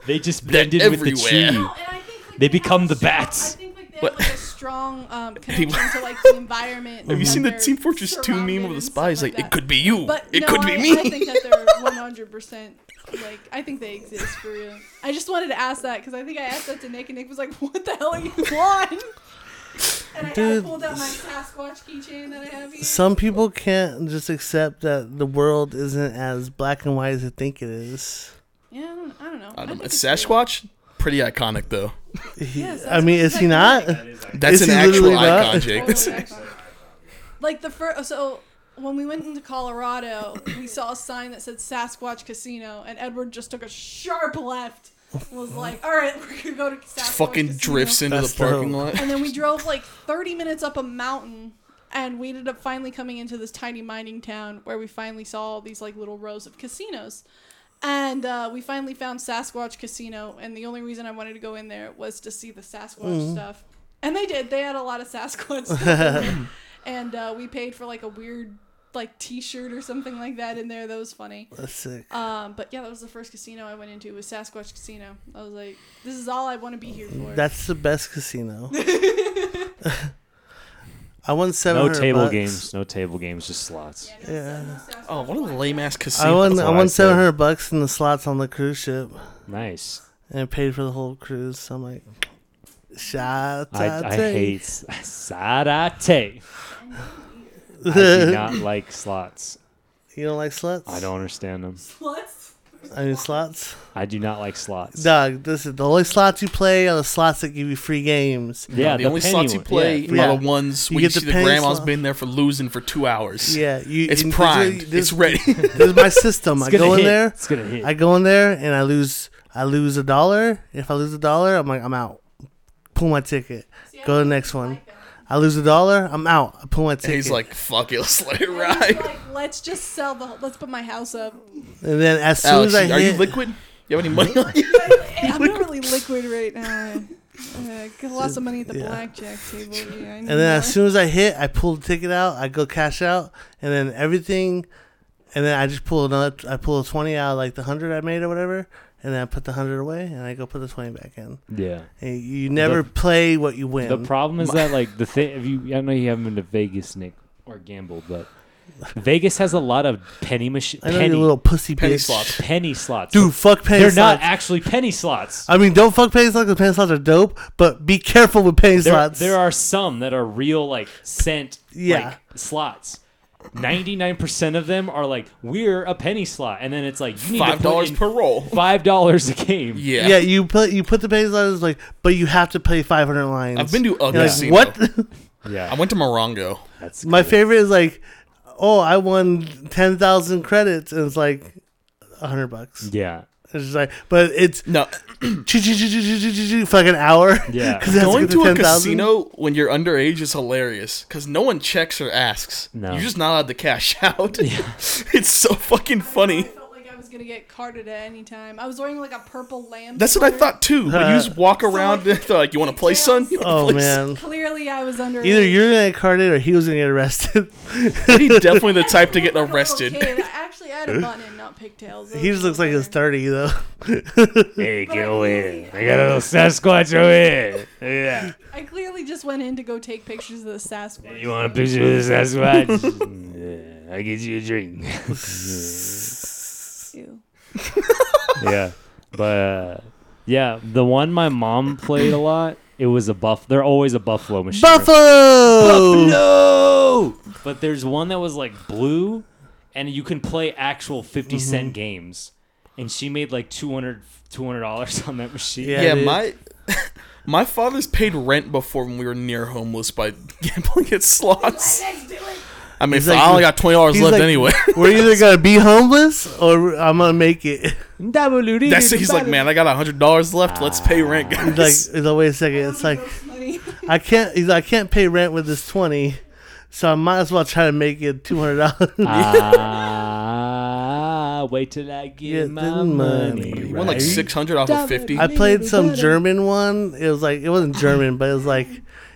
Speaker 1: they just blended with the
Speaker 3: everywhere.
Speaker 1: tree.
Speaker 4: and I think, like,
Speaker 1: They become
Speaker 4: have a
Speaker 1: the
Speaker 4: strap-
Speaker 1: bats.
Speaker 4: I think, like, they
Speaker 3: What?
Speaker 4: have like a strong um, connection to like the environment.
Speaker 3: Have you
Speaker 4: that
Speaker 3: seen the
Speaker 4: they're
Speaker 3: Team Fortress 2 meme
Speaker 4: surrounded
Speaker 3: of the
Speaker 4: and
Speaker 3: spies?
Speaker 4: stuff
Speaker 3: Like,
Speaker 4: that.
Speaker 3: it could be you.
Speaker 4: But
Speaker 3: it
Speaker 4: no,
Speaker 3: could be
Speaker 4: I,
Speaker 3: me.
Speaker 4: I think that they're one hundred percent. Like I think they exist for real. I just wanted to ask that because I think I asked that to Nick, and Nick was like, "What the hell are you on?" And I kinda
Speaker 2: Dude.
Speaker 4: pulled out my Sasquatch keychain that I have here.
Speaker 2: Some people can't just accept that the world isn't as black and white as they think it is.
Speaker 4: yeah, I don't, I don't know.
Speaker 3: I don't-
Speaker 4: think
Speaker 3: a
Speaker 4: it's real.
Speaker 3: Sasquatch? Pretty iconic, though.
Speaker 4: Yeah,
Speaker 2: I
Speaker 4: Sasquatch
Speaker 2: mean, is he not? Is
Speaker 3: That's an
Speaker 2: he
Speaker 3: actual
Speaker 2: literally not?
Speaker 3: icon, Jake.
Speaker 4: Totally iconic. like the first, so when we went into Colorado, we saw a sign that said Sasquatch Casino, and Edward just took a sharp left and was like, "All right, we're gonna go to Sasquatch."
Speaker 3: fucking
Speaker 4: Casino."
Speaker 3: drifts into
Speaker 2: That's
Speaker 3: the parking
Speaker 2: dope.
Speaker 3: lot.
Speaker 4: And then we drove like 30 minutes up a mountain, and we ended up finally coming into this tiny mining town where we finally saw all these like little rows of casinos. And uh, we finally found Sasquatch Casino, and the only reason I wanted to go in there was to see the Sasquatch stuff. And they did. They had a lot of Sasquatch stuff. in there. and uh, we paid for like a weird like T-shirt or something like that in there. That was funny.
Speaker 2: That's sick.
Speaker 4: Um, but yeah, that was the first casino I went into was Sasquatch Casino. I was like, this is all I want to be here for.
Speaker 2: That's the best casino. I won seven.
Speaker 1: No table games. No table games. Just slots.
Speaker 4: Yeah,
Speaker 2: Yeah.
Speaker 3: Oh, what a lame ass
Speaker 2: I
Speaker 3: casino.
Speaker 2: won.
Speaker 1: That's
Speaker 2: I
Speaker 1: what I
Speaker 2: won
Speaker 1: said.
Speaker 2: seven hundred bucks in the slots on the cruise ship,
Speaker 1: Nice.
Speaker 2: and I paid for the whole cruise. So I'm like, shots.
Speaker 1: I, I hate s- sarate. I do
Speaker 2: you
Speaker 1: not like slots.
Speaker 2: don't like sluts?
Speaker 1: I don't understand them.
Speaker 4: Plus,
Speaker 2: I mean slots.
Speaker 1: I do not like slots.
Speaker 2: Dog, this is the only slots you play are the slots that give you free games.
Speaker 1: yeah,
Speaker 3: the,
Speaker 1: the
Speaker 3: only
Speaker 1: penny
Speaker 3: slots you
Speaker 1: one-
Speaker 3: play
Speaker 1: yeah.
Speaker 3: are
Speaker 2: yeah.
Speaker 3: the ones
Speaker 2: You
Speaker 3: where you
Speaker 2: get the
Speaker 3: see the
Speaker 2: penny
Speaker 3: grandma's
Speaker 2: slot.
Speaker 3: been there for losing for two hours.
Speaker 2: Yeah, you.
Speaker 3: It's
Speaker 2: and this-
Speaker 3: primed.
Speaker 2: this-
Speaker 3: it's ready.
Speaker 2: This is my system. I
Speaker 1: It's gonna
Speaker 2: go in
Speaker 1: hit.
Speaker 2: there.
Speaker 1: It's gonna hit.
Speaker 2: I go in there and I lose. I lose a dollar. If I lose a dollar, I'm like, I'm out. Pull my ticket. Go to the next one. I lose a dollar. I'm out. I pull my
Speaker 3: And
Speaker 2: ticket.
Speaker 3: he's like, fuck it, let's let it
Speaker 4: I was
Speaker 3: ride.
Speaker 4: like, let's just sell the. Let's put my house up.
Speaker 2: and then as soon
Speaker 3: Alex,
Speaker 2: as I
Speaker 3: Oh, are you
Speaker 2: hit,
Speaker 3: liquid? You have any money on you?
Speaker 4: Hey, I'm not really liquid right now. I got lots of money at the
Speaker 2: Yeah.
Speaker 4: blackjack table. Yeah, I need
Speaker 2: and then
Speaker 4: more.
Speaker 2: as soon as I hit, I pull the ticket out. I go cash out, and then everything, and then I just pull another. I pull a twenty out, of like the hundred I made or whatever, and then I put the hundred away, and I go put the twenty back in.
Speaker 1: yeah.
Speaker 2: And you never
Speaker 1: The-
Speaker 2: play what you win.
Speaker 1: The problem is that like the thing. If you, I know you haven't been to Vegas, Nick, or gambled, but Vegas has a lot of penny machine,
Speaker 2: I know you
Speaker 1: penny,
Speaker 2: little pussy
Speaker 3: Penny
Speaker 2: bitch.
Speaker 3: slots.
Speaker 1: penny slots.
Speaker 2: Dude, fuck penny
Speaker 1: they're
Speaker 2: slots.
Speaker 1: not actually penny slots.
Speaker 2: I mean, don't fuck penny slots because penny slots are dope, but be careful with penny
Speaker 1: There,
Speaker 2: slots.
Speaker 1: there are some that are real like cent
Speaker 2: Yeah.
Speaker 1: like, slots. Ninety nine percent of them are like we're a penny slot, and then it's like you need to
Speaker 3: Five
Speaker 1: put
Speaker 3: dollars
Speaker 1: in
Speaker 3: per roll.
Speaker 1: five dollars a game.
Speaker 3: Yeah.
Speaker 2: yeah. you put you put the penny slots like, but you have to play 500 lines.
Speaker 3: I've been to
Speaker 2: You're
Speaker 3: a
Speaker 2: like,
Speaker 3: casino.
Speaker 2: what?
Speaker 1: yeah.
Speaker 3: I went to Morongo.
Speaker 1: that's
Speaker 2: My
Speaker 1: cool.
Speaker 2: favorite is like, oh, I won 10,000 credits, and it's like. a 100 bucks.
Speaker 1: Yeah,
Speaker 2: It's just like, but it's
Speaker 3: No,
Speaker 2: choo- choo- choo- choo- choo- choo- choo- choo for like an hour.
Speaker 1: Yeah.
Speaker 2: 'Cause it has
Speaker 3: going
Speaker 2: get to
Speaker 3: to a
Speaker 2: 10,000.
Speaker 3: casino when you're underage is hilarious because no one checks or asks.
Speaker 1: No.
Speaker 3: You're just not allowed to cash out. it's so fucking funny.
Speaker 4: I felt like I was gonna get carded at any time. I was wearing like a purple lamb.
Speaker 3: That's what I
Speaker 4: sweater.
Speaker 3: thought too. But you just walk around and they're like, "You want to play, son? You wanna
Speaker 2: Uh, Oh
Speaker 3: play, son?"
Speaker 2: man.
Speaker 4: Clearly, I was under.
Speaker 2: Either you're gonna get carded or he was gonna get arrested.
Speaker 3: He's definitely the type to get arrested.
Speaker 4: Kid. I actually had a bun and not pigtails.
Speaker 2: he just looks like he's 30 though.
Speaker 1: Hey, get over here! I got a little Sasquatch over here. Yeah.
Speaker 4: I clearly just went in to go take pictures of the Sasquatch.
Speaker 1: You want a picture of this Sasquatch? yeah, I get you a drink.
Speaker 4: Ew.
Speaker 1: yeah, but uh, yeah, the one my mom played a lot. It was a buff. They're always a buffalo machine.
Speaker 2: Buffalo.
Speaker 1: Buffalo. But there's one that was like blue, and you can play actual fifty cent games. And she made like 200 dollars on that machine.
Speaker 2: Yeah.
Speaker 3: Yeah,
Speaker 2: dude.
Speaker 3: my my father's paid rent before when we were near homeless by gambling at slots. I mean,
Speaker 2: He's
Speaker 3: if
Speaker 2: like-
Speaker 3: I only got twenty dollars
Speaker 2: he's
Speaker 3: left
Speaker 2: like-
Speaker 3: anyway.
Speaker 2: We're either gonna be homeless or I'm gonna make it.
Speaker 3: That's it. He's like, man, I got hundred dollars left. Let's pay rent,
Speaker 2: He's like,
Speaker 3: guys.
Speaker 2: Ah, he's like, wait a second. It's like
Speaker 4: Money.
Speaker 2: I can't. He's like, I can't pay rent with this twenty, so I might as well try to make it two hundred dollars.
Speaker 1: Ah, wait till I get,
Speaker 2: Get
Speaker 1: my
Speaker 2: the
Speaker 1: money.
Speaker 2: money.
Speaker 3: You won like
Speaker 2: Right.
Speaker 3: six hundred off of fifty.
Speaker 2: I played some German one. It was like it wasn't German, but it was like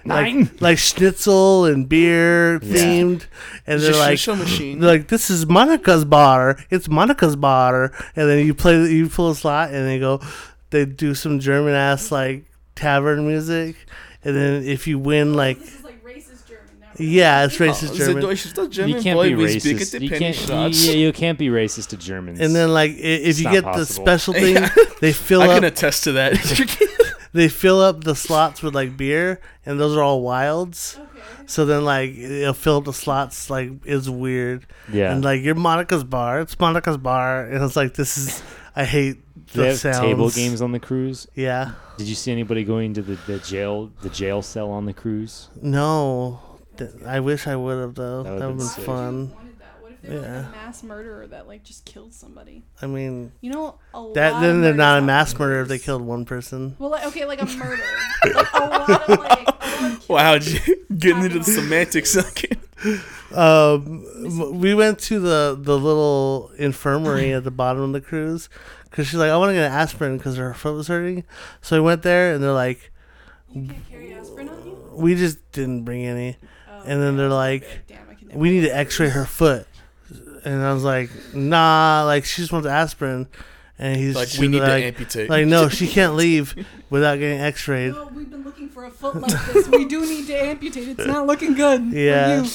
Speaker 1: Nine.
Speaker 2: like like schnitzel and beer themed, and they're
Speaker 3: Just
Speaker 2: like.
Speaker 3: show machine.
Speaker 2: They're like this is Monica's bar. It's Monica's bar, and then you play, you pull a slot, and they go, they do some German ass like tavern music, and and then if you win, like
Speaker 4: This is like racist German. Now.
Speaker 2: yeah, it's racist
Speaker 3: Oh,
Speaker 2: German.
Speaker 3: The Deutsche Stadt German
Speaker 1: You can't
Speaker 3: boy,
Speaker 1: be
Speaker 3: we speak it
Speaker 1: racist.
Speaker 3: the
Speaker 1: You
Speaker 3: penny
Speaker 1: can't, y-
Speaker 3: shots.
Speaker 1: yeah, you can't be racist to Germans.
Speaker 2: And then like i- if
Speaker 1: It's
Speaker 2: you
Speaker 1: not
Speaker 2: get the
Speaker 1: possible.
Speaker 2: special thing,
Speaker 3: Yeah.
Speaker 2: they fill
Speaker 3: I
Speaker 2: up
Speaker 3: can attest to that.
Speaker 2: they fill up the slots with like beer, and those are all wilds.
Speaker 4: Okay.
Speaker 2: So then like it'll fill up the slots like it's weird.
Speaker 1: yeah,
Speaker 2: And like you're Monica's bar, it's Monica's bar, and it's like this is I hate
Speaker 1: Do they
Speaker 2: the
Speaker 1: have
Speaker 2: sounds.
Speaker 1: table games on the cruise.
Speaker 2: Yeah.
Speaker 1: Did you see anybody going to the, the jail the jail cell on the cruise?
Speaker 2: No, Th- I wish I would have though.
Speaker 1: That
Speaker 2: That
Speaker 1: would've been sick.
Speaker 2: would have been fun.
Speaker 4: Wanted that. What if they were like
Speaker 2: Yeah.
Speaker 4: a mass murderer that like just killed somebody?
Speaker 2: I mean,
Speaker 4: You know, a lot
Speaker 2: that
Speaker 4: of
Speaker 2: then they're
Speaker 4: murders
Speaker 2: not a
Speaker 4: happen
Speaker 2: mass
Speaker 4: in
Speaker 2: murderer if they
Speaker 4: Greece.
Speaker 2: killed one person.
Speaker 4: Well, like, okay, like a murder. like a lot of like. A lot of
Speaker 3: wow, j- getting into the semantics. Okay.
Speaker 2: Um, m- we went to the the little infirmary
Speaker 3: Uh-huh.
Speaker 2: at the bottom of the cruise because she's like, I want to get an aspirin because her foot was hurting. So we went there and they're like,
Speaker 4: You can't carry aspirin on you.
Speaker 2: we just didn't bring any.
Speaker 4: Oh,
Speaker 2: And then they're like,
Speaker 4: damn, I can never.
Speaker 2: we need to X-ray her foot. And I was like, nah, like she just wants aspirin. And he's
Speaker 3: Like
Speaker 2: she's
Speaker 3: we need
Speaker 2: like,
Speaker 3: to amputate.
Speaker 2: like no, she can't leave without getting X-rayed.
Speaker 4: No, we've been looking for a foot like this. We do need to amputate. It's not looking good. for
Speaker 2: Yeah.
Speaker 4: you.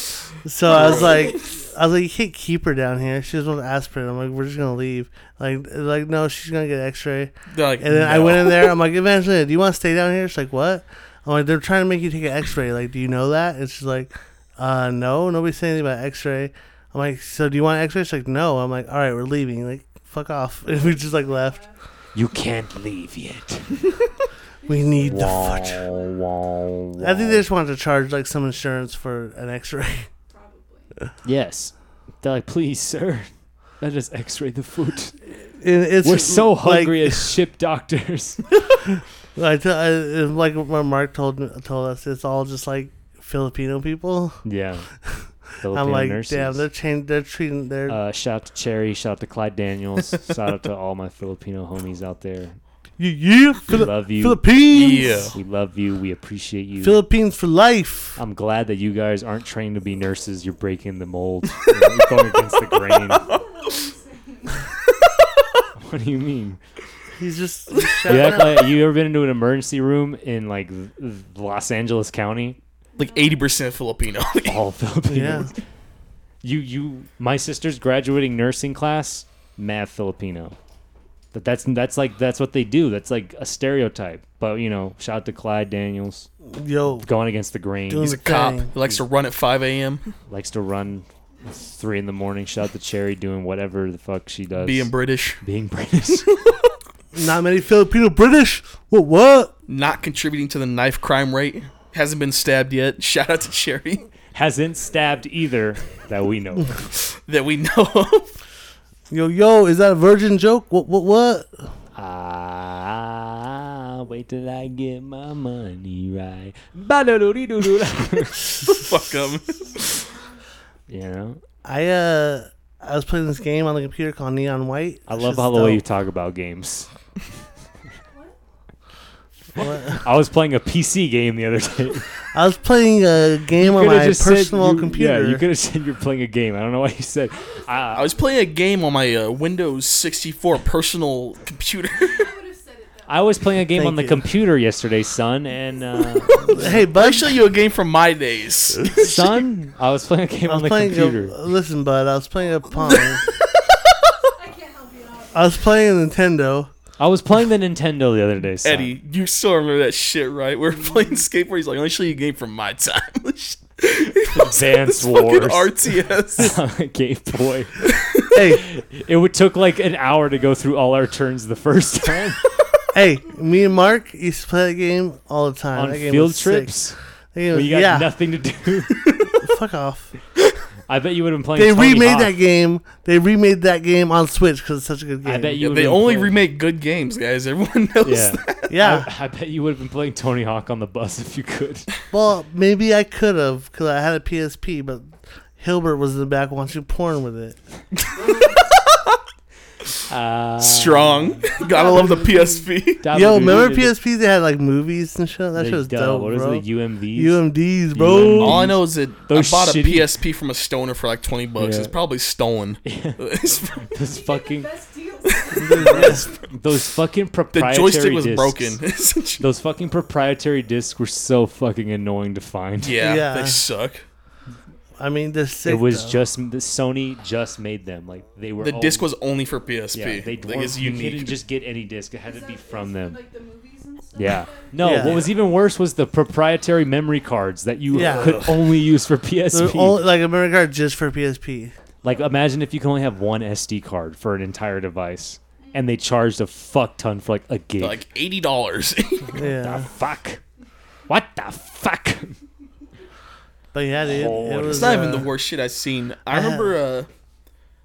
Speaker 2: So I was like, I was like, you can't keep her down here. She just wants aspirin. I'm like, we're just gonna leave. Like, they're like no, she's gonna get X-ray.
Speaker 3: They're like,
Speaker 2: And then I
Speaker 3: no.
Speaker 2: went in there. I'm like, Evangeline, do you want to stay down here? She's like, what? I'm like, they're trying to make you take an X-ray. Like, do you know that? And she's like, uh, no, nobody's saying anything about X-ray. I'm like, so do you want X-ray? She's like, no. I'm like, all right, we're leaving. Like, fuck off. And we just like left.
Speaker 1: You can't leave yet.
Speaker 2: We need the
Speaker 1: Wah,
Speaker 2: fudge.
Speaker 1: wah, wah.
Speaker 2: I think they just wanted to charge like some insurance for an X-ray.
Speaker 4: Probably.
Speaker 1: yes. They're like, please, sir. Let us X-ray the foot.
Speaker 2: And it's
Speaker 1: We're so
Speaker 2: like-
Speaker 1: hungry as ship doctors.
Speaker 2: I t- I, it's like what Mark told me- told us, it's all just like Filipino people.
Speaker 1: yeah.
Speaker 2: I'm
Speaker 1: Filipino
Speaker 2: like,
Speaker 1: nurses.
Speaker 2: damn, they're chain- they're treating their.
Speaker 1: Uh, shout out to Cherry. Shout out to Clyde Daniels. shout out to all my Filipino homies out there.
Speaker 2: yeah, yeah,
Speaker 1: We
Speaker 2: Fili-
Speaker 1: love you.
Speaker 2: Philippines,
Speaker 3: Yeah.
Speaker 1: We love you. We appreciate you.
Speaker 2: Philippines for life.
Speaker 1: I'm glad that you guys aren't trained to be nurses. You're breaking the mold. You're going against the grain. what do you mean?
Speaker 2: He's just
Speaker 1: You, act like, you ever been into an emergency room in like th- th- Los Angeles County?
Speaker 3: like eighty percent Filipino.
Speaker 1: All
Speaker 2: yeah.
Speaker 1: Filipinos. You, you, my sister's graduating nursing class, mad Filipino. That that's that's like that's what they do. That's like a stereotype. But you know, shout out to Clyde Daniels,
Speaker 2: Yo,
Speaker 1: going against the grain.
Speaker 2: Doing
Speaker 3: He's a cop.
Speaker 2: Dang.
Speaker 3: He likes to run at five a.m.
Speaker 1: likes to run three in the morning. Shout out to Cherry doing whatever the fuck she does.
Speaker 3: Being British,
Speaker 1: being British.
Speaker 2: not many Filipino British. What? What?
Speaker 3: not contributing to the knife crime rate, hasn't been stabbed yet. Shout out to Sherry
Speaker 1: hasn't stabbed either that we know. of.
Speaker 3: that we know of.
Speaker 2: Yo, yo, is that a virgin joke? What? What? What?
Speaker 1: ah, wait till I get my money right. Ba-da-do-dee-doo-doo-da.
Speaker 3: Fuck 'em.
Speaker 1: you know,
Speaker 2: I uh, I was playing this game on the computer called Neon White.
Speaker 1: I
Speaker 2: That
Speaker 1: love
Speaker 2: shit's
Speaker 1: how the way you
Speaker 2: dope.
Speaker 1: talk about games.
Speaker 2: What?
Speaker 1: I was playing a PC game the other day.
Speaker 2: I was playing a game on
Speaker 1: Coulda
Speaker 2: my
Speaker 1: just said
Speaker 2: personal
Speaker 1: you-
Speaker 2: computer.
Speaker 1: Yeah, you could have said you're playing a game. I don't know why you said.
Speaker 3: I
Speaker 1: I,
Speaker 3: was playing a game on my uh, Windows sixty four personal computer.
Speaker 4: I would have said it though.
Speaker 1: I was playing a game
Speaker 2: Thank
Speaker 1: on the
Speaker 2: you.
Speaker 1: computer yesterday, son, and uh,
Speaker 2: hey,
Speaker 3: I
Speaker 2: bud,
Speaker 3: show you a game from my days.
Speaker 1: son, I was playing a game on
Speaker 2: I was
Speaker 1: the
Speaker 2: playing.
Speaker 1: computer.
Speaker 2: A, listen, bud, I was playing a Pong.
Speaker 4: I can't help you out.
Speaker 2: I was playing Nintendo.
Speaker 1: I was playing the Nintendo the other day, son.
Speaker 3: Eddie, you still remember that shit, right? We were playing skateboard. He's like, "Let me show you a game from my time."
Speaker 1: Advance
Speaker 3: It's fucking
Speaker 1: Wars.
Speaker 3: RTS.
Speaker 1: Game Boy.
Speaker 2: Hey,
Speaker 1: It would took like an hour to go through all our turns the first time
Speaker 2: hey, me and Mark used to play that game all the time.
Speaker 1: on
Speaker 2: that game
Speaker 1: field
Speaker 2: was sick.
Speaker 1: trips.
Speaker 2: That game
Speaker 1: When
Speaker 2: was-
Speaker 1: you got
Speaker 2: yeah,
Speaker 1: nothing to do.
Speaker 2: fuck off.
Speaker 1: I bet you would have been playing.
Speaker 2: They
Speaker 1: Tony
Speaker 2: remade
Speaker 1: Hawk.
Speaker 2: that game. They remade that game on Switch because it's such a good game.
Speaker 1: I bet you.
Speaker 3: Yeah,
Speaker 1: would've
Speaker 3: they
Speaker 1: been
Speaker 3: only
Speaker 1: playing-
Speaker 3: remake good games, guys. Everyone knows
Speaker 1: Yeah.
Speaker 3: that.
Speaker 2: Yeah.
Speaker 1: I, I bet you would have been playing Tony Hawk on the bus if you could.
Speaker 2: well, maybe I could have because I had a PSP, but Hilbert was in the back watching porn with it.
Speaker 1: Uh,
Speaker 3: Strong. Gotta love the PSP.
Speaker 1: that
Speaker 2: Yo,
Speaker 1: would be
Speaker 2: remember
Speaker 1: really good.
Speaker 2: PSP? They had like movies and shit. That
Speaker 1: The
Speaker 2: shit was
Speaker 1: dub-
Speaker 2: dope,
Speaker 1: What is
Speaker 2: bro.
Speaker 1: it? The UMVs.
Speaker 2: UMDs, bro.
Speaker 3: All I know is that
Speaker 1: Those
Speaker 3: I bought
Speaker 1: shitty-
Speaker 3: a PSP from a stoner for like twenty bucks.
Speaker 1: Yeah.
Speaker 3: It's probably stolen.
Speaker 1: Those
Speaker 3: It's-
Speaker 4: You get
Speaker 1: fucking.
Speaker 4: the best deals.
Speaker 1: Those fucking
Speaker 3: The
Speaker 1: proprietary
Speaker 3: joystick was
Speaker 1: discs,
Speaker 3: broken. essentially.
Speaker 1: Those fucking proprietary discs were so fucking annoying to find.
Speaker 3: yeah,
Speaker 2: Yeah.
Speaker 3: they suck.
Speaker 2: I mean, this sick,
Speaker 1: it was
Speaker 2: though.
Speaker 1: just the Sony just made them like they were.
Speaker 3: The
Speaker 1: all-
Speaker 3: disc was only for PSP.
Speaker 1: Yeah, they
Speaker 3: like, it's
Speaker 1: dwarfed- You
Speaker 3: unique.
Speaker 1: couldn't just get any disc. It had to be from them.
Speaker 4: Like the movies and stuff.
Speaker 1: Yeah. No,
Speaker 2: Yeah.
Speaker 1: what was even worse was the proprietary memory cards that you
Speaker 2: Yeah.
Speaker 1: could only use for
Speaker 2: They're
Speaker 1: PSP.
Speaker 2: all- like American Art just for PSP.
Speaker 1: like, imagine if you could only have one SD card for an entire device, and they charged a fuck ton for like a gig.
Speaker 3: like eighty dollars.
Speaker 1: the
Speaker 2: Yeah,
Speaker 1: fuck? What the fuck?
Speaker 2: but yeah, dude,
Speaker 1: Lord.
Speaker 2: it was,
Speaker 1: It's
Speaker 3: it's not even
Speaker 2: uh,
Speaker 3: the worst shit I've seen.
Speaker 2: I
Speaker 3: I
Speaker 2: had-
Speaker 3: remember uh,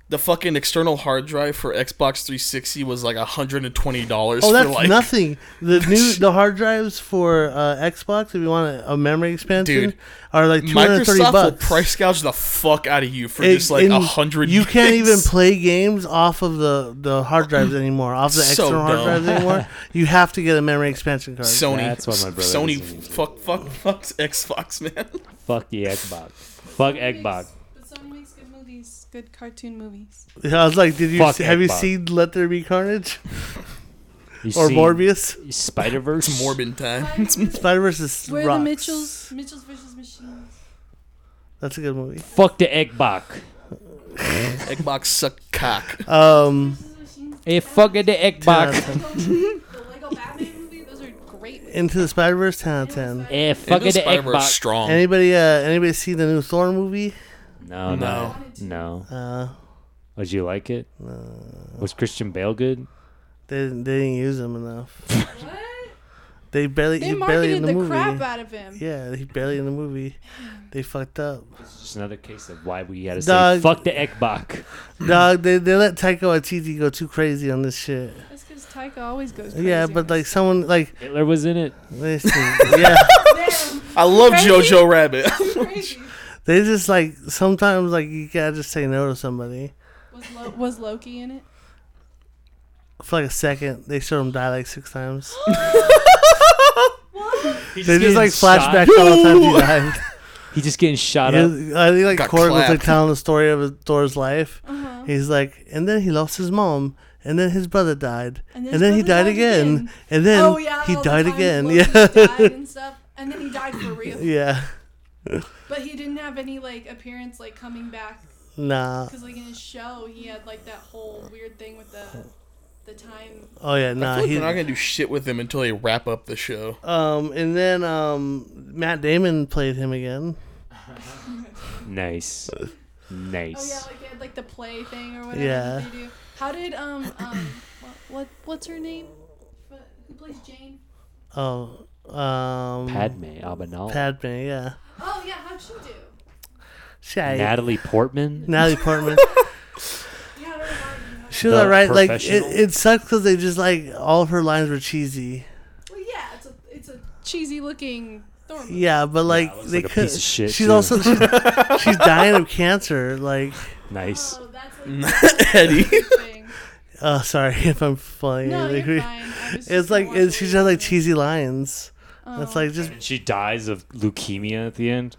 Speaker 3: the fucking external hard drive for Xbox 360 was like hundred and twenty dollars.
Speaker 2: Oh,
Speaker 3: for
Speaker 2: that's
Speaker 3: like,
Speaker 2: nothing. The new the hard drives for uh, Xbox, if you want a, a memory expansion,
Speaker 3: Dude,
Speaker 2: are like two hundred thirty
Speaker 3: Microsoft will
Speaker 2: bucks.
Speaker 3: price gouge the fuck out of you for
Speaker 2: It-
Speaker 3: just like
Speaker 2: and
Speaker 3: a hundred.
Speaker 2: You can't
Speaker 3: gigs.
Speaker 2: even play games off of the, the hard drives anymore, off the
Speaker 3: So
Speaker 2: external hard
Speaker 3: dumb.
Speaker 2: drives anymore. You have to get a memory expansion card.
Speaker 3: Sony.
Speaker 1: That's what my brother
Speaker 3: Sony
Speaker 1: was into.
Speaker 3: fuck fuck fuck Xbox man.
Speaker 1: Fuck the Xbox. Fuck Xbox.
Speaker 4: But Sony makes good movies, good cartoon movies.
Speaker 2: I was like, did you
Speaker 1: Fuck
Speaker 2: see, have you
Speaker 1: Xbox.
Speaker 2: seen Let There Be Carnage
Speaker 1: You
Speaker 2: or
Speaker 1: see
Speaker 2: Morbius?
Speaker 1: Spider Verse.
Speaker 3: It's morbid time.
Speaker 4: Where
Speaker 2: Spider versus
Speaker 4: We're
Speaker 2: rocks.
Speaker 4: the Mitchells, Mitchells versus Machines.
Speaker 2: That's a good movie.
Speaker 1: Fuck the Xbox.
Speaker 3: Xbox suck cock.
Speaker 2: Um,
Speaker 4: Versus Machines.
Speaker 1: Hey, fuck the
Speaker 2: ten out
Speaker 1: Xbox.
Speaker 2: of ten.
Speaker 4: the Lego Batman movie. Those are great. Movies.
Speaker 2: Into the Spider Verse, ten out of ten.
Speaker 1: Hey, Eh, fuck the
Speaker 3: Into Spider-Verse
Speaker 1: Xbox.
Speaker 3: strong.
Speaker 2: Anybody, uh, anybody see the new Thor movie?
Speaker 1: No, no,
Speaker 3: No.
Speaker 1: no.
Speaker 2: Uh,
Speaker 1: Would you like it? Was Christian Bale good?
Speaker 2: they didn't, they didn't use him enough.
Speaker 4: What?
Speaker 2: They barely,
Speaker 4: They
Speaker 2: he barely in
Speaker 4: marketed
Speaker 2: the,
Speaker 4: the,
Speaker 2: movie.
Speaker 4: crap out of him.
Speaker 2: yeah, he barely in the movie. They fucked up.
Speaker 1: Just another case of why we had to
Speaker 2: Dog.
Speaker 1: say fuck the Ekbach.
Speaker 2: Dog, they, they let Taika Waititi go too crazy on this shit.
Speaker 4: That's because Taika always goes. Crazy.
Speaker 2: Yeah, but like someone like
Speaker 1: Hitler was in it.
Speaker 2: listen, yeah,
Speaker 4: Damn,
Speaker 3: I love
Speaker 4: Crazy.
Speaker 3: Jojo Rabbit.
Speaker 4: crazy.
Speaker 2: they just like sometimes like you gotta just say no to somebody
Speaker 4: Was, Lo- was Loki in it?
Speaker 2: for like a second. They showed him die like six times.
Speaker 4: What?
Speaker 2: they just like flashback
Speaker 1: Shot.
Speaker 2: all the time he died.
Speaker 1: He's just getting shot up.
Speaker 2: He- I think like
Speaker 3: Got
Speaker 2: Korg was like
Speaker 3: clapped.
Speaker 2: telling the story of his- Thor's life.
Speaker 4: Uh-huh.
Speaker 2: He's like, and then he lost his mom, and then his brother died,
Speaker 4: And,
Speaker 2: and then he died again, and then
Speaker 4: oh yeah,
Speaker 2: he
Speaker 4: all the
Speaker 2: died
Speaker 4: times
Speaker 2: again.
Speaker 4: Loki
Speaker 2: Yeah,
Speaker 4: died and stuff. And then he died for real.
Speaker 2: yeah,
Speaker 4: But he didn't have any like appearance like coming back
Speaker 2: nah.
Speaker 4: because like in his show he had like that whole weird thing with the the time.
Speaker 2: Oh yeah,
Speaker 3: I
Speaker 2: nah.
Speaker 3: feel like
Speaker 2: He,
Speaker 3: they're not gonna do shit with him until they wrap up the show.
Speaker 2: um, and then um, Matt Damon played him again.
Speaker 1: Nice,
Speaker 4: Oh yeah,
Speaker 1: nice.
Speaker 4: like they had like the play thing or whatever
Speaker 2: Yeah.
Speaker 4: they do. How did um um what, what what's her name? What- Who plays Jane?
Speaker 2: Oh, um,
Speaker 1: Padme Abenal,
Speaker 2: Padme, yeah.
Speaker 4: Oh yeah, how'd she do?
Speaker 2: She, I-
Speaker 1: Natalie Portman.
Speaker 2: Natalie Portman.
Speaker 4: Yeah, I don't know how to do
Speaker 2: She was
Speaker 1: The
Speaker 2: alright. Like it,
Speaker 1: professional.
Speaker 2: it sucks because they just like all of her lines were cheesy.
Speaker 4: it. Well yeah, it's a it's a cheesy looking thorn.
Speaker 2: Yeah, but like
Speaker 1: looks
Speaker 2: they
Speaker 1: like a
Speaker 2: could.
Speaker 1: piece of shit,
Speaker 2: she's
Speaker 1: too.
Speaker 2: also she's, she's dying of cancer. Like,
Speaker 1: Nice.
Speaker 4: Oh, that's like
Speaker 3: Eddie.
Speaker 4: the thing.
Speaker 2: oh, sorry if I'm flying.
Speaker 4: No,
Speaker 2: anything.
Speaker 4: you're fine. I was
Speaker 2: It's
Speaker 4: just
Speaker 2: like
Speaker 4: wondering.
Speaker 2: it's, she just had like cheesy lines.
Speaker 4: Oh,
Speaker 2: It's like just
Speaker 1: And she dies of leukemia at the end.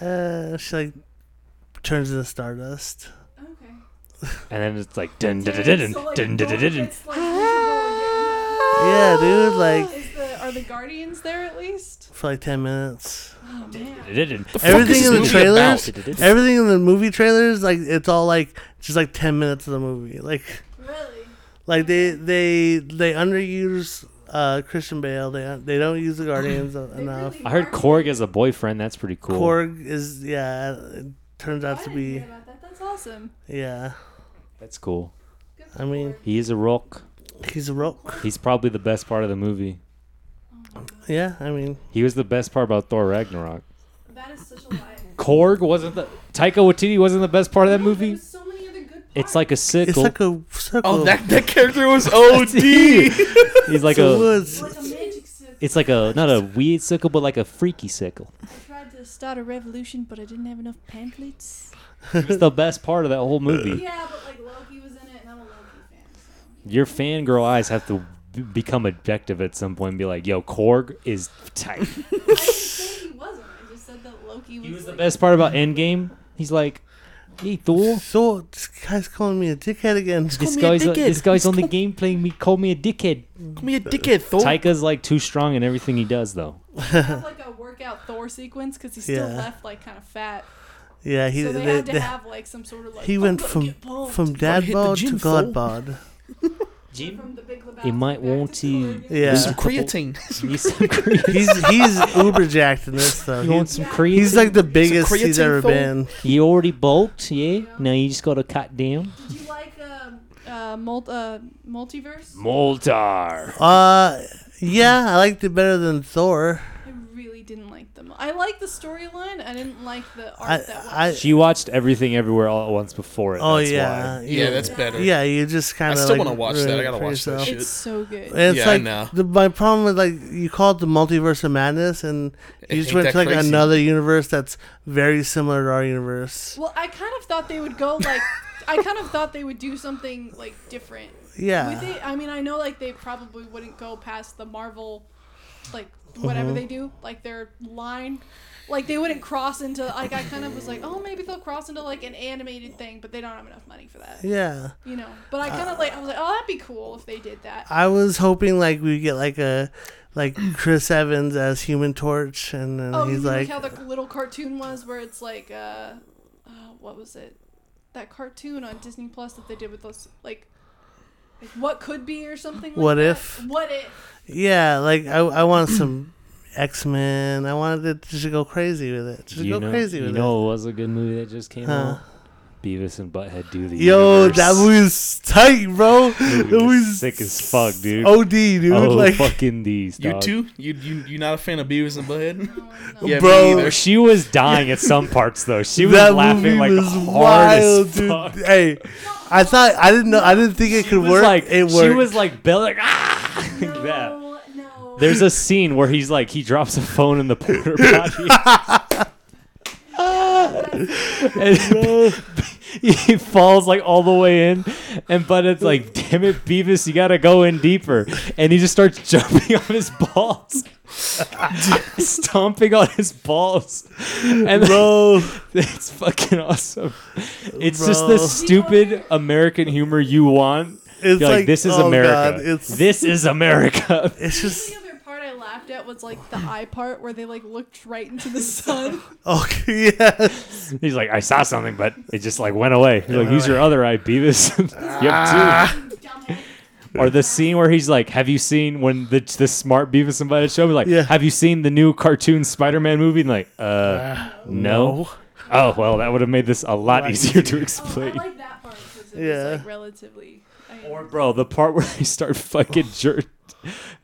Speaker 2: uh, she like turns into stardust.
Speaker 4: Okay.
Speaker 1: And then it's like dun dun dun dun
Speaker 4: So, like,
Speaker 1: dun dun dun
Speaker 4: Thor
Speaker 1: dun. dun.
Speaker 4: gets, like, visible
Speaker 2: Yeah, dude.
Speaker 4: again.
Speaker 2: Like
Speaker 4: Is the, are the guardians there at least?
Speaker 2: for like ten minutes.
Speaker 4: Oh man.
Speaker 1: dun, dun, dun.
Speaker 2: Everything
Speaker 3: is
Speaker 2: in the
Speaker 3: this movie
Speaker 2: trailers,
Speaker 1: about?
Speaker 2: everything in the movie trailers, like it's all like just like ten minutes of the movie. Like
Speaker 4: Really?
Speaker 2: like they they they underuse uh, Christian Bale. They they don't use the Guardians
Speaker 4: They
Speaker 2: enough.
Speaker 4: really
Speaker 1: I heard
Speaker 4: are.
Speaker 1: Korg as a boyfriend. That's pretty cool.
Speaker 2: Korg is yeah. It turns
Speaker 4: I
Speaker 2: out to
Speaker 4: didn't
Speaker 2: be
Speaker 4: hear about that. That's awesome.
Speaker 2: yeah.
Speaker 1: That's cool.
Speaker 4: Good
Speaker 2: I mean-
Speaker 4: for-
Speaker 1: He is a rock.
Speaker 2: He's a rock.
Speaker 1: He's probably the best part of the movie.
Speaker 2: Yeah, I mean
Speaker 1: He was the best part about Thor Ragnarok.
Speaker 4: that is such a lie.
Speaker 1: Korg wasn't the Taika Waititi wasn't the best part of that movie.
Speaker 4: There's so many other good
Speaker 1: It's like a
Speaker 2: it's
Speaker 1: sickle.
Speaker 2: like a circle.
Speaker 3: Oh, that, that character was OD.
Speaker 1: He's like
Speaker 2: It's a
Speaker 1: a.
Speaker 2: woods.
Speaker 4: parts. Like a magic sick.
Speaker 1: It's like a not a weed sickle, but like a freaky sickle.
Speaker 4: I tried to start a revolution, but I didn't have enough pamphlets.
Speaker 1: It's the best part of that whole movie.
Speaker 4: Yeah, but like Loki was in it, and I'm a Loki fan. So.
Speaker 1: Your fangirl eyes have to b- become objective at some point and be like, "Yo, Korg is tight."
Speaker 4: I didn't say he wasn't. I just said that Loki was.
Speaker 1: he was the
Speaker 4: like-
Speaker 1: best part about Endgame. He's like, Hey, Thor.
Speaker 2: So this guy's calling me a dickhead again.
Speaker 1: This
Speaker 3: me a
Speaker 1: guy's, on,
Speaker 3: dickhead.
Speaker 1: this guy's on the
Speaker 3: Call-
Speaker 1: game playing me. Call me a dickhead.
Speaker 3: Call me a dickhead, Thor.
Speaker 1: Tyka's like too strong in everything he does, though.
Speaker 4: have like a workout Thor sequence because he's still
Speaker 2: Yeah.
Speaker 4: left like kind of fat.
Speaker 2: Yeah, he
Speaker 4: so they,
Speaker 2: they-
Speaker 4: had to
Speaker 2: they-
Speaker 4: have like some sort of like.
Speaker 2: he
Speaker 4: "I'm
Speaker 2: went
Speaker 4: gonna
Speaker 2: from
Speaker 4: get pumped."
Speaker 2: from
Speaker 3: Gotta
Speaker 2: dad
Speaker 3: hit the
Speaker 2: bod to
Speaker 3: gym,
Speaker 2: god
Speaker 3: fool.
Speaker 2: bod.
Speaker 1: Jim,
Speaker 4: from the Big Lebowski.
Speaker 1: you might
Speaker 4: back
Speaker 1: want to.
Speaker 4: Thor again.
Speaker 2: Yeah,
Speaker 3: With some creatine.
Speaker 1: need some creatine.
Speaker 2: he's he's uber jacked in this though.
Speaker 1: You want
Speaker 2: He's,
Speaker 1: some
Speaker 4: Yeah.
Speaker 1: creatine?
Speaker 2: he's like the biggest he's
Speaker 3: creatine
Speaker 2: ever
Speaker 3: fool.
Speaker 2: been.
Speaker 1: You already bulked, yeah? Now you just gotta cut down.
Speaker 4: Did you like um, uh, mul- uh, multiverse?
Speaker 1: Moltar.
Speaker 2: Uh, yeah, I liked it better than Thor.
Speaker 4: I really didn't like them. I liked the storyline. I didn't like the art
Speaker 2: I
Speaker 4: that was.
Speaker 2: I
Speaker 1: She watched everything everywhere all at once before it.
Speaker 2: oh
Speaker 1: that's
Speaker 2: yeah,
Speaker 1: why.
Speaker 3: yeah, that's better.
Speaker 2: yeah. You just kind of
Speaker 3: still
Speaker 2: like,
Speaker 3: wanna watch that. I
Speaker 2: ruin it
Speaker 3: gotta
Speaker 2: for
Speaker 3: watch that
Speaker 2: yourself.
Speaker 3: shit.
Speaker 4: it's so good.
Speaker 2: And it's
Speaker 3: Yeah, I
Speaker 2: like
Speaker 3: know.
Speaker 2: The, my problem with like you call it the multiverse of madness, and
Speaker 3: I
Speaker 2: you just
Speaker 3: hate
Speaker 2: went to
Speaker 3: that
Speaker 2: like
Speaker 3: crazy.
Speaker 2: another universe that's very similar to our universe.
Speaker 4: well, I kind of thought they would go like. I kind of thought they would do something like different. With
Speaker 2: Yeah,
Speaker 4: it, I mean, I know like they probably wouldn't go past the Marvel, like
Speaker 2: Mm-hmm.
Speaker 4: whatever they do, like their line. Like they wouldn't cross into like I kind of was like, oh, maybe they'll cross into like an animated thing, but they don't have enough money for that,
Speaker 2: yeah. Uh,
Speaker 4: you know. But I kind of like I was like, oh, that'd be cool if they did that.
Speaker 2: I was hoping like we get like a like Chris Evans as Human Torch, and then
Speaker 4: Oh, you
Speaker 2: he's
Speaker 4: mean,
Speaker 2: like,
Speaker 4: how the little cartoon was where it's like, uh, uh, what was it? That cartoon on Disney Plus that they did with those, like, like what could be or something. Like
Speaker 2: What
Speaker 4: that?
Speaker 2: if?
Speaker 4: What if?
Speaker 2: yeah, like I I want some X Men. I wanted it to just go crazy with it. Just
Speaker 1: You
Speaker 2: go
Speaker 1: know,
Speaker 2: crazy
Speaker 1: you
Speaker 2: with
Speaker 1: know it was a good movie that just came
Speaker 2: Huh.
Speaker 1: out? Beavis and Butthead do the
Speaker 2: it. Yo,
Speaker 1: universe.
Speaker 2: that movie's tight, bro. That
Speaker 1: Movie was
Speaker 2: movie's
Speaker 1: sick as fuck, dude.
Speaker 2: Od, dude.
Speaker 1: Oh,
Speaker 2: like,
Speaker 1: fucking these,
Speaker 3: You
Speaker 1: dog.
Speaker 3: too? You you you not a fan of Beavis and Butthead?
Speaker 4: No, no.
Speaker 3: Yeah,
Speaker 2: Bro.
Speaker 3: Me either.
Speaker 1: She was dying at some parts though. She was
Speaker 2: that
Speaker 1: laughing
Speaker 2: movie
Speaker 1: like
Speaker 2: was
Speaker 1: hard
Speaker 2: wild,
Speaker 1: as
Speaker 2: dude.
Speaker 1: fuck.
Speaker 2: Hey, I thought I didn't know. I didn't think it
Speaker 1: She
Speaker 2: could
Speaker 1: was
Speaker 2: work.
Speaker 1: Like,
Speaker 2: it worked.
Speaker 1: She was like, Bella, like, ah, like
Speaker 4: no,
Speaker 1: that.
Speaker 4: no.
Speaker 1: There's a scene where he's like, he drops a phone in the porter potty, and he falls like all the way in, and but it's like, damn it, Beavis, you gotta go in deeper, and he just starts jumping on his balls, stomping on his balls, and bro, it's fucking awesome. It's just the
Speaker 2: Bro.
Speaker 1: stupid American humor you want.
Speaker 2: it's oh,
Speaker 1: You're like, this is America.
Speaker 2: it's
Speaker 1: this is America.
Speaker 2: it's
Speaker 4: The
Speaker 2: just
Speaker 4: other part I laughed at was like the eye part where they like looked right into the sun.
Speaker 2: okay. Yeah,
Speaker 1: He's like, I saw something, but it just like went away. He's like, use your other eye, Beavis. you
Speaker 2: Ah.
Speaker 1: have two.
Speaker 4: Dumbass.
Speaker 1: Or the scene where he's like, Have you seen when the the smart Beavis invited show? He's like,
Speaker 2: Yeah.
Speaker 1: Have you seen the new cartoon Spider Man movie? And like, uh, no. Oh well, that would have made this a lot
Speaker 2: Lot
Speaker 1: easier to
Speaker 4: Oh, I
Speaker 1: explain.
Speaker 4: like that part because it
Speaker 2: Yeah.
Speaker 4: was like relatively. I-
Speaker 1: Or bro, the part where they start fucking jerk.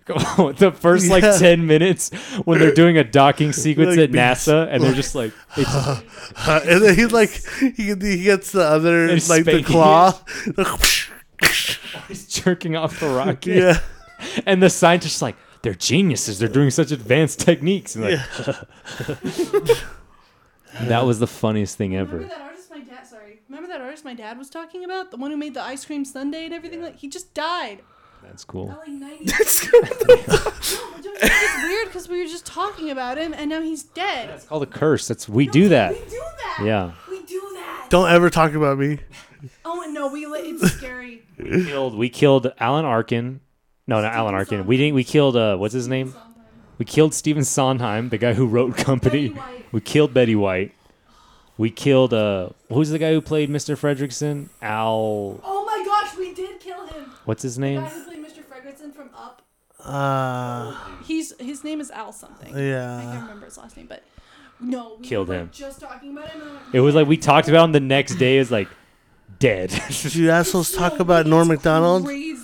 Speaker 1: Come on, the first like
Speaker 2: Yeah.
Speaker 1: ten minutes when they're doing a docking sequence at
Speaker 2: Like
Speaker 1: NASA, and they're just like, it's just-
Speaker 2: Uh, and then he's like, he, he gets the other
Speaker 1: They're
Speaker 2: like the
Speaker 1: spanking
Speaker 2: claw.
Speaker 1: he's jerking off the rocket.
Speaker 2: yeah,
Speaker 1: And the scientist's like, they're geniuses. They're doing such advanced techniques. And like, that was the funniest thing
Speaker 4: Remember
Speaker 1: ever.
Speaker 4: that artist my dad? Sorry. Remember that artist my dad was talking about? The one who made the ice cream sundae and everything? Like he just died.
Speaker 1: That's cool.
Speaker 4: At like 90. No, don't you think it's weird because we were just talking about him and now he's dead.
Speaker 1: It's called a curse. That's we do that.
Speaker 4: We do that.
Speaker 1: Yeah.
Speaker 4: We do that.
Speaker 2: don't ever talk about me.
Speaker 4: Oh and no, we. li- It's scary.
Speaker 1: We killed. We killed Alan Arkin. No, not Alan Arkin. We didn't. We killed. Uh, what's his name? We killed Steven Sondheim, the guy who wrote Company.
Speaker 4: Betty White.
Speaker 1: We killed Betty White. We killed. Uh, who's the guy who played Mr. Fredrickson? Al.
Speaker 4: Oh my gosh, we did kill him.
Speaker 1: What's his
Speaker 4: The
Speaker 1: name?
Speaker 4: guy who played Mr. Fredrickson from Up.
Speaker 2: Uh,
Speaker 4: He's his name is Al something. I
Speaker 2: yeah.
Speaker 4: can't remember his last name, but no, we
Speaker 1: Killed
Speaker 4: were, like,
Speaker 1: him.
Speaker 4: Just talking about him. and I'm
Speaker 1: It was like we talked about him the next day. Is like dead.
Speaker 2: Did you assholes talk
Speaker 4: No,
Speaker 2: about
Speaker 4: it's
Speaker 2: Norm Macdonald?
Speaker 4: Crazy.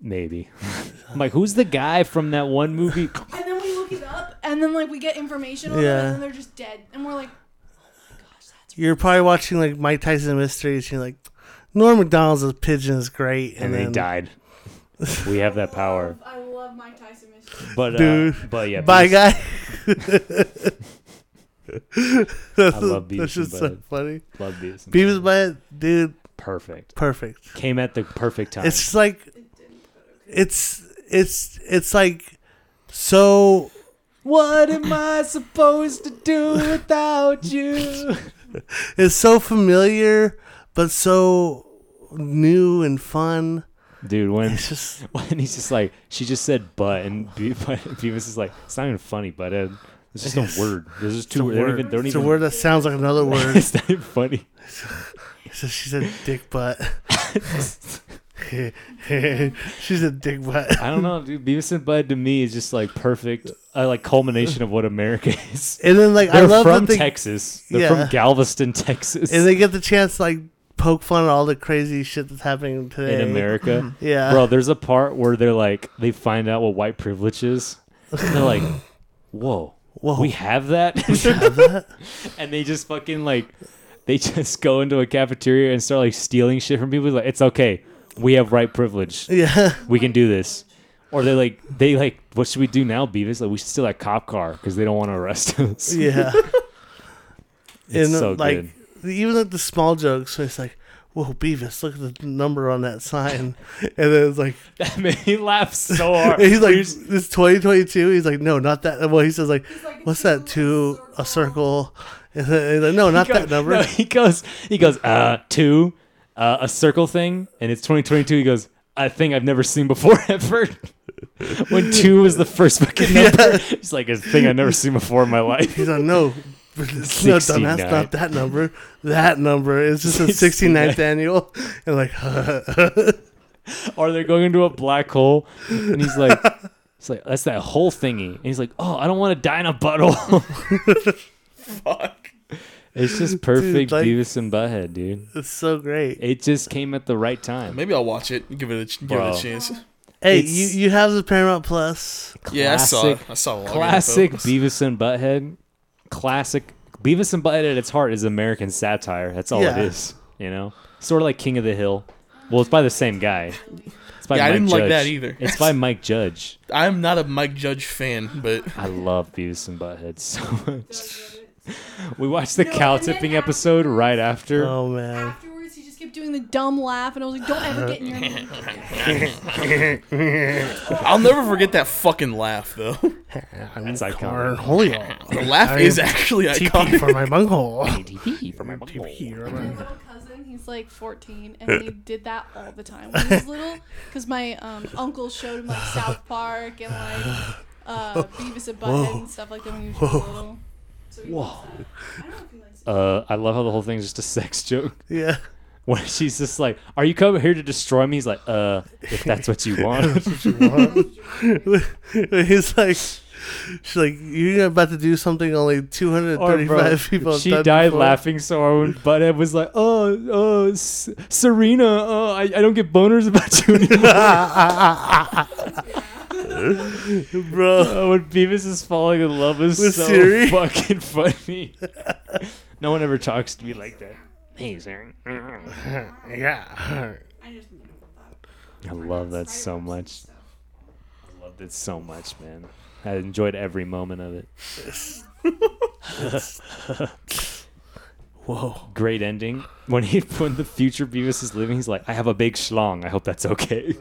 Speaker 1: Maybe. I'm like, who's the guy from that one movie?
Speaker 4: And then we look it up, and then like we get information on them,
Speaker 2: Yeah.
Speaker 4: and then they're just dead, and we're like, oh my gosh, that's
Speaker 2: You're probably watching like Mike Tyson Mysteries. And you're like, Norm Macdonald's pigeon is great, and,
Speaker 1: And they
Speaker 2: then
Speaker 1: died. We have that power.
Speaker 4: I love Mike Tyson mystery.
Speaker 1: But uh,
Speaker 2: Dude.
Speaker 1: but yeah,
Speaker 2: Bye,
Speaker 1: Beavis-
Speaker 2: guy.
Speaker 1: I love Beavis.
Speaker 2: That's just
Speaker 1: and
Speaker 2: so
Speaker 1: Butthead.
Speaker 2: funny.
Speaker 1: Love Beavis. and
Speaker 2: Beavis
Speaker 1: Butthead.
Speaker 2: Butt, dude,
Speaker 1: perfect.
Speaker 2: perfect.
Speaker 1: Came at the perfect time.
Speaker 2: It's just like it's it's it's like so
Speaker 1: what am I supposed to do without you?
Speaker 2: it's so familiar, but so new and fun.
Speaker 1: Dude, when
Speaker 2: It's just
Speaker 1: when he's just like, she just said but, and Be- but Beavis is like, it's not even funny, but Ed. It's just a word. There's just two
Speaker 2: a
Speaker 1: words. They don't
Speaker 2: word.
Speaker 1: even, they don't
Speaker 2: it's
Speaker 1: even,
Speaker 2: a word that sounds like another word.
Speaker 1: it's not even funny.
Speaker 2: so she said dick butt. She's a dick butt.
Speaker 1: I don't know, dude. Beavis and Bud to me is just like perfect, uh, like culmination of what America is.
Speaker 2: And then like
Speaker 1: They're
Speaker 2: I love
Speaker 1: from
Speaker 2: that they,
Speaker 1: Texas. They're
Speaker 2: Yeah.
Speaker 1: from Galveston, Texas,
Speaker 2: and they get the chance to like poke fun at all the crazy shit that's happening today
Speaker 1: in America.
Speaker 2: Yeah.
Speaker 1: Bro, there's a part where they're like, they find out what white privilege is. And they're like, whoa,
Speaker 2: Whoa.
Speaker 1: we have that? and they just fucking like, they just go into a cafeteria and start like stealing shit from people. Like, it's okay. We have right privilege.
Speaker 2: yeah.
Speaker 1: We can do this. Or they're like, they like, what should we do now, Beavis? Like, we should steal that cop car because they don't want to arrest us.
Speaker 2: Yeah.
Speaker 1: It's
Speaker 2: uh,
Speaker 1: so
Speaker 2: like the- even like the small jokes, so it's like, whoa, Beavis, look at the number on that sign, and then it's like
Speaker 1: That made me laugh so hard.
Speaker 2: he's like this twenty twenty two. He's like, no, not that. Well, he says like,
Speaker 4: He's like,
Speaker 2: what's that? Two a circle, and then he's like, no, not
Speaker 1: He
Speaker 2: that
Speaker 1: goes-
Speaker 2: number.
Speaker 1: No, he goes, he goes, uh, two, uh, a circle thing, and it's 2022. He goes, a thing I've never seen before ever. when two was the first fucking number, it's like a thing I've never seen before in my life.
Speaker 2: He's like, no. No, dumbass,
Speaker 1: 69.
Speaker 2: not that number. That number is just the 69th annual. And like,
Speaker 1: Or they're going into a black hole, and he's like, it's like that's that whole thingy, and he's like, oh, I don't want to die in a butthole.
Speaker 3: Fuck.
Speaker 1: it's just perfect
Speaker 2: like-
Speaker 1: Beavis and Butthead, dude.
Speaker 2: it's so great.
Speaker 1: It just came at the right time.
Speaker 3: Maybe I'll watch it. Give it a ch- give it
Speaker 1: Bro.
Speaker 3: a chance.
Speaker 2: Hey,
Speaker 1: It's-
Speaker 2: you, you have the Paramount Plus.
Speaker 3: Yeah, I saw it.
Speaker 1: Classic-
Speaker 3: I saw a lot
Speaker 1: Classic
Speaker 3: Of
Speaker 1: Beavis and Butthead. Classic Beavis and Butthead at its heart is American satire. That's all
Speaker 2: Yeah.
Speaker 1: it is. You know, sort of like King of the Hill. Well, it's by the same guy. It's by
Speaker 3: Yeah, I
Speaker 1: Mike
Speaker 3: didn't like
Speaker 1: Judge.
Speaker 3: that either.
Speaker 1: It's by Mike Judge.
Speaker 3: I'm not a Mike Judge fan, but
Speaker 1: I love Beavis and Butthead so much.
Speaker 4: Does it.
Speaker 1: We watched the
Speaker 4: No,
Speaker 1: cow
Speaker 4: and then
Speaker 1: tipping
Speaker 4: after-
Speaker 1: episode right after.
Speaker 2: Oh, man.
Speaker 4: Afterwards, he just kept doing the dumb laugh, and I was like, "Don't ever get in your mind."
Speaker 3: I'll never forget that fucking laugh though.
Speaker 1: That's
Speaker 2: Or
Speaker 1: iconic.
Speaker 2: holy
Speaker 3: The laugh is actually
Speaker 2: TP
Speaker 3: iconic.
Speaker 2: for my bunghole.
Speaker 1: ATP for my butthole.
Speaker 4: My little cousin, he's like 14, and he did that all the time when he was little. Because my um, uncle showed him like South Park and like uh, Beavis and Butthead and stuff like that when he was little. So he Whoa. I don't know if he likes it.
Speaker 1: Uh, I love how the whole thing's just a sex joke.
Speaker 2: yeah.
Speaker 1: When she's just like, "Are you coming here to destroy me?" He's like, "Uh, if that's what you want."
Speaker 2: He's like, she's like, you're about to do something only
Speaker 1: Or,
Speaker 2: 235
Speaker 1: Oh, bro,
Speaker 2: people have
Speaker 1: She
Speaker 2: done
Speaker 1: died
Speaker 2: before.
Speaker 1: laughing so hard when Butthead was like, "Oh, oh, S- Serena, oh, I, I don't get boners about you anymore."
Speaker 2: Bro.
Speaker 1: oh, when Beavis is falling in love is
Speaker 2: With
Speaker 1: so
Speaker 2: Siri?
Speaker 1: fucking funny. no one ever talks to me like that. Hey, Siri.
Speaker 2: Yeah.
Speaker 4: I just remember that.
Speaker 1: I love that so much. I loved it so much, man. I enjoyed every moment of it.
Speaker 2: Whoa.
Speaker 1: Great ending. When he when the future Beavis is living, he's like, "I have a big schlong. I hope that's okay."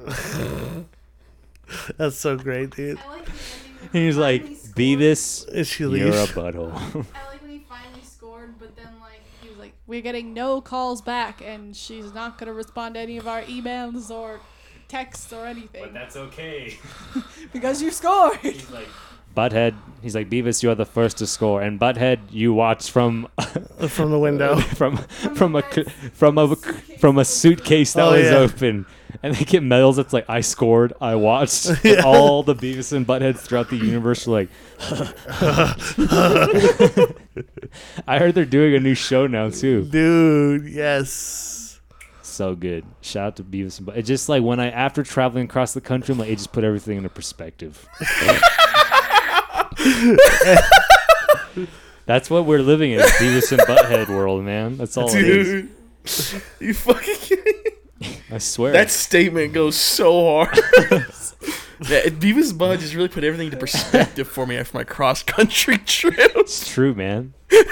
Speaker 2: That's so great, dude.
Speaker 4: I like the ending.
Speaker 1: And he's like, "Beavis,
Speaker 2: And she
Speaker 1: You're a
Speaker 2: leaves.
Speaker 1: butthole.
Speaker 4: I like when he finally scored, but then like he was like, "We're getting no calls back, and she's not gonna respond to any of our emails or texts or anything
Speaker 1: that's okay.
Speaker 4: because you scored."
Speaker 1: He's like, Butthead. He's like, Beavis, you are the first to score. And Butthead, you watch from
Speaker 2: from the window.
Speaker 1: from from a cl- from a from a suitcase that
Speaker 2: Oh,
Speaker 1: was
Speaker 2: yeah.
Speaker 1: open. And they get medals. It's like I scored, I watched. And all the Beavis and Buttheads throughout the universe are like. I heard they're doing a new show now too.
Speaker 2: Dude, yes.
Speaker 1: So good. Shout out to Beavis and Butthead. It's just like when I after traveling across the country, I'm like, it just put everything into perspective. That's what we're living in, Beavis and Butthead world, man. That's all it is.
Speaker 3: Dude. You fucking kidding me?
Speaker 1: I swear.
Speaker 3: That statement goes so hard. yeah, it- Beavis Bud just really put everything into perspective for me after my cross country trip.
Speaker 1: it's true, man.
Speaker 2: It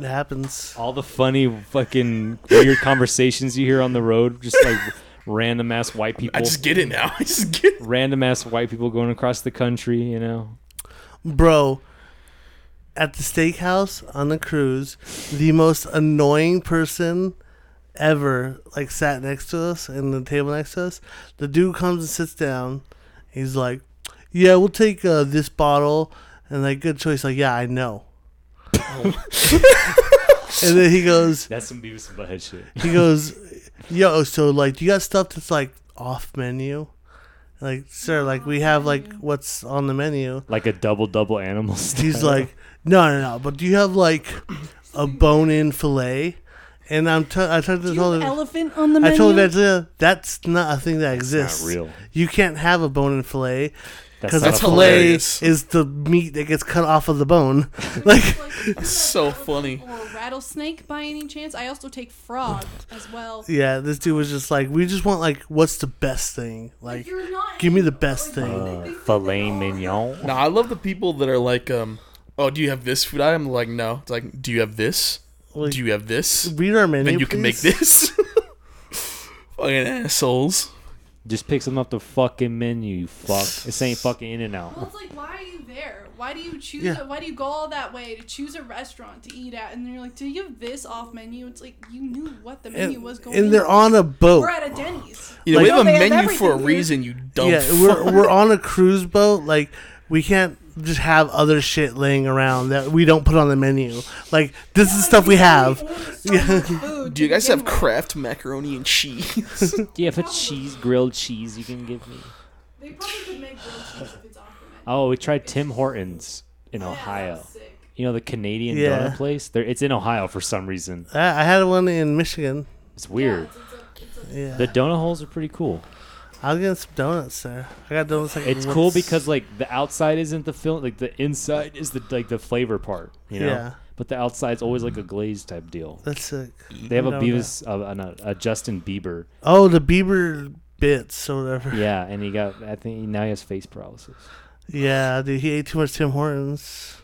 Speaker 2: happens.
Speaker 1: All the funny fucking weird conversations you hear on the road, just like random ass white
Speaker 3: I
Speaker 1: people
Speaker 3: just get it now. I just get it.
Speaker 1: random ass white people going across the country, you know.
Speaker 2: Bro, at the steakhouse on the cruise, the most annoying person ever like sat next to us in the table next to us. The dude comes and sits down. He's like, "Yeah, we'll take uh, this bottle." And like, good choice. Like, yeah, I know. and then he goes,
Speaker 1: That's some Beavis and Butthead shit.
Speaker 2: he goes, "Yo, so like, do you got stuff that's like off menu?" Like, sir, like we have like what's on the menu.
Speaker 1: Like a double double animal. Style.
Speaker 2: He's like, "No, no, no." But do you have like a bone-in fillet? And I'm t- I told
Speaker 4: Do
Speaker 2: I
Speaker 4: you
Speaker 2: told
Speaker 4: have
Speaker 2: him
Speaker 4: elephant on the
Speaker 2: I
Speaker 4: menu?
Speaker 2: told him that that's not a thing that exists.
Speaker 1: not real.
Speaker 2: You can't have a bone-in fillet because
Speaker 1: not
Speaker 2: a
Speaker 3: That's
Speaker 1: a-
Speaker 2: fillet
Speaker 3: hilarious.
Speaker 2: is the meat that gets cut off of the bone. like,
Speaker 4: That's
Speaker 3: so funny.
Speaker 4: Or rattlesnake by any chance? I also take frog as well.
Speaker 2: yeah, this dude was just like, "We just want like what's the best thing?" Like,
Speaker 4: You're not
Speaker 2: give me the best
Speaker 4: Like,
Speaker 2: thing.
Speaker 4: they- they-
Speaker 1: filet mignon.
Speaker 3: Now I love the people that are like, um, oh, do you have this food item? Like, no. It's like, do you have this?
Speaker 2: Like,
Speaker 3: Do you have this?
Speaker 2: read our menu.
Speaker 3: Then you can make
Speaker 2: please?
Speaker 3: this. Fucking assholes.
Speaker 1: Just picks them up the fucking menu. You fuck. This ain't fucking In and
Speaker 4: Well,
Speaker 1: Out.
Speaker 4: it's like, why are you there? Why do you choose?
Speaker 2: Yeah.
Speaker 4: A, why do you go all that way to choose a restaurant to eat at? And then you're like, do you have this off menu? It's like you knew what the menu
Speaker 2: and,
Speaker 4: was going.
Speaker 2: and they're on a boat.
Speaker 4: We're at a Denny's.
Speaker 3: You know,
Speaker 2: Like-
Speaker 3: we have a
Speaker 4: No, they have
Speaker 3: menu for a
Speaker 4: everything here.
Speaker 3: reason, you dumb
Speaker 2: Yeah,
Speaker 3: fuck.
Speaker 2: we're we're on a cruise boat. Like we can't just have other shit laying around that we don't put on the menu. Like this is stuff we have.
Speaker 3: Do you guys have Kraft macaroni and cheese?
Speaker 1: Do you have a cheese grilled cheese you can give me?
Speaker 4: They probably could make grilled cheese if it's off the menu.
Speaker 1: Oh, we tried Tim Hortons in
Speaker 4: Yeah,
Speaker 1: Ohio.
Speaker 4: that's sick.
Speaker 1: You know the Canadian
Speaker 2: Yeah.
Speaker 1: donut place? There, it's in Ohio for some reason.
Speaker 2: I, I had one in Michigan.
Speaker 1: It's weird.
Speaker 4: Yeah, it's- it's a- it's a-
Speaker 2: Yeah,
Speaker 1: The donut holes are pretty cool.
Speaker 2: I'll get some donuts there. I got donuts. Like
Speaker 1: It's
Speaker 2: once-
Speaker 1: cool because like the outside isn't the film, like the inside is the like the flavor part. You know.
Speaker 2: Yeah.
Speaker 1: But the outside's always like a glazed type deal.
Speaker 2: that's sick.
Speaker 1: They have a
Speaker 2: No,
Speaker 1: Beavis, uh, uh, no, a Justin Bieber.
Speaker 2: Oh, the Bieber bits or whatever.
Speaker 1: Yeah,
Speaker 2: Yeah.
Speaker 1: and he got. I think now he has face paralysis.
Speaker 2: dude, he ate too much Tim Hortons.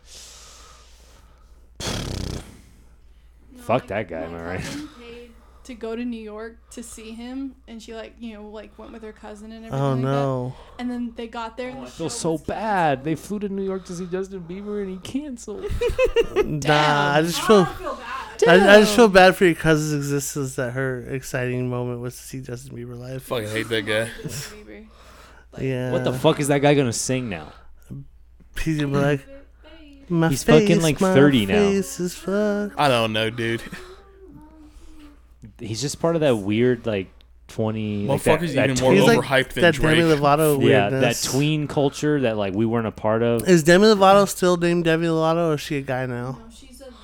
Speaker 4: No,
Speaker 1: Fuck
Speaker 4: my-
Speaker 1: that guy, am
Speaker 4: my
Speaker 1: I right?
Speaker 4: cousin paid To go to New York to see him, and she like you know like went with her cousin and everything.
Speaker 2: Oh
Speaker 4: like
Speaker 2: no.
Speaker 4: That. And then they got there. and the
Speaker 1: Oh, I feel
Speaker 4: show
Speaker 1: so
Speaker 4: was-
Speaker 1: bad. They flew to New York to see Justin Bieber and he canceled.
Speaker 2: Nah, I just feel.
Speaker 4: I feel bad.
Speaker 2: I, I just feel bad for your cousin's existence that her exciting moment was to see Justin Bieber live.
Speaker 3: Fucking hate that guy.
Speaker 4: Justin Bieber.
Speaker 2: Yeah.
Speaker 1: What the fuck is that guy gonna sing now?
Speaker 2: He's gonna be like, my
Speaker 1: He's fucking,
Speaker 2: face,
Speaker 1: like,
Speaker 2: my
Speaker 1: 30 now.
Speaker 2: face is fucked.
Speaker 3: I don't know, dude.
Speaker 1: He's just part of that weird like twenty. Like that,
Speaker 3: Motherfucker's
Speaker 1: that
Speaker 3: even more
Speaker 1: tween-
Speaker 2: He's like
Speaker 3: overhyped than
Speaker 2: that
Speaker 3: Drake.
Speaker 2: Demi Lovato
Speaker 1: yeah, that
Speaker 2: weirdness.
Speaker 1: tween culture that like we weren't a part of.
Speaker 2: Is Demi Lovato still named Demi Lovato, or is she a guy now?
Speaker 4: No, she's a them.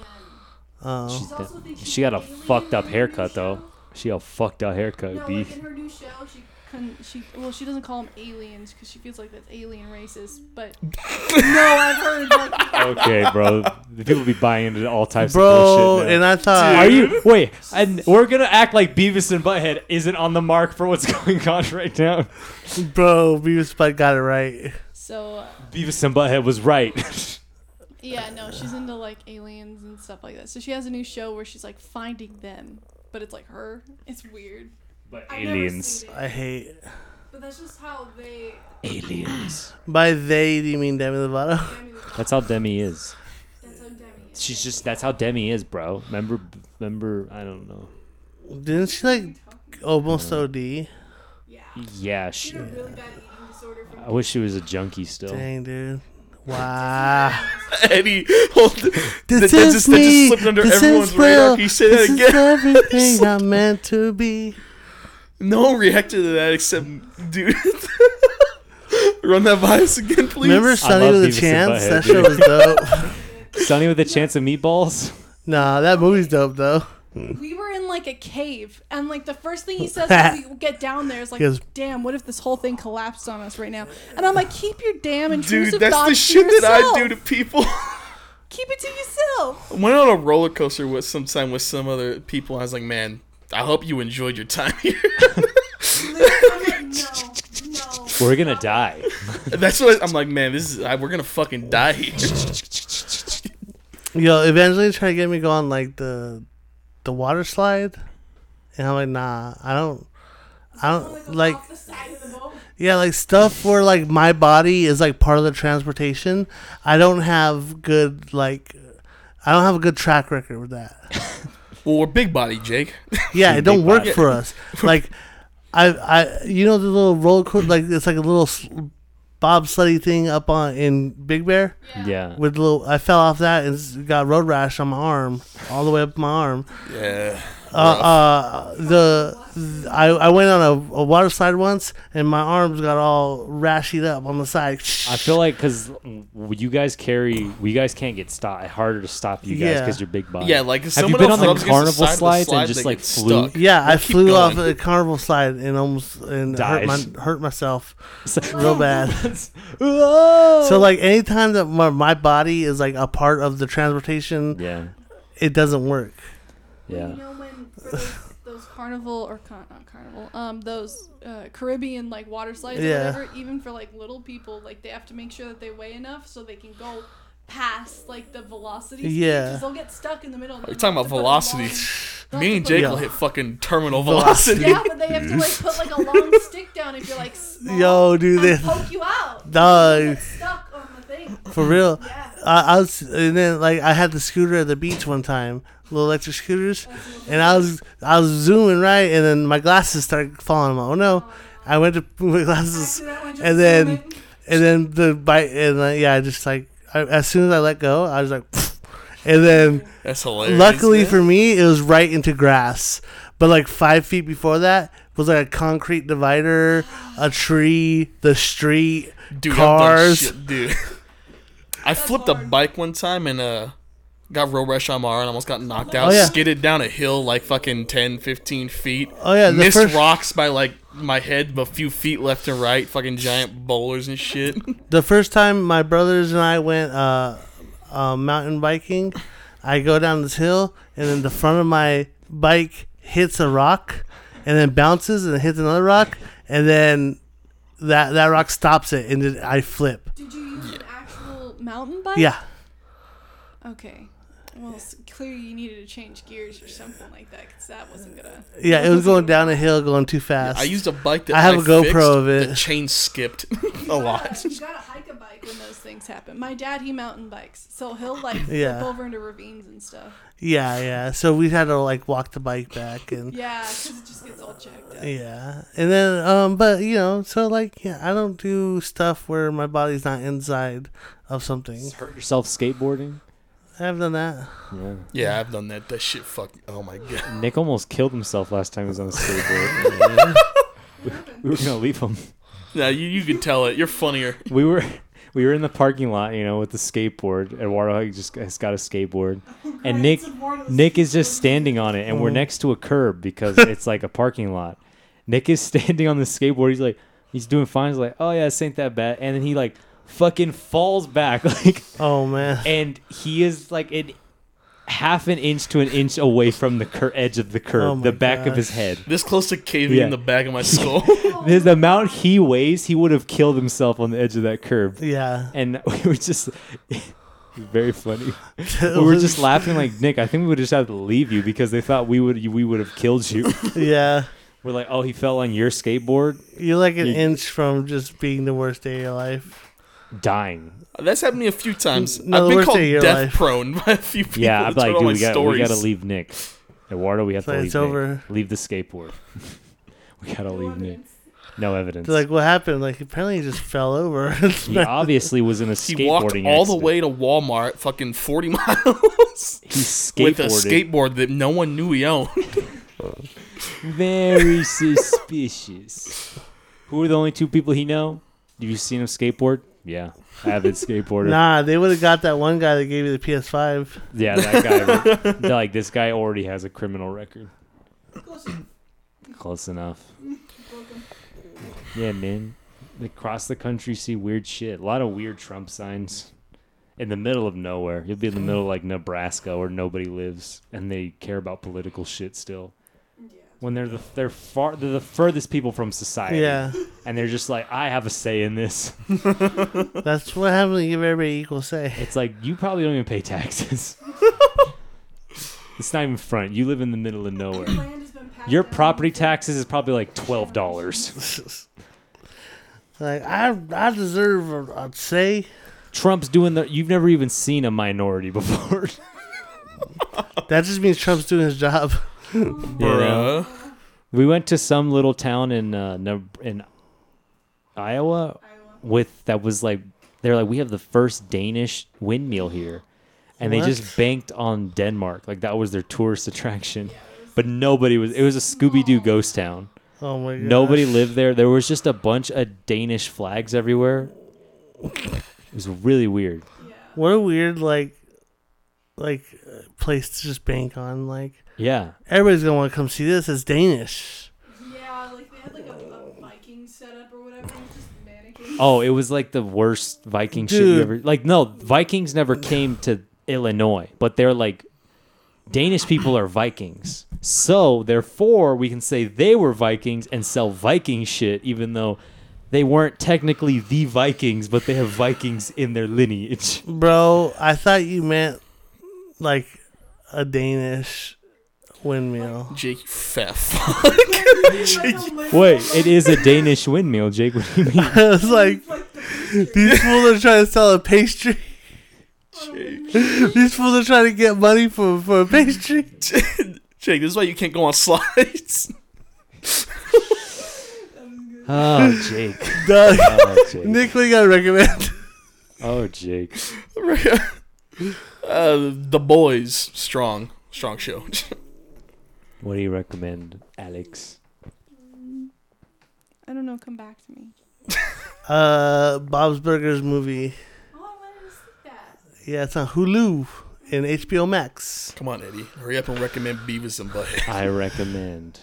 Speaker 2: Oh,
Speaker 1: She's
Speaker 4: She's also
Speaker 1: the-
Speaker 4: the
Speaker 1: she got a
Speaker 4: alien
Speaker 1: fucked up
Speaker 4: in her new
Speaker 1: haircut though.
Speaker 4: show.
Speaker 1: She got a fucked up haircut.
Speaker 4: No,
Speaker 1: B.
Speaker 4: like in her new show, she couldn't. She well, she doesn't call them aliens because she feels like that's alien racist. But no, I've heard. Like,
Speaker 1: okay, bro. The people be buying into all types of
Speaker 2: bro,
Speaker 1: bullshit. now.
Speaker 2: and I thought,
Speaker 1: Are you wait? And we're gonna act like Beavis and Butthead isn't on the mark for what's going on right now.
Speaker 2: bro, Beavis Bud got it right.
Speaker 4: so uh,
Speaker 1: Beavis and Butthead was right.
Speaker 4: yeah, no, she's into like aliens and stuff like that. So she has a new show where she's like finding them, but it's like her. It's weird.
Speaker 1: but
Speaker 4: I've never
Speaker 1: aliens,
Speaker 4: seen it,
Speaker 2: I hate.
Speaker 4: but that's just how they.
Speaker 1: aliens.
Speaker 2: By they, do you mean Demi Lovato?
Speaker 4: I mean,
Speaker 1: That's how Demi is.
Speaker 4: that's how Demi is.
Speaker 1: She's just that's how Demi is, bro. Remember, remember. I don't know.
Speaker 2: Didn't she like almost OD?
Speaker 4: Yeah.
Speaker 1: Mm, Yeah,
Speaker 4: She
Speaker 1: she.
Speaker 4: had a really bad eating disorder from.
Speaker 1: I wish she was a junkie still.
Speaker 2: Dang, dude. Wow.
Speaker 3: Eddie, hold.
Speaker 2: This
Speaker 3: that, that
Speaker 2: is
Speaker 3: just, that just
Speaker 2: me.
Speaker 3: slipped under
Speaker 2: this
Speaker 3: everyone's
Speaker 2: is real.
Speaker 3: radar. Can you say
Speaker 2: this
Speaker 3: that
Speaker 2: is
Speaker 3: again?
Speaker 2: everything I'm meant to be.
Speaker 3: No one reacted to that except, dude. Run that bias again, please.
Speaker 2: Remember Sunny
Speaker 1: love
Speaker 2: with
Speaker 1: Beavis
Speaker 2: a
Speaker 1: and
Speaker 2: Chance?
Speaker 1: Butthead,
Speaker 2: That show
Speaker 1: dude.
Speaker 2: was dope.
Speaker 1: Sunny with a chance of meatballs.
Speaker 2: nah, that movie's dope though.
Speaker 4: We were in like a cave, and like the first thing he says when we get down there is like,
Speaker 2: He goes-
Speaker 4: "Damn, what if this whole thing collapsed on us right now?" And I'm like, "Keep your damn intrusive
Speaker 3: dude, that's
Speaker 4: thoughts
Speaker 3: the shit
Speaker 4: to
Speaker 3: that
Speaker 4: yourself.
Speaker 3: I do to people.
Speaker 4: Keep it to yourself."
Speaker 3: Went on a roller coaster with sometime with some other people. I was like, man, I hope you enjoyed your time here.
Speaker 4: I'm like, no, no.
Speaker 1: We're gonna die.
Speaker 3: that's what I, I'm like, man. This is I, we're gonna fucking die here.
Speaker 2: Yo, Evangeline tried to get me to go on like the the water slide, and I'm like, nah, I don't, I don't like.
Speaker 4: off the side of the boat.
Speaker 2: Yeah, like stuff where like my body is like part of the transportation. I don't have good like I don't have a good track record with that.
Speaker 3: Well, we're big body, Jake.
Speaker 2: Yeah, it don't
Speaker 1: Big
Speaker 2: work
Speaker 1: body.
Speaker 2: for us. Like I I you know the little roller coaster like it's like a little s- bobsledding thing up on in Big Bear
Speaker 1: Yeah.
Speaker 2: with little I fell off that and s- got road rash on my arm all the way up my arm.
Speaker 3: Yeah.
Speaker 2: Uh, uh the th- I I went on a, a water slide once and my arms got all rashied up on the side.
Speaker 1: I feel like because you guys carry, we guys can't get stopped. Harder to stop you guys
Speaker 2: Yeah.
Speaker 1: because you're big body.
Speaker 3: Yeah, like if
Speaker 1: Have you
Speaker 3: someone
Speaker 1: been
Speaker 3: else
Speaker 1: on the
Speaker 3: rubs against
Speaker 1: carnival
Speaker 3: side of the
Speaker 1: slides and
Speaker 3: slide,
Speaker 1: just,
Speaker 3: they
Speaker 1: like,
Speaker 3: get
Speaker 1: flew?
Speaker 3: stuck.
Speaker 2: Yeah, I
Speaker 3: keep
Speaker 2: flew
Speaker 3: going.
Speaker 2: off a carnival slide and almost and hurt,
Speaker 1: Dies.
Speaker 2: my, hurt myself
Speaker 1: It's like-
Speaker 2: real bad.
Speaker 1: Whoa!
Speaker 2: so like anytime that my, my body is like a part of the transportation,
Speaker 1: yeah,
Speaker 2: it doesn't work.
Speaker 1: yeah.
Speaker 4: You know when for those, those carnival or con- not carnival, um, those uh, Caribbean like water slides
Speaker 2: Yeah.
Speaker 4: or whatever, even for like little people, like they have to make sure that they weigh enough so they can go past like the velocity. speed,
Speaker 2: Yeah.
Speaker 4: 'cause they'll get stuck in the middle.
Speaker 3: You're talking about velocity. Me and Jake will
Speaker 2: Yeah.
Speaker 3: hit fucking terminal
Speaker 2: Velocity.
Speaker 3: velocity.
Speaker 4: Yeah, but they have to like put like a long stick down if you're like small.
Speaker 2: Yo, dude,
Speaker 4: and
Speaker 2: this
Speaker 4: poke you out.
Speaker 2: no
Speaker 4: Get stuck on the thing.
Speaker 2: for real.
Speaker 4: Yeah.
Speaker 2: I, I was and then like I had the scooter at the beach one time, little electric scooters, and I was I was zooming right, and then my glasses started falling. I'm like, oh no! I went to put my glasses,
Speaker 4: Accident when you're
Speaker 2: and then
Speaker 4: swimming.
Speaker 2: and then the bite, and uh, yeah, I just like I, as soon as I let go, I was like, and then.
Speaker 3: That's hilarious.
Speaker 2: Luckily
Speaker 3: Yeah.
Speaker 2: for me, it was right into grass. But like five feet before that was like a concrete divider, a tree, the street,
Speaker 3: dude, I've done
Speaker 2: cars.
Speaker 3: shit, dude. I flipped a
Speaker 4: hard.
Speaker 3: bike one time and uh got road rash on my arm and almost got knocked out.
Speaker 2: Oh, yeah.
Speaker 3: Skidded down a hill like fucking 10, 15 feet.
Speaker 2: Oh, yeah, the
Speaker 3: missed
Speaker 2: first-
Speaker 3: rocks by like my head, a few feet left and right. Fucking giant boulders and shit.
Speaker 2: The first time my brothers and I went uh, uh, mountain biking, I go down this hill and then the front of my bike hits a rock, and then bounces and hits another rock, and then that that rock stops it and then I flip.
Speaker 4: Did you use an actual mountain bike?
Speaker 2: Yeah.
Speaker 4: Okay. Well, s- clearly you needed to change gears or something like that because that wasn't gonna.
Speaker 2: Yeah, it was going down a hill going too fast.
Speaker 3: I used a bike that
Speaker 2: I have a GoPro
Speaker 3: fixed,
Speaker 2: of it.
Speaker 3: The chain skipped a lot.
Speaker 4: You gotta hike a bike when those things happen. My dad, he mountain bikes, so he'll like
Speaker 2: Yeah.
Speaker 4: flip over into ravines and stuff.
Speaker 2: Yeah, yeah. So we had to like walk the bike back and yeah.
Speaker 4: Yeah, because it just gets all checked up.
Speaker 2: And then um but you know, so like yeah, I don't do stuff where my body's not inside of something.
Speaker 1: Hurt yourself skateboarding.
Speaker 2: I've done that.
Speaker 1: Yeah.
Speaker 3: Yeah, I've done that. That shit fuck. Oh my god.
Speaker 1: Nick almost killed himself last time he was on a skateboard. we were gonna leave him.
Speaker 3: Now you you can tell it. You're funnier.
Speaker 1: We were we were in the parking lot, you know, with the skateboard. Eduardo just has got a skateboard, and Nick Nick is just standing on it,
Speaker 2: Uh-huh.
Speaker 1: and we're next to a curb because it's like a parking lot. Nick is standing on the skateboard. He's like, he's doing fine. He's like, oh yeah, this ain't that bad. And then he like fucking falls back, like,
Speaker 2: Oh man.
Speaker 1: and he is like an half an inch to an inch away from the cur- edge of the curb,
Speaker 2: Oh my
Speaker 1: the back of
Speaker 2: gosh.
Speaker 1: his head.
Speaker 3: This close to caving
Speaker 1: Yeah.
Speaker 3: in the back of my skull.
Speaker 1: The, the amount he weighs, he would have killed himself on the edge of that curb.
Speaker 2: Yeah.
Speaker 1: and we were just very funny. we were just laughing like Nick. I think we would just have to leave you because they thought we would we would have killed you.
Speaker 2: yeah.
Speaker 1: we're like, oh, he fell on your skateboard,
Speaker 2: You're like an
Speaker 1: You-
Speaker 2: inch from just being the worst day of your life.
Speaker 1: dying.
Speaker 3: That's happened to me a few times.
Speaker 2: No, the
Speaker 3: I've been
Speaker 2: worst
Speaker 3: called
Speaker 2: day of your
Speaker 3: death
Speaker 2: life.
Speaker 3: prone by a few people.
Speaker 1: yeah, I'm
Speaker 3: That's
Speaker 1: like,
Speaker 3: what all
Speaker 1: dude,
Speaker 3: my
Speaker 1: we got we got to
Speaker 3: stories-
Speaker 1: leave Nick. Eduardo, we have
Speaker 2: So
Speaker 1: to leave.
Speaker 2: it's
Speaker 1: Nick.
Speaker 2: over.
Speaker 1: Leave the skateboard. we gotta leave Nick. No evidence.
Speaker 2: They're like, what happened? Like apparently he just fell over.
Speaker 1: he obviously was in a skateboarding.
Speaker 3: He walked all the
Speaker 1: accident.
Speaker 3: way to Walmart, fucking 40 miles,
Speaker 1: He skateboarded.
Speaker 3: with a skateboard that no one knew he owned.
Speaker 1: Very suspicious. Who are the only two people he know? Have you seen him skateboard? Yeah, avid skateboarder.
Speaker 2: nah, they would have got that one guy that gave you the PS five.
Speaker 1: Yeah, that guy. would- they're like this guy already has a criminal record. Close enough. Yeah, man. Across the country, see weird shit. A lot of weird Trump signs in the middle of nowhere. You'll be in the middle of like Nebraska where nobody lives, and they care about political shit still. When they're the they're far they're the furthest people from society.
Speaker 2: Yeah.
Speaker 1: and they're just like, I have a say in this.
Speaker 2: That's what happened when you give everybody equal say.
Speaker 1: It's like you probably don't even pay taxes. it's not even front. You live in the middle of nowhere. Your property taxes is probably like twelve dollars.
Speaker 2: Like I, I deserve a, a say.
Speaker 1: Trump's doing the. You've never even seen a minority before.
Speaker 2: That just means Trump's doing his job.
Speaker 1: you know?
Speaker 3: Bruh.
Speaker 1: We went to some little town in uh, Neb- in Iowa with that was like they're like we have the first Danish windmill here, and they just banked on Denmark like that was their tourist attraction, but nobody was. It was a Scooby Doo ghost town.
Speaker 2: Oh my god.
Speaker 1: Nobody lived there. There was just a bunch of Danish flags everywhere. It was really weird.
Speaker 2: What a weird like, like uh, place to just bank on. Like
Speaker 1: Yeah,
Speaker 2: everybody's gonna want to come see this. It's Danish.
Speaker 4: Yeah, like they had like a, a Viking setup or whatever. It was just mannequins.
Speaker 1: Oh, it was like the worst Viking shit you
Speaker 2: Dude.
Speaker 1: ever. Like, no, Vikings never came to Illinois, but they're like Danish people are Vikings. So therefore, we can say they were Vikings and sell Viking shit, even though they weren't technically the Vikings, but they have Vikings in their lineage.
Speaker 2: Bro, I thought you meant like a Danish windmill.
Speaker 3: Jake, you fat fuck.
Speaker 4: Like a little-
Speaker 1: Wait, it is a Danish windmill, Jake. What do you mean?
Speaker 2: I was like,
Speaker 4: like the
Speaker 2: these fools are trying to sell a pastry.
Speaker 3: Jake.
Speaker 2: These fools are trying to get money for, for a pastry.
Speaker 3: Jake, this is why you can't go on slides.
Speaker 1: Oh, Jake.
Speaker 2: Doug,
Speaker 1: Oh, Jake.
Speaker 2: Nick, what you gotta recommend?
Speaker 1: Oh, Jake.
Speaker 3: uh, the boys, strong, strong show.
Speaker 1: What do you recommend, Alex?
Speaker 4: I don't know. Come back to me.
Speaker 2: Uh, Bob's Burgers movie.
Speaker 4: Oh, I wanted to see that.
Speaker 2: Yeah, it's on Hulu and HBO Max.
Speaker 3: Come on, Eddie, hurry up and recommend Beavis and Butthead.
Speaker 1: I recommend.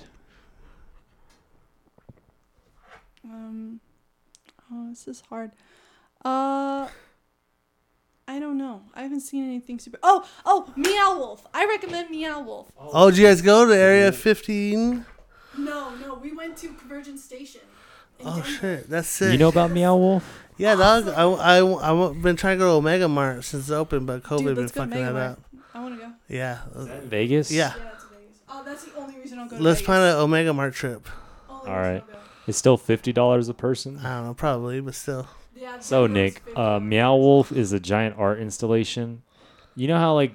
Speaker 4: Um, oh, this is hard. Uh, I don't know. I haven't seen anything super. Oh, oh, Meow Wolf. I recommend Meow Wolf.
Speaker 2: Oh, did you guys go to Area
Speaker 1: Mm-hmm.
Speaker 2: 15?
Speaker 4: No, no, we went to Convergent Station. in
Speaker 2: Oh,
Speaker 4: Denver.
Speaker 2: shit. That's sick.
Speaker 1: You know about Meow Wolf?
Speaker 2: yeah, dog. I, I, I've been trying to go to Omega Mart since it opened, but COVID
Speaker 4: Dude,
Speaker 2: been
Speaker 4: let's go to
Speaker 2: fucking that
Speaker 4: Megamart.
Speaker 2: up.
Speaker 4: I want to go.
Speaker 2: Yeah.
Speaker 1: Vegas?
Speaker 2: Yeah.
Speaker 4: Yeah, that's Vegas. Oh, that's the only reason I'll go. To
Speaker 2: Let's
Speaker 4: Vegas.
Speaker 2: plan an Omega Mart trip.
Speaker 4: Only
Speaker 1: All
Speaker 4: reason
Speaker 1: right.
Speaker 4: I'll go.
Speaker 1: It's still fifty dollars a person.
Speaker 2: I don't know, probably, but still.
Speaker 4: Yeah,
Speaker 1: So
Speaker 4: Denver's
Speaker 1: Nick,
Speaker 4: big.
Speaker 1: uh, Meow Wolf is a giant art installation. You know how like,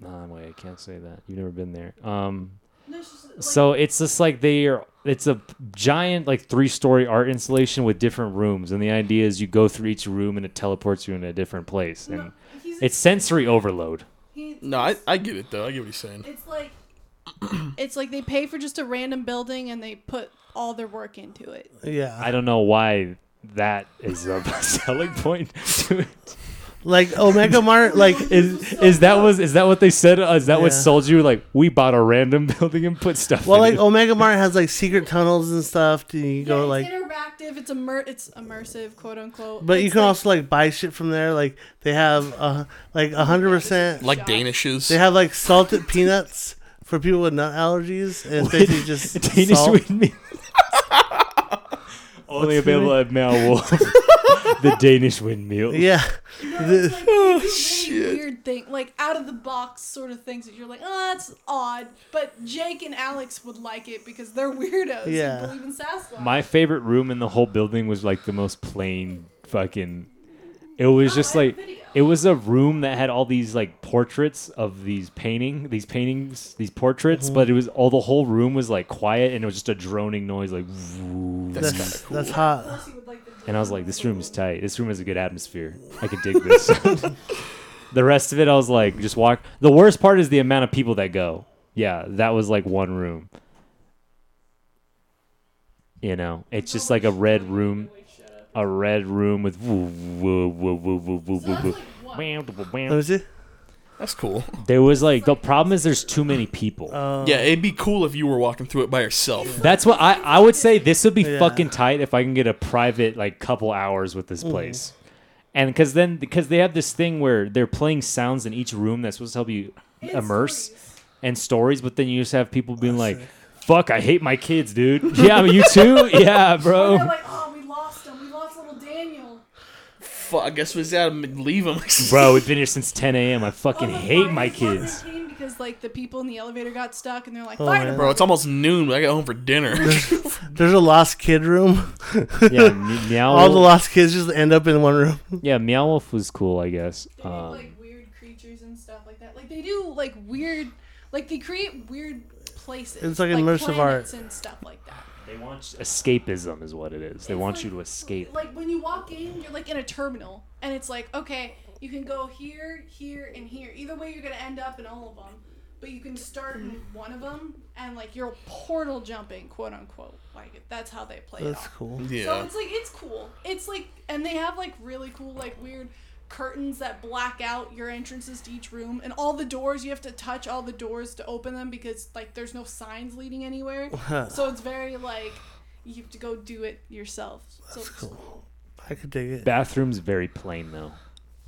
Speaker 1: nah, wait, I can't say that. You've never been there. Um,
Speaker 4: No, it's just, like,
Speaker 1: so it's just like they are. It's a giant like three-story art installation with different rooms, and the idea is you go through each room and it teleports you in a different place,
Speaker 4: no,
Speaker 1: and
Speaker 4: he's-
Speaker 1: it's sensory overload.
Speaker 4: he-
Speaker 3: No, I, I get it though. I get what he's saying.
Speaker 4: It's like it's like they pay for just a random building and they put all their work into it.
Speaker 2: Yeah.
Speaker 1: I don't know why that is a selling point to it.
Speaker 2: like Omega Mart, like
Speaker 1: Is is that was is that what they said? Uh, is that what
Speaker 2: Yeah.
Speaker 1: sold you? Like we bought a random building and put stuff.
Speaker 2: well,
Speaker 1: in
Speaker 2: like
Speaker 1: it.
Speaker 2: Omega Mart has like secret tunnels and stuff. Do you
Speaker 4: yeah,
Speaker 2: go like?
Speaker 4: it's interactive. It's immer- It's immersive, quote unquote.
Speaker 2: But you
Speaker 4: It's
Speaker 2: can
Speaker 4: like-
Speaker 2: also like buy shit from there. Like they have uh, like hundred percent.
Speaker 3: Like
Speaker 4: Shot.
Speaker 3: Danishes.
Speaker 2: They have like salted peanuts for people with nut allergies, and it's basically just
Speaker 1: Danish
Speaker 2: oh, salt.
Speaker 1: windmill.
Speaker 3: Oh,
Speaker 1: Only available at Meow Wolf. the Danish windmill.
Speaker 2: Yeah,
Speaker 4: it's
Speaker 2: The-
Speaker 4: like, oh, really
Speaker 3: shit.
Speaker 4: Weird thing, like out of the box sort of things that you're like, oh, that's odd. But Jake and Alex would like it because they're weirdos.
Speaker 2: Yeah.
Speaker 4: who believe in Sasquatch.
Speaker 1: My favorite room in the whole building was like the most plain fucking. It was just
Speaker 4: I
Speaker 1: like
Speaker 4: have video.
Speaker 1: it was a room that had all these like portraits of these painting, these paintings, these
Speaker 2: Mm-hmm.
Speaker 1: portraits, but it was all the whole room was like quiet and it was just a droning noise like.
Speaker 3: That's
Speaker 1: vroom.
Speaker 3: kinda cool.
Speaker 2: that's hot.
Speaker 4: She would like the
Speaker 1: And I was like, this room is tight. This room has a good atmosphere. I could dig this. the rest of it, I was like, just walk. The worst part is the amount of people that go. Yeah, that was like one room. You know, it's just like a red room, a red room with. woo, woo, woo, woo, woo, woo, woo, woo. Bam, bam, bam.
Speaker 2: Let me see.
Speaker 3: That's cool.
Speaker 1: There was like the problem is there's too many people.
Speaker 3: yeah, it'd be cool if you were walking through it by yourself.
Speaker 1: That's what I, I would say. This would be
Speaker 2: Yeah.
Speaker 1: fucking tight if I can get a private like couple hours with
Speaker 2: Mm.
Speaker 1: this place, and because then because they have this thing where they're playing sounds in each room that's supposed to help you immerse and stories, but then you just have people being like, "Fuck, I hate my kids, dude." yeah, you too. Yeah,
Speaker 4: They're
Speaker 1: bro.
Speaker 4: like, oh, we lost him. We lost little Daniel.
Speaker 3: Fuck, I guess we just gotta leave him.
Speaker 1: Bro, we've been here since 10 a.m. I
Speaker 4: Oh,
Speaker 1: fucking
Speaker 4: the
Speaker 1: hate my
Speaker 4: firefighters
Speaker 1: kids.
Speaker 4: came because because like the people in the elevator got stuck and they're like,
Speaker 2: Oh,
Speaker 4: fire
Speaker 2: yeah.
Speaker 4: department.
Speaker 3: Bro, it's almost noon. But I got home for dinner.
Speaker 2: There's a lost kid room.
Speaker 1: Yeah, Me- Meow.
Speaker 2: All the lost kids just end up in one room.
Speaker 1: Oh. yeah, Meow Wolf was cool, I guess.
Speaker 4: They make
Speaker 1: Um,
Speaker 4: like weird creatures and stuff like that. Like they do like weird, like they create weird places.
Speaker 2: It's like immersive
Speaker 4: planets and stuff like that.
Speaker 1: they want escapism, is what it is. They
Speaker 4: It's
Speaker 1: want
Speaker 4: like-
Speaker 1: you to escape.
Speaker 4: Like when you walk in, you're like in a terminal, and it's like okay, you can go here, here, and here. Either way, you're gonna end up in all of them. But you can start in
Speaker 2: Mm-hmm.
Speaker 4: one of them, and like you're portal jumping, quote unquote. Like that's how they play it.
Speaker 2: That's
Speaker 4: off.
Speaker 2: cool.
Speaker 4: So
Speaker 3: yeah.
Speaker 4: it's like it's cool. It's like and they have like really cool like weird curtains that black out your entrances to each room and all the doors you have to touch all the doors to open them because like there's no signs leading anywhere. so it's very like you have to go do it yourself. So it's
Speaker 2: cool. I could dig it.
Speaker 1: Bathroom's very plain though.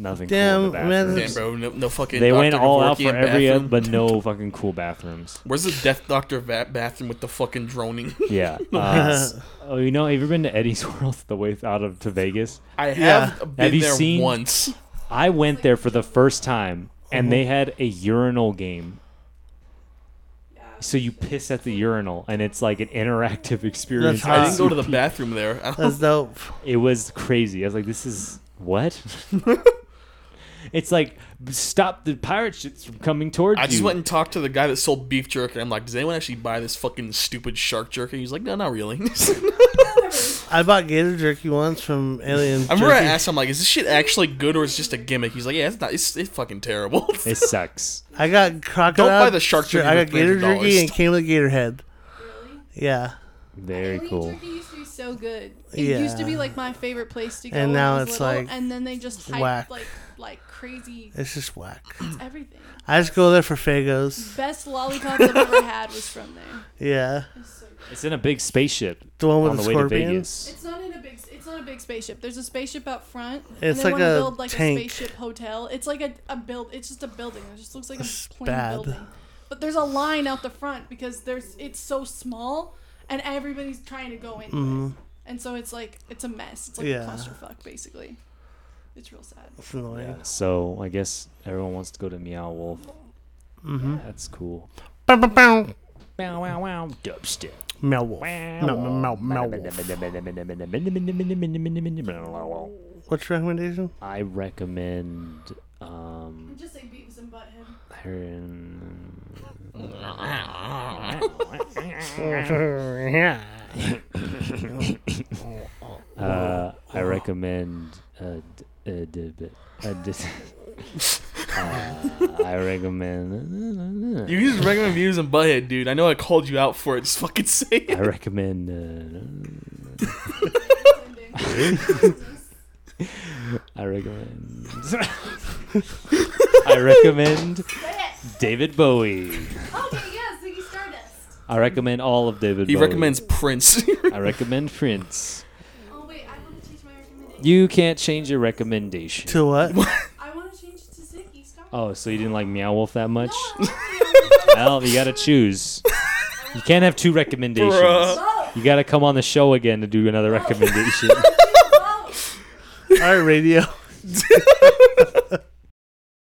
Speaker 1: Nothing. cool in
Speaker 2: Damn,
Speaker 1: the
Speaker 2: man,
Speaker 1: bathrooms.
Speaker 3: Damn, bro. No, no fucking.
Speaker 1: They went
Speaker 3: Dr.
Speaker 1: all out
Speaker 3: Kevorkian
Speaker 1: for every, uh,
Speaker 3: bathroom.
Speaker 1: but no fucking cool bathrooms.
Speaker 3: Where's the death doctor va- bathroom with the fucking droning?
Speaker 1: Yeah. Uh, oh, you know, have you ever been to Eddie's World the way out of to Vegas?
Speaker 3: I have been
Speaker 1: Have you
Speaker 3: there
Speaker 1: seen-
Speaker 3: once.
Speaker 1: I went there for the first time, and they had a urinal game. So you piss at the urinal, and it's like an interactive experience.
Speaker 2: hot.
Speaker 3: I didn't go to the bathroom there. I don't,
Speaker 2: That's dope.
Speaker 1: It was crazy. I was like, "This is what." it's like stop the pirate ships from coming towards
Speaker 3: I just
Speaker 1: you.
Speaker 3: went and talked to the guy that sold beef jerky. and I'm like, does anyone actually buy this fucking stupid shark jerky? He's like, no, not really.
Speaker 2: I bought gator jerky once from Alien.
Speaker 3: I remember I
Speaker 2: Jerky.
Speaker 3: asked him like, is this shit actually good or is it just a gimmick? He's like, yeah, it's not. It's, it's fucking terrible.
Speaker 1: it sucks.
Speaker 2: I got crocodile.
Speaker 3: Don't buy the shark jerky
Speaker 2: I got
Speaker 3: for
Speaker 2: gator
Speaker 3: $300.
Speaker 2: jerky and it came with gator head.
Speaker 4: really
Speaker 2: Yeah,
Speaker 1: Very
Speaker 4: Alien
Speaker 1: cool.
Speaker 4: Turkey used to be so good. It used to
Speaker 2: Yeah.
Speaker 4: be like my favorite place to go.
Speaker 2: And
Speaker 4: when I
Speaker 2: now
Speaker 4: was
Speaker 2: it's,
Speaker 4: little,
Speaker 2: like,
Speaker 4: and then they just hyped
Speaker 2: whack.
Speaker 4: like like crazy
Speaker 2: it's just whack.
Speaker 4: everything.
Speaker 2: I just go there for fagos.
Speaker 4: Best lollipops I've ever had was from there.
Speaker 2: Yeah,
Speaker 4: It's so good.
Speaker 1: It's in a big spaceship
Speaker 2: the one with
Speaker 1: on the
Speaker 2: the,
Speaker 1: way to
Speaker 2: scorpion.
Speaker 1: Vegas.
Speaker 4: It's not in a big. It's not a big spaceship. There's a spaceship out front.
Speaker 2: It's
Speaker 4: and they
Speaker 2: like
Speaker 4: wanna
Speaker 2: a
Speaker 4: build like
Speaker 2: tank.
Speaker 4: a spaceship hotel. It's like a, a build. It's just a building. It just looks like a plain
Speaker 2: bad.
Speaker 4: building. But there's a line out the front because there's it's so small and everybody's trying to go in. And so it's like it's a mess. It's like
Speaker 2: Mm-hmm. Yeah.
Speaker 4: a clusterfuck basically. It's real sad.
Speaker 2: It's annoying.
Speaker 1: Yeah, so I guess everyone wants to go to Meow Wolf. That's cool.
Speaker 2: Bow, bow, bow.
Speaker 1: Wow, wow, wow. Dubstep.
Speaker 2: Meow wolf.
Speaker 1: Meow,
Speaker 2: Meow, meow, meow, wolf.
Speaker 1: meow.
Speaker 2: What's your recommendation?
Speaker 1: I recommend um
Speaker 4: Just say Beavis and Butthead.
Speaker 1: Uh, Heron- uh, I recommend uh, d- uh, d- b- uh, d- uh, I recommend
Speaker 3: you just recommend views and butthead, dude. I know I called you out for it. Just fucking say it.
Speaker 1: I recommend uh, I recommend I recommend David Bowie.
Speaker 4: Okay, yeah, Ziggy Stardust.
Speaker 1: I recommend all of David
Speaker 3: He
Speaker 1: Bowie.
Speaker 3: recommends Prince.
Speaker 1: I recommend Prince.
Speaker 4: Oh wait, I want to change my recommendation.
Speaker 1: You can't change your recommendation.
Speaker 2: To what?
Speaker 4: I want to change it to Ziggy Stardust.
Speaker 1: Oh, so you didn't like Meow Wolf that much?
Speaker 4: No, I
Speaker 1: Well, you gotta choose. You can't have two recommendations.
Speaker 3: Bruh.
Speaker 4: love you.
Speaker 1: You gotta come on the show again to do another recommendation.
Speaker 4: Both. Both.
Speaker 2: All right, radio.